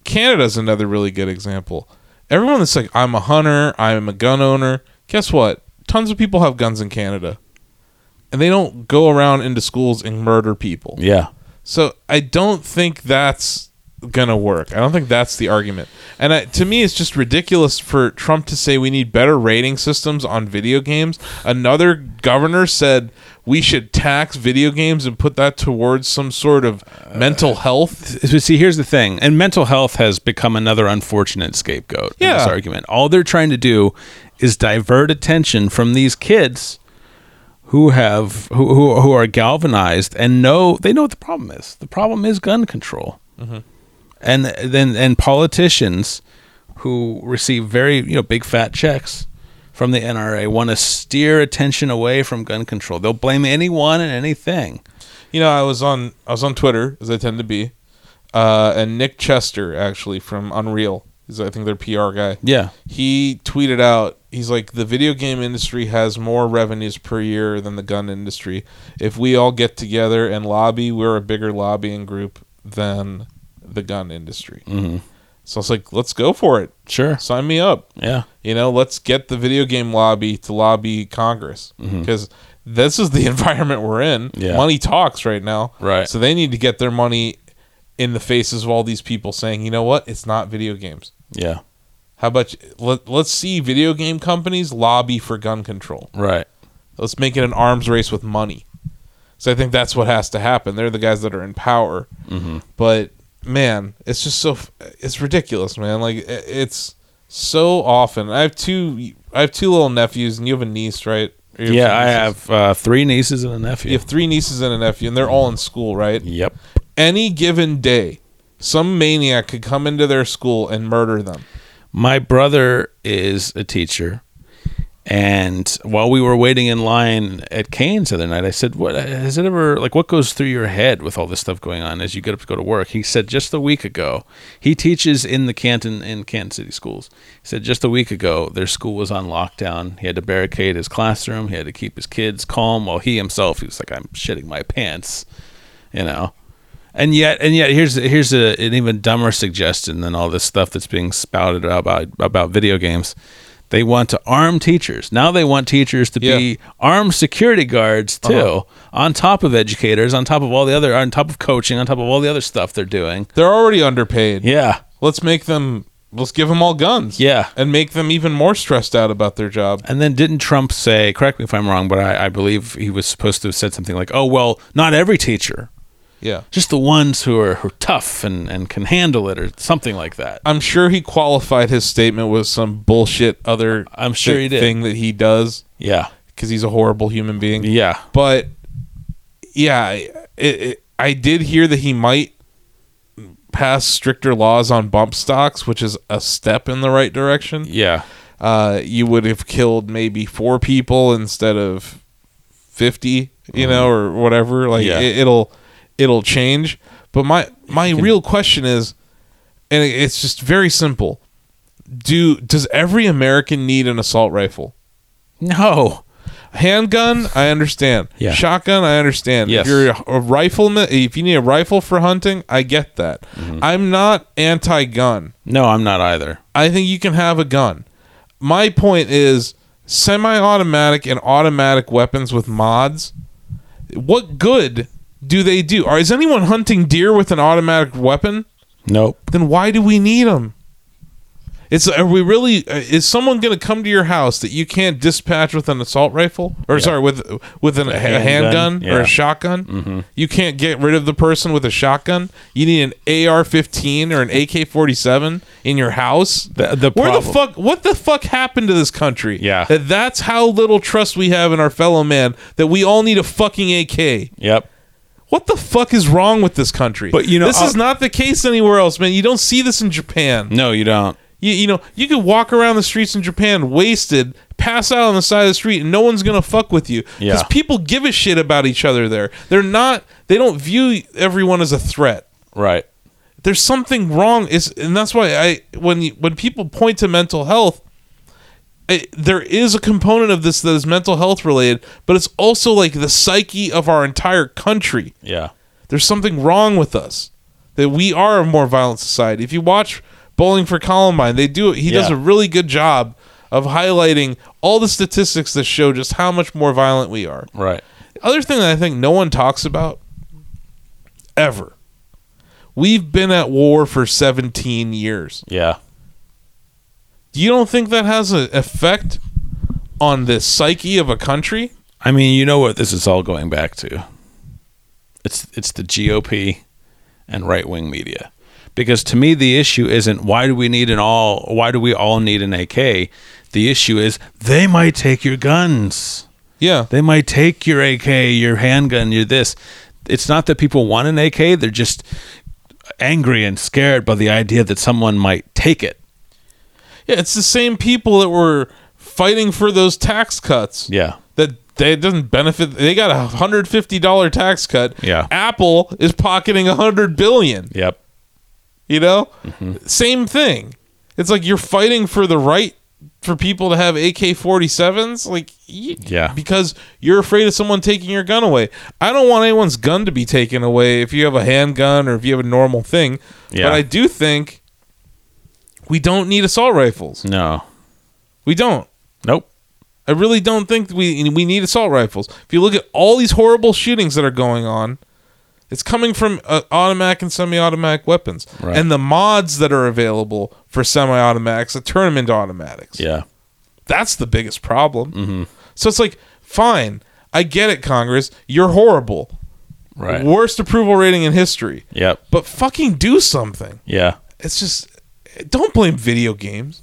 A: Canada's another really good example. Everyone that's like, I'm a hunter, I'm a gun owner. Guess what? Tons of people have guns in Canada, and they don't go around into schools and murder people.
B: Yeah.
A: So I don't think that's gonna work. I don't think that's the argument. And I, to me, it's just ridiculous for Trump to say we need better rating systems on video games. Another governor said we should tax video games and put that towards some sort of mental health
B: But see, here's the thing, and mental health has become another unfortunate scapegoat in
A: Yeah.
B: this argument. All they're trying to do is divert attention from these kids who have who who, who are galvanized and know they know what the problem is. The problem is gun control, and then and politicians who receive very you know big fat checks from the NRA want to steer attention away from gun control. They'll blame anyone and anything.
A: You know, I was on I was on Twitter as I tend to be, uh, and Nick Chester actually from Unreal is I think their PR guy.
B: Yeah.
A: he tweeted out he's like the video game industry has more revenues per year than the gun industry. If we all get together and lobby, we're a bigger lobbying group than the gun industry. Mm-hmm. So I was like, let's go for it.
B: Sure.
A: Sign me up.
B: Yeah.
A: You know, let's get the video game lobby to lobby Congress because this is the environment we're in.
B: Mm-hmm. Yeah.
A: Money talks right now.
B: Right.
A: So they need to get their money in the faces of all these people saying, you know what? It's not video games.
B: Yeah.
A: How about you, let, let's see video game companies lobby for gun control?
B: Right.
A: Let's make it an arms race with money. So I think that's what has to happen. They're the guys that are in power. Mm-hmm. But man, it's just so f- it's ridiculous, man. Like i- it's so often. I have two. I have two little nephews, and you have a niece, right? Or you
B: Yeah,
A: two
B: I
A: nieces?
B: have uh, three nieces and a nephew.
A: You have three nieces and a nephew, and they're all in school, right?
B: Yep.
A: Any given day, some maniac could come into their school and murder them.
B: My brother is a teacher. And while we were waiting in line at Kane's the other night, I said, What has it ever, like, what goes through your head with all this stuff going on as you get up to go to work? He said, Just a week ago, he teaches in the Canton, in Kansas City schools. He said, Just a week ago, their school was on lockdown. He had to barricade his classroom. He had to keep his kids calm while he himself, he was like, I'm shitting my pants, you know? And yet, and yet, here's here's a, an even dumber suggestion than all this stuff that's being spouted about about video games. They want to arm teachers. Now they want teachers to
A: Yeah.
B: be armed security guards too, on top of educators, on top of all the other, on top of coaching, on top of all the other stuff they're doing.
A: They're already underpaid.
B: Yeah,
A: let's make them let's give them all guns
B: Yeah.
A: and make them even more stressed out about their job
B: And then didn't Trump say, correct me if I'm wrong, but I, I believe he was supposed to have said something like, oh, well, not every teacher,
A: yeah
B: just the ones who are, who are tough and, and can handle it or something like that.
A: i'm sure he qualified his statement with some bullshit other
B: I'm sure
A: thi-
B: he did.
A: thing that he does
B: Yeah.
A: because he's a horrible human being
B: Yeah.
A: but yeah it, it, i did hear that he might pass stricter laws on bump stocks which is a step in the right direction
B: Yeah.
A: uh, you would have killed maybe four people instead of 50 you know or whatever like
B: Mm-hmm. Yeah.
A: it, it'll it'll change but my my real question is and it- it's just very simple do does every american need an assault rifle
B: No.
A: handgun i understand
B: Yeah.
A: shotgun i understand
B: Yes.
A: if you're a, a rifleman if you need a rifle for hunting i get that
B: Mm-hmm.
A: i'm not anti-gun
B: No, I'm not either.
A: I think you can have a gun. My point is semi automatic and automatic weapons with mods. What good do they do? Or is anyone hunting deer with an automatic weapon?
B: Nope.
A: Then why do we need them? It's are we really uh, is someone going to come to your house that you can't dispatch with an assault rifle or sorry with with an, a handgun,
B: handgun,
A: or
B: yeah. Mm-hmm.
A: a shotgun? You can't get rid of the person with a shotgun. You need an AR-15 or an AK-47 in your house.
B: The- the
A: Where the
B: problem-
A: fuck what the fuck happened to this country?
B: Yeah.
A: That that's how little trust we have in our fellow man that we all need a fucking AK.
B: Yep.
A: What the fuck is wrong with this country?
B: But, you know,
A: this is
B: I'll-
A: not the case anywhere else, man. You don't see this in Japan.
B: No, you don't.
A: You, you know, you could walk around the streets in Japan wasted, pass out on the side of the street, and no one's gonna fuck with you because
B: Yeah.
A: people give a shit about each other there. They're not. They don't view everyone as a threat.
B: Right.
A: there's something wrong is and that's why i when you, when people point to mental health it, there is a component of this that is mental health related but it's also like the psyche of our entire country
B: Yeah.
A: there's something wrong with us that we are a more violent society if you watch bowling for columbine they do he does
B: Yeah.
A: a really good job of highlighting all the statistics that show just how much more violent we are
B: Right.
A: other thing that I think no one talks about ever. We've been at war for 17 years.
B: Yeah.
A: You don't think that has an effect on the psyche of a country?
B: I mean, you know what this is all going back to. It's it's the GOP and right wing media. Because to me the issue isn't why do we need an all why do we all need an AK? The issue is they might take your guns.
A: Yeah.
B: They might take your AK, your handgun, your this. It's not that people want an AK, they're just angry and scared by the idea that someone might take it.
A: Yeah, it's the same people that were fighting for those tax cuts.
B: Yeah.
A: That they it doesn't benefit they got a $150 tax cut.
B: Yeah.
A: Apple is pocketing 100 billion.
B: Yep.
A: You know?
B: Mm-hmm.
A: Same thing. It's like you're fighting for the right for people to have AK 47s. Like, y-
B: Yeah.
A: Because you're afraid of someone taking your gun away. I don't want anyone's gun to be taken away if you have a handgun or if you have a normal thing.
B: Yeah.
A: But I do think we don't need assault rifles.
B: No.
A: We don't.
B: Nope.
A: I really don't think we we need assault rifles. If you look at all these horrible shootings that are going on, it's coming from uh, automatic and semi-automatic weapons,
B: Right.
A: and the mods that are available for semi-automatics that turn them into automatics.
B: Yeah. Mm-hmm.
A: That's the biggest problem. So it's like, fine, I get it, Congress, you're horrible,
B: Right.
A: worst approval rating in history,
B: Yep.
A: but fucking do something.
B: Yeah.
A: It's just, don't blame video games.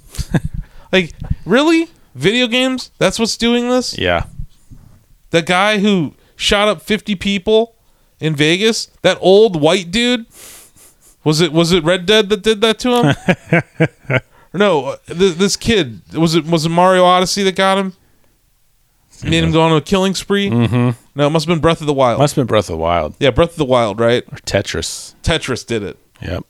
A: like, really, video games? That's what's doing this?
B: Yeah.
A: The guy who shot up 50 people in Vegas, that old white dude, was it was it Red Dead that did that to him? Or no, uh, th- this kid was it was it Mario Odyssey that got him? Made him go on a killing spree. Mm-hmm. No, it must have been Breath of the Wild.
B: Must have been Breath of the Wild
A: yeah, Breath of the Wild, right?
B: or Tetris.
A: Tetris did it.
B: Yep.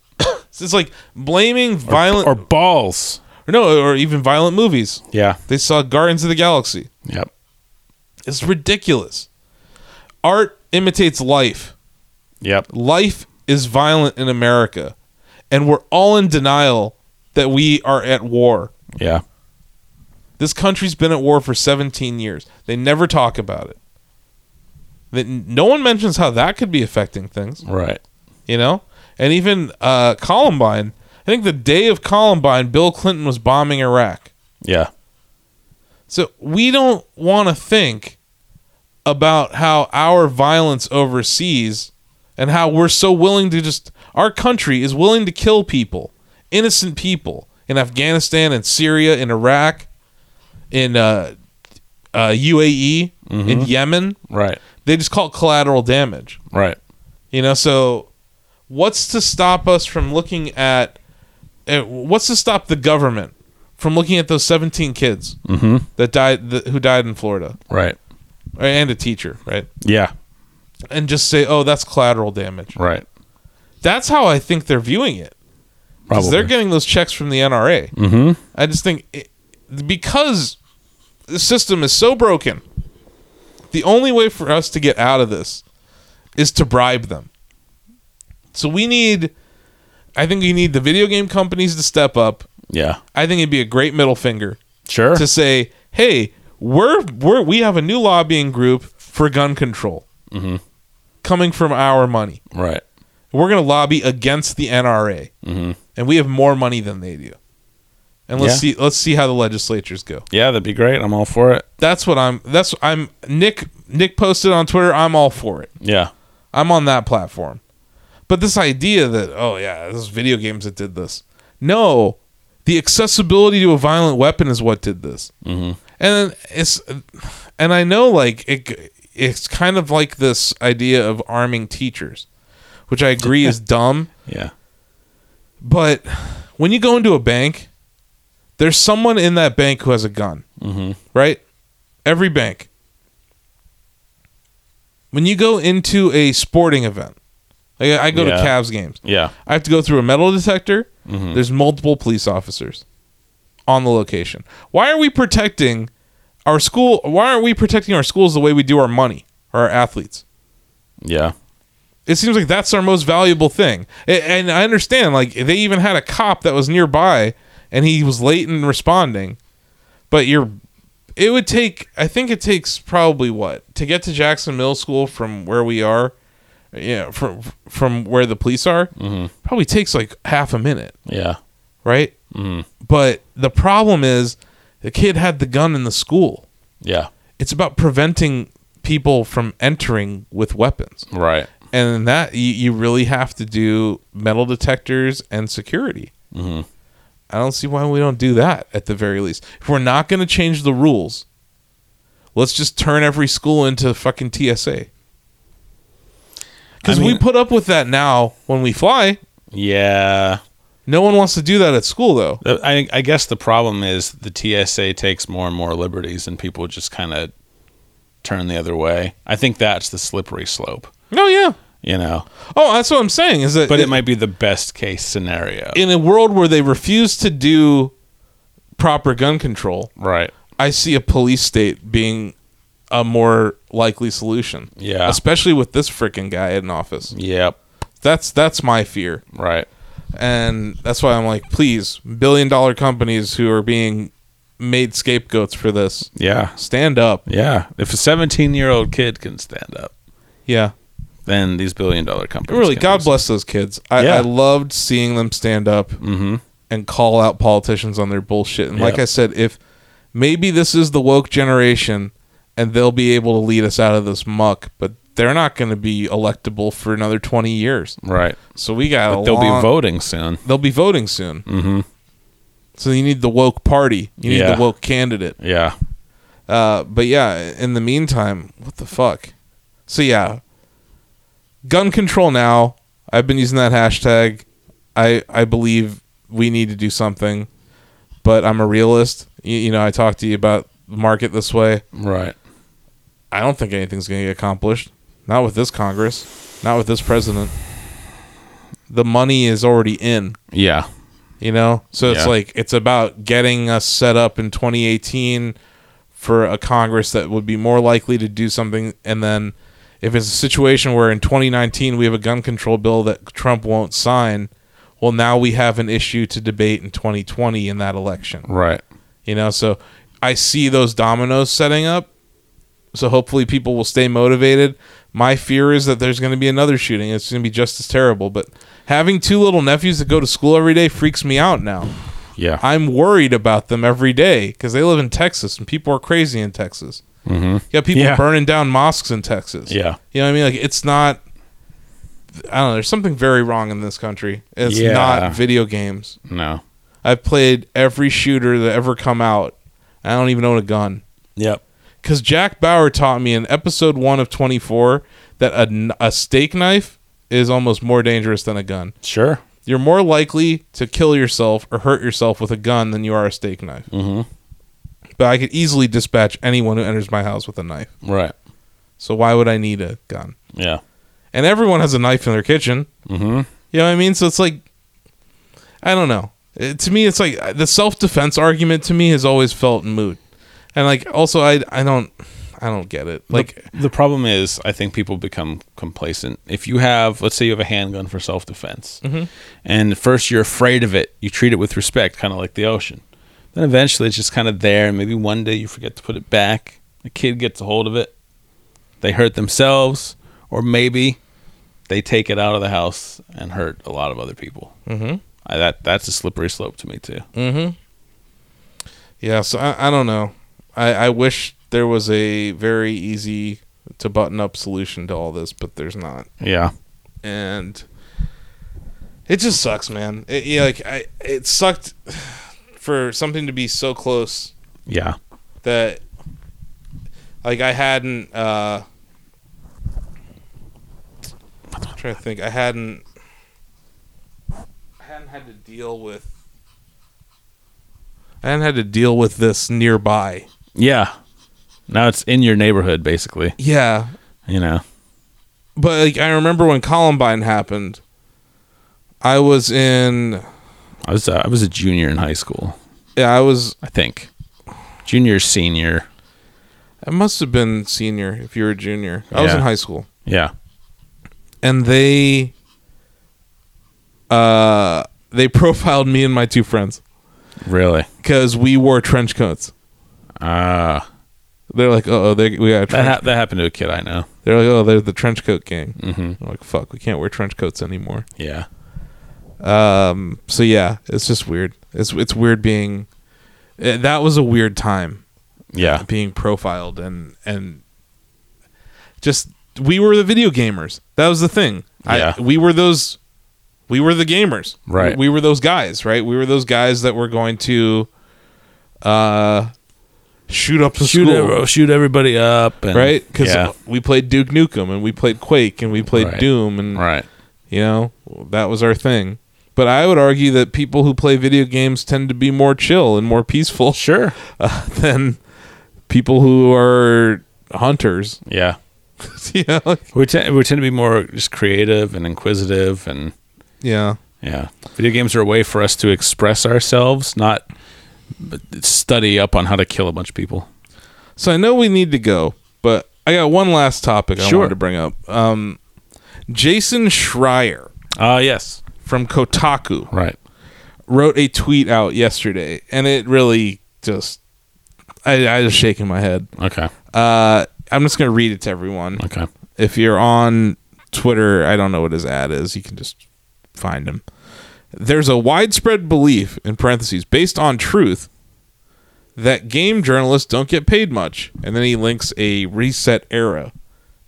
A: So it's like blaming violent
B: or
A: or,
B: balls.
A: no, or even violent movies.
B: Yeah.
A: They saw Guardians of the Galaxy.
B: Yep.
A: It's ridiculous. Art imitates life.
B: Yep.
A: life is violent in America, and we're all in denial that we are at war.
B: Yeah.
A: This country's been at war for 17 years. They never talk about it. That no one mentions how that could be affecting things,
B: Right.
A: you know. And even uh, Columbine. I think the day of Columbine, Bill Clinton was bombing Iraq.
B: Yeah.
A: So we don't want to think about how our violence overseas and how we're so willing to just our country is willing to kill people, innocent people in Afghanistan and Syria in Iraq in uh, uh, UAE in Yemen.
B: Right.
A: They just call it collateral damage.
B: Right.
A: You know, so what's to stop us from looking at eh, what's to stop the government from looking at those 17 kids that died th- who died in Florida
B: Right.
A: or- and a teacher, right?
B: Yeah.
A: And just say, "Oh, that's collateral damage."
B: Right.
A: That's how I think they're viewing it.
B: Probably.
A: Because they're getting those checks from the NRA. Mm-hmm. I just think it, because the system is so broken, the only way for us to get out of this is to bribe them. So we need, I think we need the video game companies to step up.
B: yeah.
A: I think it'd be a great middle finger
B: Sure.
A: to say, "Hey, we're we're we have a new lobbying group for gun control,
B: Mm-hmm.
A: coming from our money."
B: right. Mm-hmm.
A: we're going to lobby against the NRA, and we have more money than they do. And let's
B: Yeah.
A: see let's see how the legislatures go.
B: Yeah, that'd be great. I'm all for it.
A: That's what I'm. That's I'm Nick. Nick posted on Twitter. I'm all for it.
B: Yeah.
A: I'm on that platform. But this idea that oh yeah, this is video games that did this. No, the accessibility to a violent weapon is what did this. Mm-hmm. And it's and I know like it. It's kind of like this idea of arming teachers, which I agree is dumb.
B: Yeah.
A: But when you go into a bank, there's someone in that bank who has a gun,
B: Mhm.
A: right? Every bank. When you go into a sporting event, Like, I I go
B: Yeah.
A: to Cavs games.
B: Yeah.
A: I have to go through a metal detector. There's multiple police officers on the location. Why are we protecting our school? Why aren't we protecting our schools the way we do our money or our athletes?
B: Yeah.
A: It seems like that's our most valuable thing. A- And I understand, like, they even had a cop that was nearby and he was late in responding. But you're, it would take, I think it takes probably what? To get to Jackson Middle School from where we are, you know, from, from where the police are, probably takes like half a minute,
B: Yeah. Mm-hmm.
A: right? Mm. But the problem is the kid had the gun in the school.
B: Yeah.
A: It's about preventing people from entering with weapons
B: Right.
A: and in that you, you really have to do metal detectors and security
B: Mm-hmm.
A: i don't see why we don't do that at the very least if we're not going to change the rules let's just turn every school into fucking tsa because
B: I mean-
A: we put up with that now when we fly
B: Yeah.
A: no one wants to do that at school though
B: The- I, I guess the problem is the TSA takes more and more liberties, and people just kind of turn the other way. I think that's the slippery slope,
A: no yeah
B: you know.
A: oh that's what i'm saying is that
B: But it, might be the best case scenario,
A: in a world where they refuse to do proper gun control
B: right?
A: I see a police state being a more likely solution.
B: Yeah.
A: Especially with this freaking guy in office.
B: Yep.
A: That's that's my fear.
B: Right.
A: And that's why I'm like, please, billion dollar companies who are being made scapegoats for this,
B: Yeah.
A: stand up.
B: Yeah. If a 17 year old kid can stand up,
A: Yeah.
B: then these billion dollar companies
A: Really,
B: can
A: God
B: do
A: bless those kids. I,
B: Yeah.
A: I loved seeing them stand up
B: Mm-hmm.
A: and call out politicians on their bullshit. And like
B: Yeah.
A: I said, if maybe this is the woke generation and they'll be able to lead us out of this muck, but they're not going to be electable for another 20 years.
B: something. Right.
A: So we got
B: But they'll be voting soon.
A: They'll be voting soon. Mm-hmm. So you need the woke party. You need
B: Yeah.
A: the woke candidate.
B: Yeah.
A: Uh, but yeah, in the meantime, what the fuck? So yeah, gun control now. I've been using that hashtag. I I believe we need to do something, but I'm a realist. You, you know, I talked to you about the market this way.
B: Right.
A: I don't think anything's going to get accomplished. Not with this Congress. Not with this president. The money is already in
B: Yeah.
A: you know so it's
B: Yeah.
A: like it's about getting us set up in 2018 for a congress that would be more likely to do something and then if it's a situation where in 2019 we have a gun control bill that trump won't sign well now we have an issue to debate in 2020 in that election
B: Right.
A: you know so i see those dominoes setting up so hopefully people will stay motivated my fear is that there's going to be another shooting it's going to be just as terrible but having two little nephews that go to school every day freaks me out now
B: Yeah.
A: i'm worried about them every day because they live in texas and people are crazy in texas mm-hmm. you got people
B: Yeah.
A: burning down mosques in texas
B: Yeah.
A: you know what i mean like it's not i don't know there's something very wrong in this country it's
B: Yeah.
A: not video games
B: no.
A: I've played every shooter that ever come out. I don't even own a gun.
B: Yep.
A: Because Jack Bauer taught me in episode one of 24 that a, kn- a steak knife is almost more dangerous than a gun.
B: Sure.
A: You're more likely to kill yourself or hurt yourself with a gun than you are a steak knife. Mm-hmm. But I could easily dispatch anyone who enters my house with a knife.
B: Right.
A: So why would I need a gun?
B: Yeah.
A: and everyone has a knife in their kitchen. Mm-hmm. You know what I mean? So it's like, I don't know. It- to me, it's like uh, the self defense argument. To me, has always felt moot, and like also, I I don't I don't get it. Like,
B: the problem is i think people become complacent if you have let's say you have a handgun for self-defense and at first you're afraid of it you treat it with respect kind of like the ocean then eventually it's just kind of there and maybe one day you forget to put it back a kid gets a hold of it they hurt themselves or maybe they take it out of the house and hurt a lot of other people mm-hmm. I, that that's a slippery slope to me too
A: mm-hmm. yeah. So I, I don't know. I I wish there was a very easy to button up solution to all this, but there's not.
B: yeah
A: and it just sucks, man. It, yeah, like I, it sucked for something to be so close
B: yeah
A: that, like, I hadn't. uh I'm trying to think, I hadn't. I hadn't had to deal with. I hadn't had to deal with this nearby.
B: yeah now it's in your neighborhood basically
A: Yeah,
B: you know
A: but like I remember when Columbine happened, I was in
B: I was uh, I was a junior in high school,
A: yeah I was
B: I think. Junior, senior.
A: I must have been senior if you were a junior. I was
B: Yeah.
A: in high school.
B: Yeah.
A: and they uh they profiled me and my two friends
B: Really.
A: because we wore trench coats.
B: Ah.
A: They're like, oh, they we got a
B: that
A: trench.
B: ha- that happened to a kid I know.
A: they're like, oh, they're the trench coat gang.
B: Mm-hmm.
A: I'm like, fuck, we can't wear trench coats anymore.
B: Yeah.
A: Um, so yeah, it's just weird. It's it's weird being. eh, that was a weird time
B: Yeah.
A: being profiled and and just we were the video gamers. That was the thing.
B: Yeah.
A: I, we were those we were the gamers.
B: Right.
A: We, we were those guys, right? We were those guys that were going to uh shoot up the
B: Shoot
A: school.
B: ev- shoot everybody up and,
A: Right? Cuz
B: yeah.
A: we played Duke Nukem and we played Quake and we played
B: Right.
A: Doom and
B: Right.
A: you know, that was our thing. But I would argue that people who play video games tend to be more chill and more peaceful
B: Sure.
A: uh, than people who are hunters.
B: Yeah.
A: you know, like-
B: We tend we tend to be more just creative and inquisitive and
A: yeah,
B: yeah. Video games are a way for us to express ourselves, not but study up on how to kill a bunch of people.
A: So I know we need to go, but I got one last topic I
B: Sure.
A: wanted to bring up. Um, Jason Schreier
B: Ah, yes.
A: from Kotaku
B: Right.
A: wrote a tweet out yesterday, and it really just I, I just shaking my head.
B: Okay.
A: Uh, I'm just gonna read it to everyone.
B: Okay.
A: If you're on Twitter, I don't know what his ad is. You can just find him. There's a widespread belief, in parentheses, based on truth, that game journalists don't get paid much. And then he links a reset era,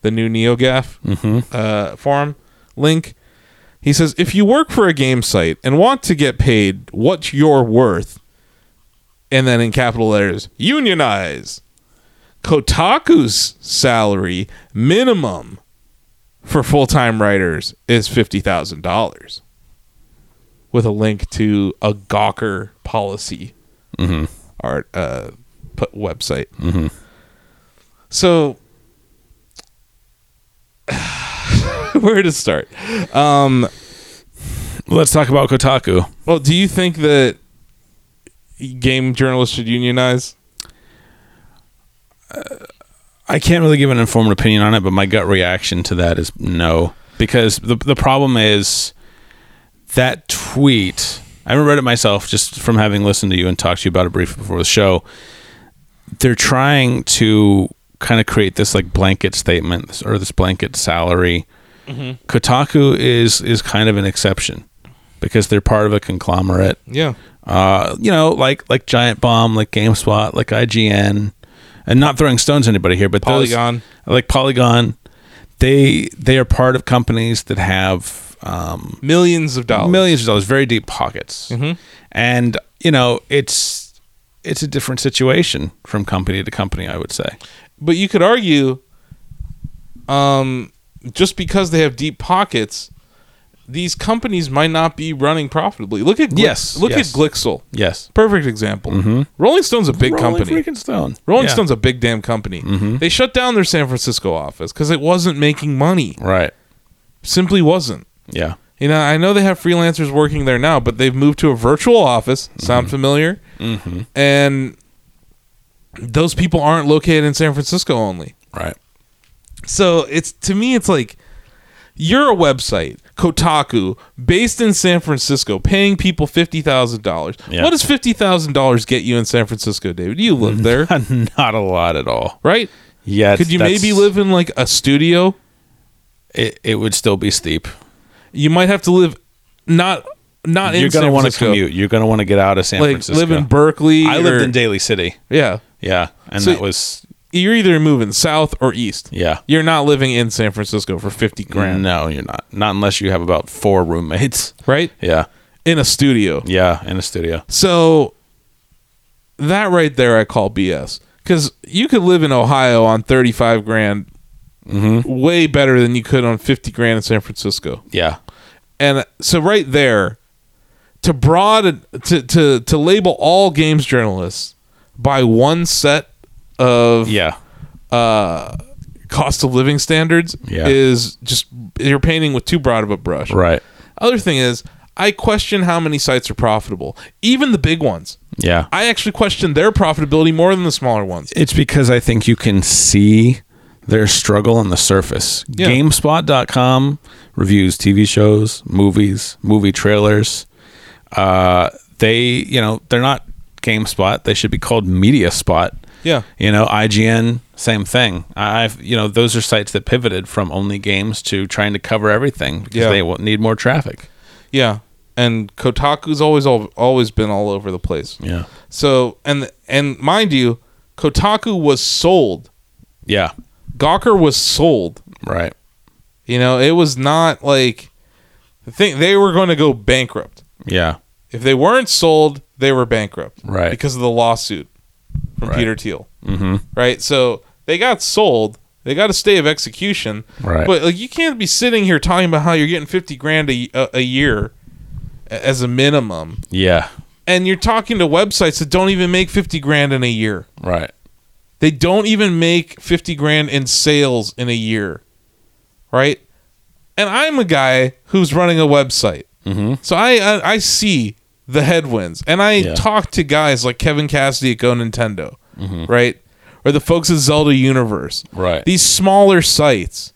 A: the new NeoGAF uh, forum link. He says, if you work for a game site and want to get paid what you're worth, and then in capital letters, unionize. Kotaku's salary minimum for full time writers is fifty thousand dollars, with a link to a Gawker policy art uh, put website. So, where to start? Um,
B: Let's talk about Kotaku.
A: well, do you think that game journalists should unionize?
B: I can't really give an informed opinion on it, but my gut reaction to that is no, because the the problem is that tweet. I haven't read it myself, just from having listened to you and talked to you about it briefly before the show. They're trying to kind of create this like blanket statement this- or this blanket salary. Mm-hmm. Kotaku is is kind of an exception because they're part of a conglomerate
A: Yeah,
B: uh, you know, like like Giant Bomb, like GameSpot, like IGN, and not throwing stones at anybody here, but those-
A: Polygon.
B: like Polygon, they they are part of companies that have um,
A: millions of dollars. Mm-hmm.
B: millions of dollars, very deep pockets, and you know it's it's a different situation from company to company. I would say,
A: but you could argue um just because they have deep pockets these companies might not be running profitably look at Gli-
B: Yes,
A: look
B: yes.
A: at glixel
B: yes,
A: perfect example rolling stone's a big company
B: Rolling freaking stone,
A: rolling
B: Yeah. Mm-hmm.
A: stone's a big damn company they shut down their san francisco office because it wasn't making money
B: right?
A: simply wasn't
B: Yeah,
A: you know i know they have freelancers working there now but they've moved to a virtual office sound familiar mm-hmm. and those people aren't located in san francisco only
B: right,
A: so it's to me, it's like you're a website, Kotaku, based in San Francisco, paying people fifty thousand dollars.
B: Yeah. Mm.
A: What does fifty thousand dollars get you in San Francisco, David? You live there,
B: not a lot at all.
A: right?
B: Yeah, it's-
A: Could you
B: that's-
A: maybe live in like a studio?
B: It, it would still be steep.
A: You might have to live not not in
B: you're
A: San
B: gonna want to
A: Francisco.
B: commute. You're gonna want to get out of San
A: Like
B: Francisco.
A: live in Berkeley.
B: I
A: or-
B: lived in Daly City.
A: yeah.
B: Yeah, and
A: So-
B: that was
A: You're either moving south or east.
B: yeah.
A: You're not living in San Francisco for fifty grand,
B: No, you're not. Not unless you have about four roommates.
A: right?
B: Yeah,
A: In a studio.
B: yeah, in a studio.
A: So that right there, I call BS because you could live in Ohio on thirty-five grand,
B: Mm-hmm.
A: way better than you could on fifty grand in San Francisco.
B: Yeah,
A: And so right there, to broad to to to label all games journalists by one set of
B: yeah,
A: uh, cost of living standards
B: Yeah.
A: is just you're painting with too broad of a brush.
B: Right.
A: Other thing is, I question how many sites are profitable, even the big ones.
B: Yeah.
A: I actually question their profitability more than the smaller ones.
B: It's because I think you can see their struggle on the surface.
A: Yeah.
B: GameSpot.com reviews TV shows, movies, movie trailers. Uh, they, you know, they're not GameSpot. They should be called MediaSpot.
A: Yeah.
B: You know, IGN, same thing. I've, you know, those are sites that pivoted from only games to trying to cover everything because
A: Yeah.
B: they will need more traffic.
A: Yeah. And Kotaku's always al- always been all over the place.
B: Yeah.
A: So and and mind you, Kotaku was sold.
B: Yeah.
A: Gawker was sold.
B: Right.
A: You know, it was not like the thing they were going to go bankrupt.
B: Yeah.
A: If they weren't sold, they were bankrupt.
B: Right.
A: Because of the lawsuit from
B: Right.
A: Peter Thiel.
B: Mm-hmm.
A: Right? So they got sold. They got a stay of execution.
B: Right.
A: But like you can't be sitting here talking about how you're getting 50 grand a, a, a year a- as a minimum
B: Yeah.
A: and you're talking to websites that don't even make 50 grand in a year.
B: Right.
A: They don't even make 50 grand in sales in a year. Right? And I'm a guy who's running a website.
B: Mm-hmm.
A: So I I, I see the headwinds, and I
B: Yeah.
A: talk to guys like Kevin Cassidy at Go Nintendo, right, or the folks at Zelda Universe,
B: Mm-hmm. Right.
A: These smaller sites,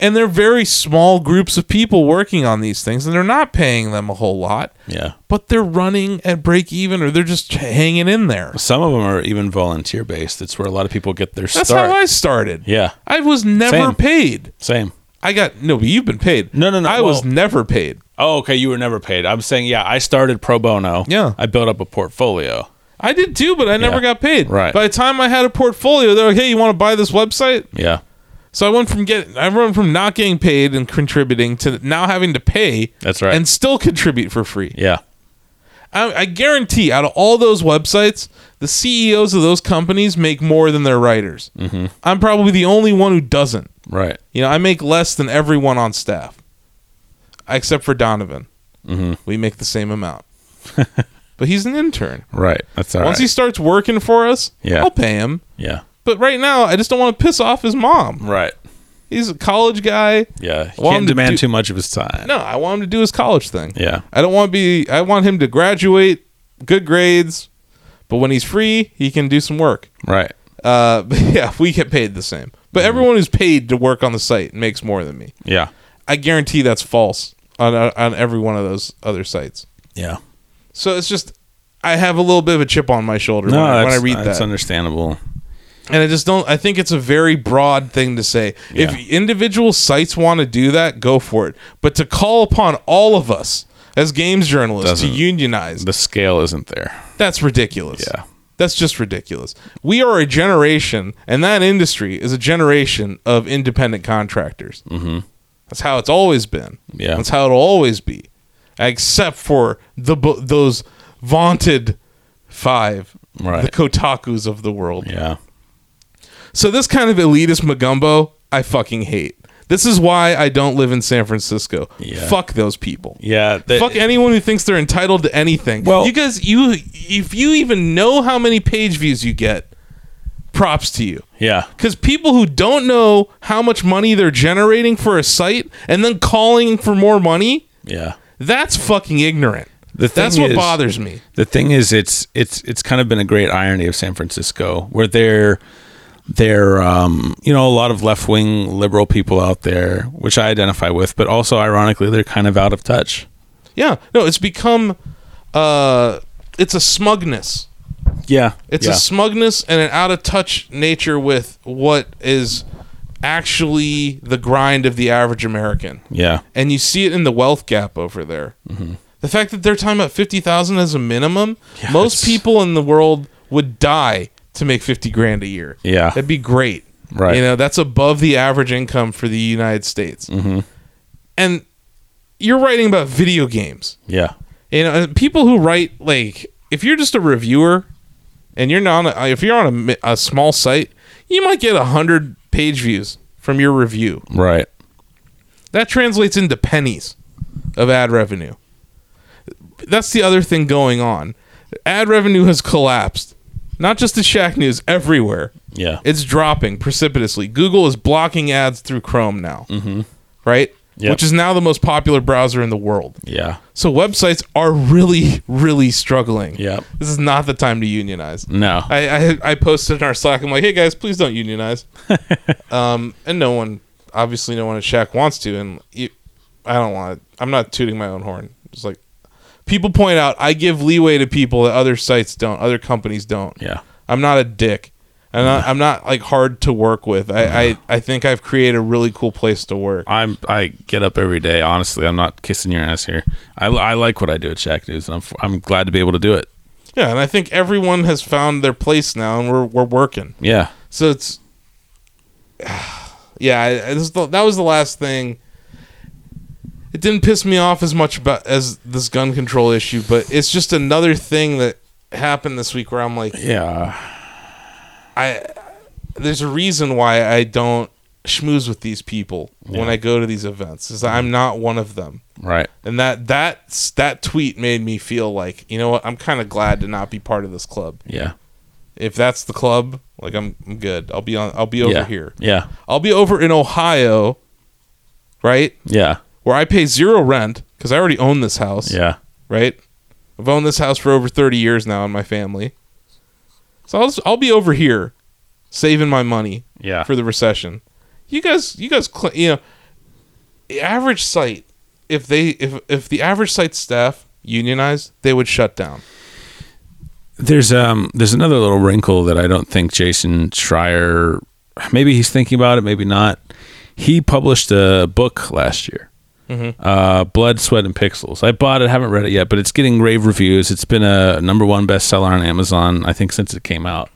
A: and they're very small groups of people working on these things, and they're not paying them a whole lot,
B: Yeah.
A: but they're running at break even, or they're just hanging in there.
B: Some of them are even volunteer based. That's where a lot of people get their
A: That's
B: start.
A: how I started.
B: yeah,
A: I was never
B: Same.
A: paid.
B: same.
A: I got no, but you've been paid.
B: No, no, no,
A: I was
B: well-
A: never paid.
B: Oh, okay. You were never paid. I'm saying, yeah, I started pro bono.
A: Yeah.
B: I built up a portfolio.
A: I did too, but I never
B: Yeah.
A: got paid.
B: Right.
A: By the time I had a portfolio, they're like, "Hey, you want to buy this website?"
B: Yeah,
A: So I went from getting, I went from not getting paid and contributing to now having to pay.
B: That's right.
A: And still contribute for free.
B: yeah,
A: I, I guarantee, out of all those websites, the CEOs of those companies make more than their writers. Mm-hmm. I'm probably the only one who doesn't.
B: right.
A: You know, I make less than everyone on staff, except for Donovan.
B: Mhm.
A: We make the same amount, but he's an intern.
B: Right. That's all
A: Once
B: right.
A: he starts working for us,
B: Yeah.
A: I'll pay him.
B: yeah,
A: But right now, I just don't want to piss off his mom.
B: right.
A: He's a college guy.
B: Yeah. He
A: Well, I'm
B: can't
A: the
B: demand
A: du-
B: too much of his time.
A: No, I want him to do his college thing.
B: Yeah,
A: I don't want to be. I want him to graduate, good grades, but when he's free, he can do some work.
B: right.
A: Uh, but yeah, we get paid the same. But
B: Mm-hmm.
A: everyone who's paid to work on the site makes more than me.
B: Yeah,
A: I guarantee that's false on uh, on every one of those other sites.
B: yeah.
A: So it's just. I have a little bit of a chip on my shoulder
B: No,
A: when, I, when I
B: that's-
A: read
B: that's
A: that.
B: understandable.
A: and I just don't. I think it's a very broad thing to say.
B: Yeah.
A: If individual sites want to do that, go for it. But to call upon all of us as games journalists
B: Doesn't-
A: to unionize,
B: The scale isn't there.
A: that's ridiculous.
B: Yeah.
A: That's just ridiculous. We are a generation, and that industry is a generation of independent contractors. Mm-hmm. That's how it's always been.
B: Yeah.
A: That's how it'll always be, except for the bu- those vaunted five,
B: Right.
A: the Kotakus of the world.
B: Yeah,
A: So this kind of elitist magumbo, I fucking hate. This is why I don't live in San Francisco.
B: Yeah.
A: Fuck those people.
B: yeah. that-
A: Fuck anyone who thinks they're entitled to anything.
B: Well-
A: you guys, you if you even know how many page views you get, props to you.
B: yeah,
A: Because people who don't know how much money they're generating for a site and then calling for more money,
B: yeah.
A: that's fucking ignorant.
B: The thing
A: That's what
B: is-
A: bothers me.
B: The thing is, it's it's it's kind of been a great irony of San Francisco, where they're they're um, you know a lot of left wing liberal people out there, which I identify with, but also ironically they're kind of out of touch.
A: Yeah, no, it's become, uh, it's a smugness.
B: Yeah,
A: It's a smugness and an out of touch nature with what is actually the grind of the average American.
B: yeah,
A: And you see it in the wealth gap over there.
B: Mm-hmm.
A: The fact that they're talking about 50,000 as a minimum,
B: Yeah,
A: most
B: it's-
A: people in the world would die to make 50 grand a year.
B: Yeah.
A: That'd be great.
B: Right.
A: You know, that's above the average income for the United States.
B: Mm-hmm.
A: And you're writing about video games.
B: yeah,
A: You know, and people who write like if you're just a reviewer and you're not on a, if you're on a, mi- a small site, you might get a hundred page views from your review.
B: right,
A: That translates into pennies of ad revenue. That's the other thing going on. Ad revenue has collapsed, not just at Shack News, everywhere.
B: Yeah.
A: It's dropping precipitously. Google is blocking ads through Chrome now, mm-hmm. right?
B: Yep.
A: Which is now the most popular browser in the world.
B: Yeah.
A: So websites are really, really struggling.
B: Yep.
A: This is not the time to unionize.
B: No.
A: I, I I posted in our Slack. I'm like, hey guys, please don't unionize. um, and no one, obviously, no one at Shaq wants to. And you, I don't want. to I'm not tooting my own horn. It's like people point out, I give leeway to people that other sites don't, other companies don't.
B: yeah.
A: I'm not a dick. I'm not, I'm not like hard to work with. I, I, I think I've created a really cool place to work.
B: I'm I get up every day. Honestly, I'm not kissing your ass here. I, I like what I do at Shack News, and I'm I'm glad to be able to do it.
A: Yeah, and I think everyone has found their place now, and we're we're working.
B: Yeah.
A: So it's yeah, I, I- this is the, that was the last thing. It didn't piss me off as much about as this gun control issue, but it's just another thing that happened this week where I'm like,
B: Yeah.
A: I there's a reason why I don't schmooze with these people when I go to these events. Is I'm not one of them.
B: Right.
A: And that that that tweet made me feel like, you know what, I'm kind of glad to not be part of this club.
B: Yeah.
A: If that's the club, like I'm, I'm good. I'll be on I'll be over
B: yeah.
A: here.
B: Yeah.
A: I'll be over in Ohio, right?
B: Yeah.
A: Where I pay zero rent because I already own this house,
B: Yeah.
A: right? I've owned this house for over 30 years now in my family. So I'll, just, I'll be over here saving my money
B: Yeah.
A: for the recession. You guys, you guys, cl- you know, the average site, if they, if, if the average site staff unionized, they would shut down.
B: There's um there's another little wrinkle that I don't think Jason Schreier maybe he's thinking about it, maybe not. He published a book last year. Uh, Blood, Sweat, and Pixels. I bought it, haven't read it yet, but it's getting rave reviews. It's been a number one bestseller on Amazon, I think, since it came out.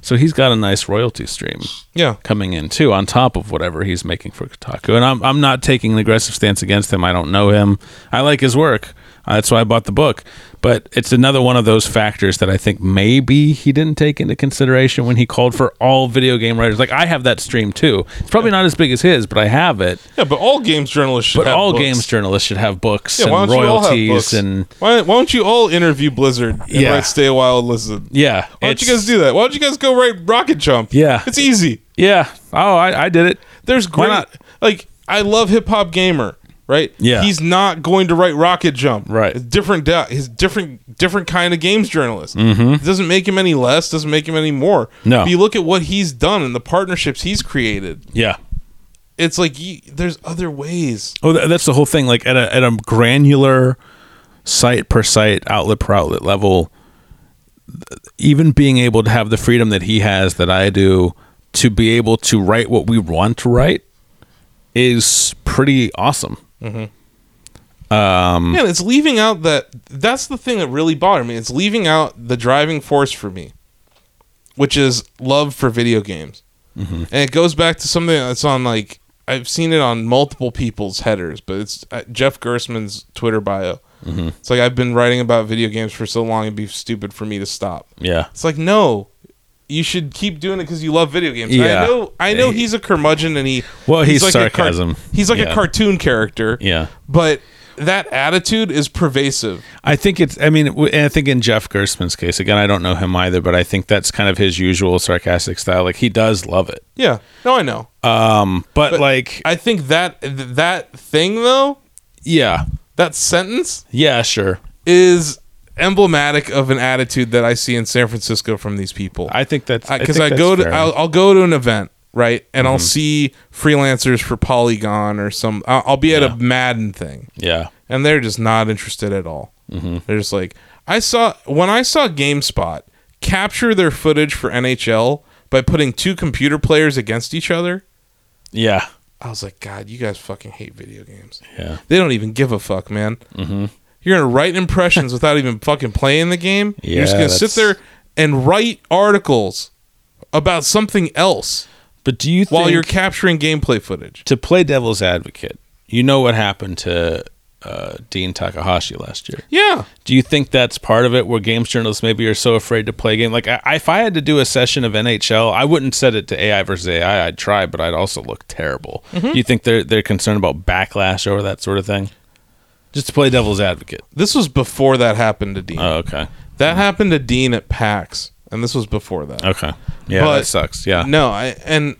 B: So he's got a nice royalty stream
A: Yeah.
B: coming in too, on top of whatever he's making for Kotaku. And I'm I'm not taking an aggressive stance against him. I don't know him. I like his work. Uh, that's why I bought the book. But it's another one of those factors that I think maybe he didn't take into consideration when he called for all video game writers. Like I have that stream too. It's probably not as big as his, but I have it.
A: Yeah, but all games journalists should
B: But
A: have
B: all
A: books.
B: games journalists should have books
A: Yeah, why
B: and
A: don't you all have books?
B: royalties and
A: Why, why don't you all interview Blizzard and
B: Yeah.
A: write Stay a While and Listen?
B: yeah.
A: Why don't you
B: it's-
A: guys do that? Why don't you guys go write Rocket Jump?
B: Yeah.
A: It's easy.
B: yeah. Oh, I, I did it.
A: There's
B: Why
A: great
B: not?
A: like I love hip hop gamer, right?
B: Yeah.
A: He's not going to write Rocket Jump.
B: Right.
A: It's different da- he's different different kind of games journalist. Mm-hmm. It doesn't make him any less, doesn't make him any more.
B: No.
A: But you look at what he's done and the partnerships he's created.
B: Yeah.
A: It's like you, there's other ways.
B: Oh, tha- that's the whole thing. Like at a at a granular site per site, outlet per outlet level, th- even being able to have the freedom that he has, that I do, to be able to write what we want to write, is pretty awesome.
A: Yeah, and it's leaving out that that's the thing that really bothered me. It's leaving out the driving force for me, which is love for video games.
B: Mm-hmm.
A: And it goes back to something that's on like I've seen it on multiple people's headers, but it's uh, Jeff Gersman's Twitter bio.
B: Mm-hmm.
A: It's like I've been writing about video games for so long, it'd be stupid for me to stop.
B: Yeah,
A: It's like no. You should keep doing it because you love video games.
B: Yeah.
A: I know. I know he's a curmudgeon, and he.
B: Well, he's
A: a car-
B: sarcasm.
A: he's like
B: Yeah.
A: a cartoon character
B: yeah.
A: but that attitude is pervasive.
B: I think it's. I mean, w- and I think in Jeff Gerstmann's case, again, I don't know him either, but I think that's kind of his usual sarcastic style. Like he does love it, Um,
A: Yeah. No, I know.
B: but,
A: But
B: like,
A: I think that th- that thing though,
B: yeah,
A: that sentence
B: yeah, sure.
A: is emblematic of an attitude that I see in San Francisco from these people.
B: Uh, I think that's
A: Because
B: think
A: I,
B: that's
A: go to
B: fair.
A: I'll, I'll go to an event right, and I'll see freelancers for Polygon or some. I'll, I'll be at a Madden thing,
B: yeah,
A: and they're just not interested at all. Mm-hmm. They're just like, I saw when I saw GameSpot capture their footage for NHL by putting two computer players against each other.
B: yeah,
A: I was like, God, you guys fucking hate video games.
B: yeah.
A: They don't even give a fuck, man. Mm-hmm. You're gonna write impressions without even fucking playing the game. You're just
B: Yeah,
A: gonna sit there
B: that's-
A: and write articles about something else
B: But do you think,
A: while you're capturing gameplay footage.
B: to play devil's advocate? You know what happened to uh, Dean Takahashi last year.
A: Yeah,
B: Do you think that's part of it? Where games journalists maybe are so afraid to play a game. Like I, if I had to do a session of NHL, I wouldn't set it to AI versus AI. I'd try, but I'd also look terrible.
A: Mm-hmm.
B: Do you think they're they're concerned about backlash over that sort of thing? Just to play devil's advocate.
A: this was before that happened to Dean.
B: Oh, okay.
A: that happened to Dean at PAX. and this was before that.
B: Okay. Yeah,
A: But-
B: that sucks. Yeah.
A: No, I and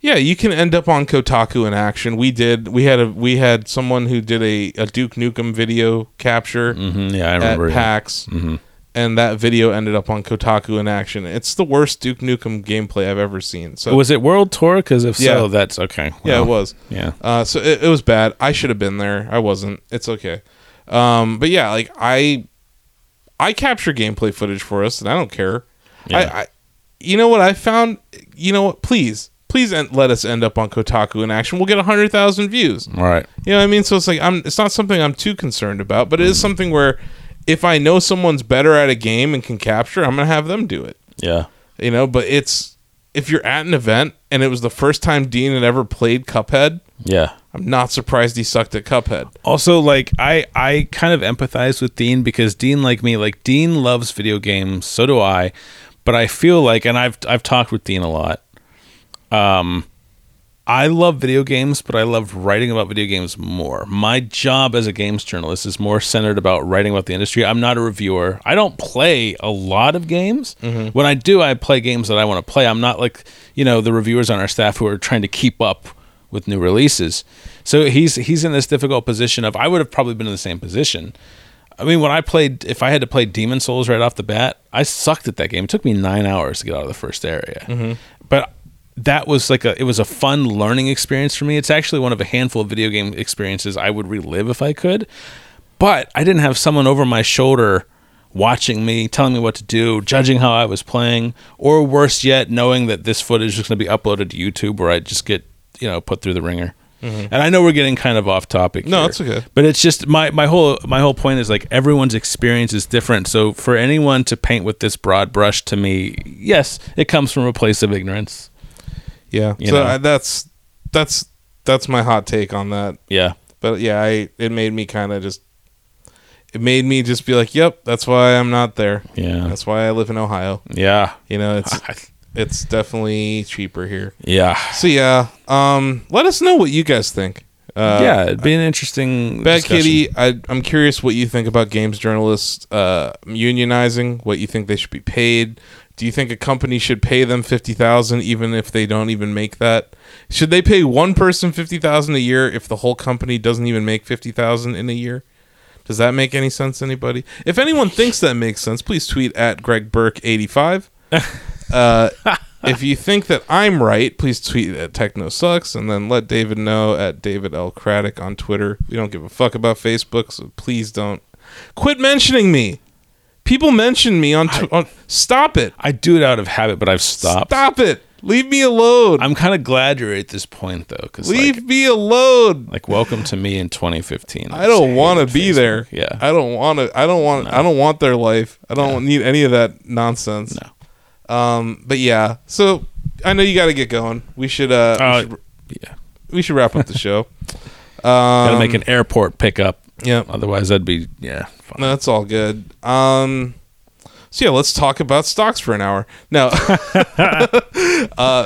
A: yeah, you can end up on Kotaku in action. We did. We had a we had someone who did a, a Duke Nukem video capture
B: hmm yeah, I
A: at
B: remember. yeah. Mm-hmm.
A: PAX, and that video ended up on Kotaku in action. It's the worst Duke Nukem gameplay I've ever seen. So
B: Was it World Tour? Because if
A: Yeah.
B: so, that's okay.
A: yeah,
B: Well,
A: it was.
B: Yeah.
A: Uh, so it, it was bad. I should have been there. I wasn't. It's okay. Um, but yeah, like I, I capture gameplay footage for us, and I don't care.
B: Yeah.
A: I, I, you know what I found? You know what? Please, please en- let us end up on Kotaku in action. We'll get hundred thousand views.
B: All right.
A: You know what I mean? So it's like I'm. It's not something I'm too concerned about, but it is something where if I know someone's better at a game and can capture, I'm gonna have them do it
B: Yeah.
A: you know but it's if you're at an event and it was the first time dean had ever played cuphead
B: Yeah.
A: i'm not surprised he sucked at cuphead
B: Also, like I, I kind of empathize with Dean because Dean, like me, like Dean loves video games. So do I, but I feel like, and I've I've talked with Dean a lot. Um, I love video games, but I love writing about video games more. My job as a games journalist is more centered about writing about the industry. I'm not a reviewer. I don't play a lot of games. When I do, I play games that I want to play. I'm not like you know the reviewers on our staff who are trying to keep up with new releases. So he's he's in this difficult position of I would have probably been in the same position. I mean, when I played, if I had to play Demon Souls right off the bat, I sucked at that game. It took me nine hours to get out of the first area, but that was like a it was a fun learning experience for me. It's actually one of a handful of video game experiences I would relive if I could. But I didn't have someone over my shoulder watching me, telling me what to do, judging how I was playing, or worse yet, knowing that this footage is going to be uploaded to YouTube where I just get, you know, put through the ringer. And I know we're getting kind of off topic.
A: Mm-hmm. No,
B: here,
A: it's okay.
B: But it's just my, my whole my whole point is like everyone's experience is different. So for anyone to paint with this broad brush to me, yes, it comes from a place of ignorance.
A: yeah
B: You
A: so
B: know.
A: I, that's that's that's my hot take on that
B: Yeah.
A: but yeah i it made me kind of just it made me just be like yep that's why i'm not there
B: Yeah.
A: that's why i live in ohio
B: yeah.
A: you know it's it's definitely cheaper here
B: yeah.
A: so yeah um let us know what you guys think uh
B: yeah, it'd be an interesting
A: Bad
B: discussion.
A: Kitty, I, I'm curious what you think about games journalists uh, unionizing. What you think they should be paid? Do you think a company should pay them fifty thousand, even if they don't even make that? Should they pay one person fifty thousand a year if the whole company doesn't even make fifty thousand in a year? Does that make any sense, to anybody? If anyone thinks that makes sense, please tweet at Greg Burke eighty five. Uh, if you think that I'm right, please tweet at Techno Sucks and then let David know at David L. Craddock on Twitter. We don't give a fuck about Facebook, so please don't. Quit mentioning me. People mention me on. Tw- on stop it.
B: I do it out of habit, but I've stopped.
A: Stop it. Leave me alone.
B: I'm kind of glad you're at this point though, because
A: Leave
B: like,
A: me alone.
B: like welcome to me in 2015.
A: I don't want to be
B: Facebook,
A: there.
B: yeah.
A: I don't want to. I don't want. I don't want their life. I don't need any of that nonsense. No. Um. But yeah. So I know you got to get going. We should. Uh. we
B: Uh,
A: should-
B: yeah,
A: we should wrap up the show. Um,
B: gotta make an airport pickup.
A: Yeah,
B: Otherwise, that'd be yeah. fine.
A: no, that's all good. Um, so yeah, let's talk about stocks for an hour. No, uh,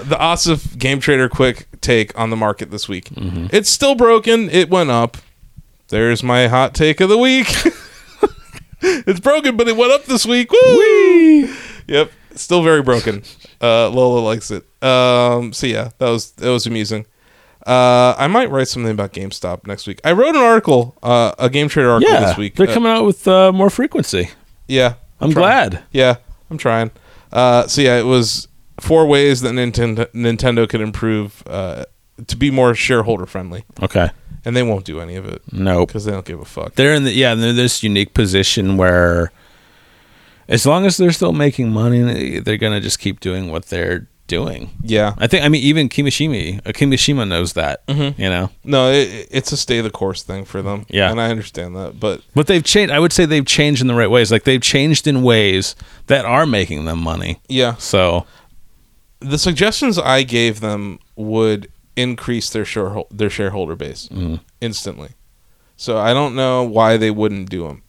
A: the Asif Game Trader quick take on the market this week.
B: Mm-hmm.
A: It's still broken. It went up. There's my hot take of the week. it's broken, but it went up this week. Woo! Yep, still very broken. Uh, Lola likes it. Um, so yeah, that was that was amusing. Uh, I might write something about GameStop next week. I wrote an article, uh, a Game Trader article
B: Yeah,
A: this week.
B: they're
A: Uh,
B: coming out with uh, more frequency.
A: yeah,
B: I'm
A: trying.
B: glad.
A: Yeah, I'm trying. Uh, so yeah, it was four ways that Nintendo Nintendo could improve uh, to be more shareholder friendly,
B: Okay.
A: and they won't do any of it
B: Nope.
A: because they don't give a fuck.
B: They're in the yeah. They're in this unique position where, as long as they're still making money, they're gonna just keep doing what they're doing.
A: yeah,
B: I think. I mean, even Kimishima, uh, Kimishima knows that.
A: Mm-hmm.
B: You know.
A: no, it, it's a stay the course thing for them.
B: Yeah.
A: and I understand that, but
B: But they've changed. I would say they've changed in the right ways. Like they've changed in ways that are making them money.
A: yeah,
B: So
A: the suggestions I gave them would increase their share their shareholder base
B: Mm-hmm.
A: instantly. So I don't know why they wouldn't do them.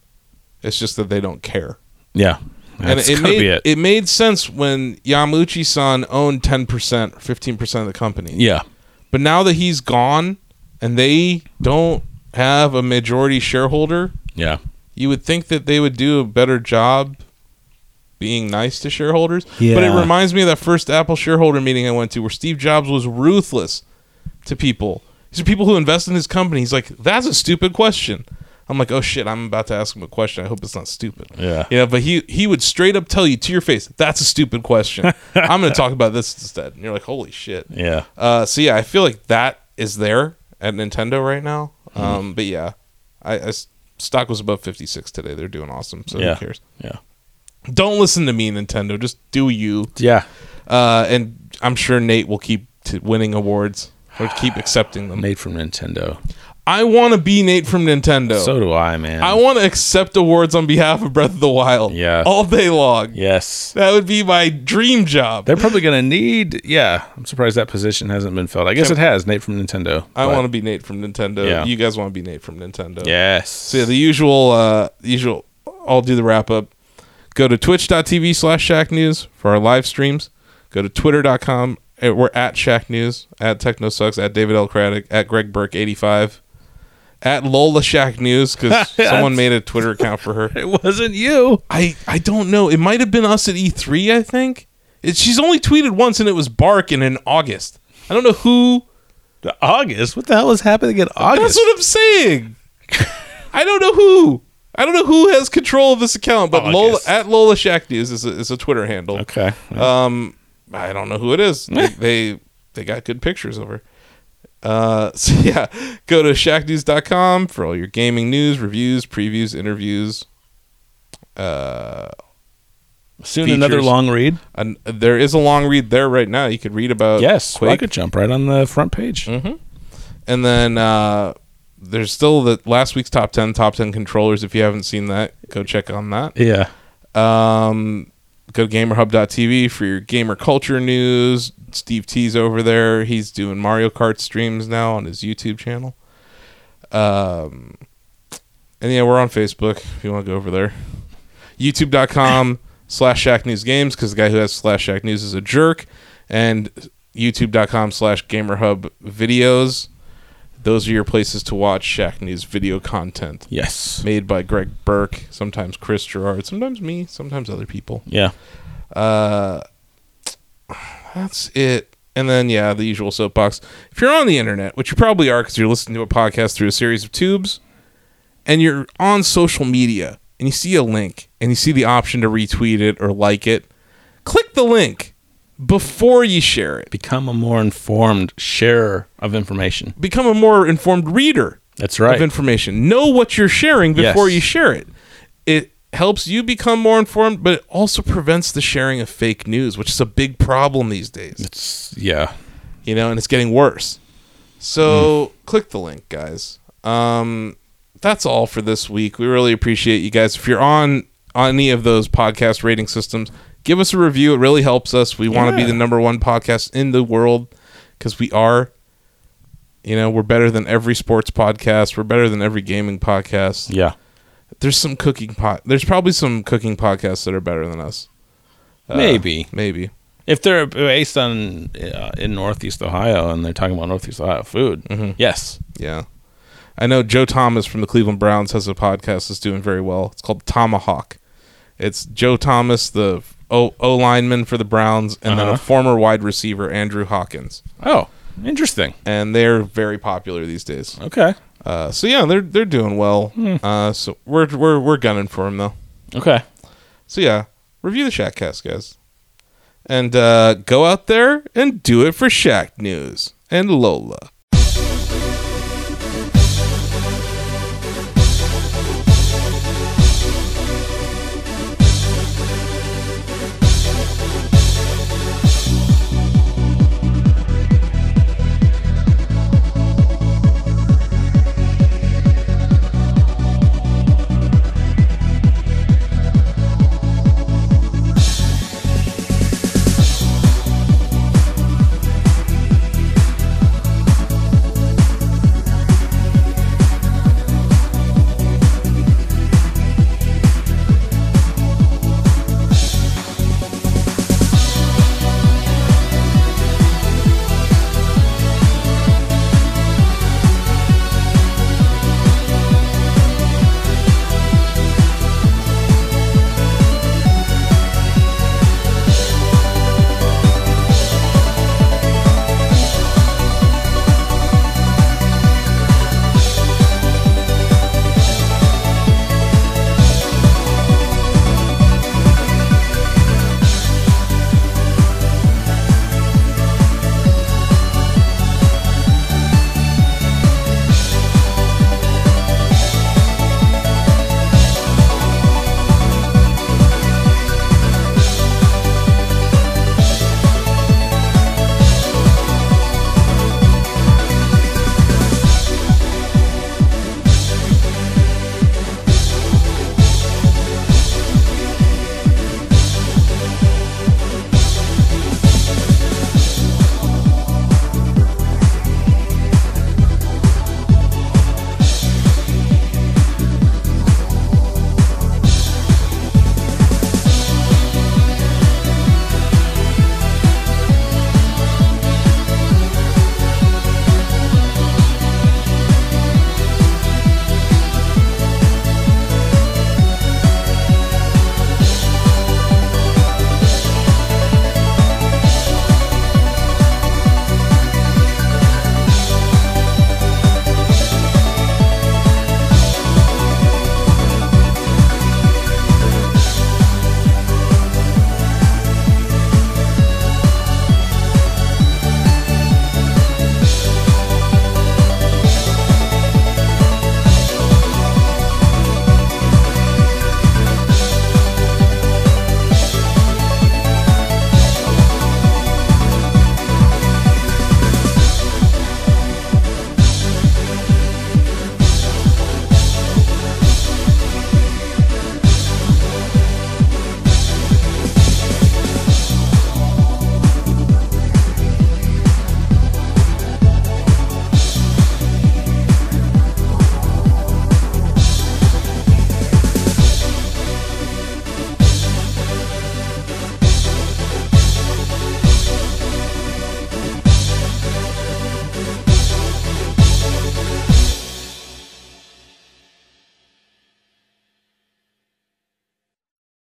A: It's just that they don't care.
B: yeah,
A: and
B: that's
A: it
B: gotta
A: made
B: be
A: it.
B: it.
A: made sense when Yamuchi-san owned 10% 15% of the company.
B: Yeah,
A: But now that he's gone and they don't have a majority shareholder,
B: yeah,
A: you would think that they would do a better job being nice to shareholders. But it
B: Yeah.
A: reminds me of that first Apple shareholder meeting I went to where Steve Jobs was ruthless to people. These are people who invest in his company. He's like, that's a stupid question. I'm like, oh shit, I'm about to ask him a question. I hope it's not stupid.
B: Yeah.
A: You know, but he he would straight up tell you to your face, that's a stupid question. I'm going to talk about this instead. And you're like, holy shit.
B: Yeah.
A: Uh, so yeah, I feel like that is there at Nintendo right now.
B: Hmm.
A: Um, but yeah, I, I s- stock was above 56 today. They're doing awesome. So
B: yeah.
A: who cares?
B: Yeah.
A: Don't listen to me, Nintendo. Just do you.
B: Yeah.
A: Uh, and I'm sure Nate will keep t- winning awards or keep accepting them.
B: Nate from Nintendo.
A: I want to be Nate from Nintendo.
B: So do I, man.
A: I want to accept awards on behalf of Breath of the Wild.
B: Yeah.
A: All day long.
B: yes.
A: That would be my dream job.
B: They're probably going to need. Yeah. I'm surprised that position hasn't been filled. I guess it has. Nate from Nintendo.
A: I want to be Nate from Nintendo.
B: Yeah.
A: You guys want to be Nate from Nintendo.
B: Yes.
A: So yeah, the usual, uh, usual. I'll do the wrap up. Go to twitch.tv slash Shack News for our live streams. Go to twitter.com. eh, We're at Shack News, at TechnoSucks, at David L. Craddock, at Greg Burke85, at Lola Shack News, because someone made a Twitter account for her.
B: it wasn't you.
A: I, I don't know. It might have been us at E3, I think. It, she's only tweeted once, and it was Bark and in August. I don't know who.
B: August. What the hell is happening in August?
A: That's what I'm saying. I don't know who. I don't know who has control of this account, but
B: Oh, I
A: Lola,
B: guess.
A: at Lola Shack News is a, is a Twitter handle.
B: okay.
A: Um, I don't know who it is. they, they they got good pictures of her. Uh, so yeah, go to shacknews.com for all your gaming news, reviews, previews, interviews. Uh,
B: Soon
A: features.
B: another long read.
A: and there is a long read there right now. You could read about
B: yes.
A: Uh,
B: I
A: Quake.
B: could jump right on the front page.
A: And then uh, there's still the last week's top ten, top ten controllers. If you haven't seen that, go check on that.
B: Yeah.
A: Um, go to gamerhub.tv for your gamer culture news. Steve T's over there. He's doing Mario Kart streams now on his YouTube channel. Um, and yeah, we're on Facebook if you want to go over there. YouTube.com slash Shack News Games because the guy who has slash Shack News is a jerk. And YouTube.com slash GamerHub Videos. Those are your places to watch Shack News video content
B: Yes.
A: made by Greg Burke, sometimes Chris Gerard, sometimes me, sometimes other people.
B: Yeah.
A: Uh, that's it. And then, yeah, the usual soapbox. If you're on the internet, which you probably are because you're listening to a podcast through a series of tubes, and you're on social media and you see a link and you see the option to retweet it or like it, click the link before you share it.
B: Become a more informed sharer of information.
A: Become a more informed reader.
B: That's right.
A: of information. Know what you're sharing before
B: Yes.
A: you share it. It helps you become more informed, but it also prevents the sharing of fake news, which is a big problem these days.
B: it's yeah.
A: You know, and it's getting worse. So click the link, guys. Um, that's all for this week. We really appreciate you guys. If you're on on any of those podcast rating systems, give us a review. It really helps us. We want to be
B: Yeah.
A: the number one podcast in the world because we are. You know, we're better than every sports podcast. We're better than every gaming podcast.
B: Yeah.
A: There's some cooking pot. There's probably some cooking podcasts that are better than us. Uh,
B: Maybe.
A: Maybe.
B: If they're based on uh, in Northeast Ohio and they're talking about Northeast Ohio food, yes,
A: Yeah. I know Joe Thomas from the Cleveland Browns has a podcast that's doing very well. It's called Tomahawk. It's Joe Thomas, the O, o lineman for the Browns, and then a
B: Uh-huh.
A: former wide receiver, Andrew Hawkins.
B: Oh, interesting.
A: And they're very popular these days.
B: Okay.
A: Uh, so yeah, they're they're doing well. Uh, so we're we're we're gunning for him though.
B: Okay.
A: So yeah, review the Shackcast, guys, and uh, go out there and do it for Shack News and Lola.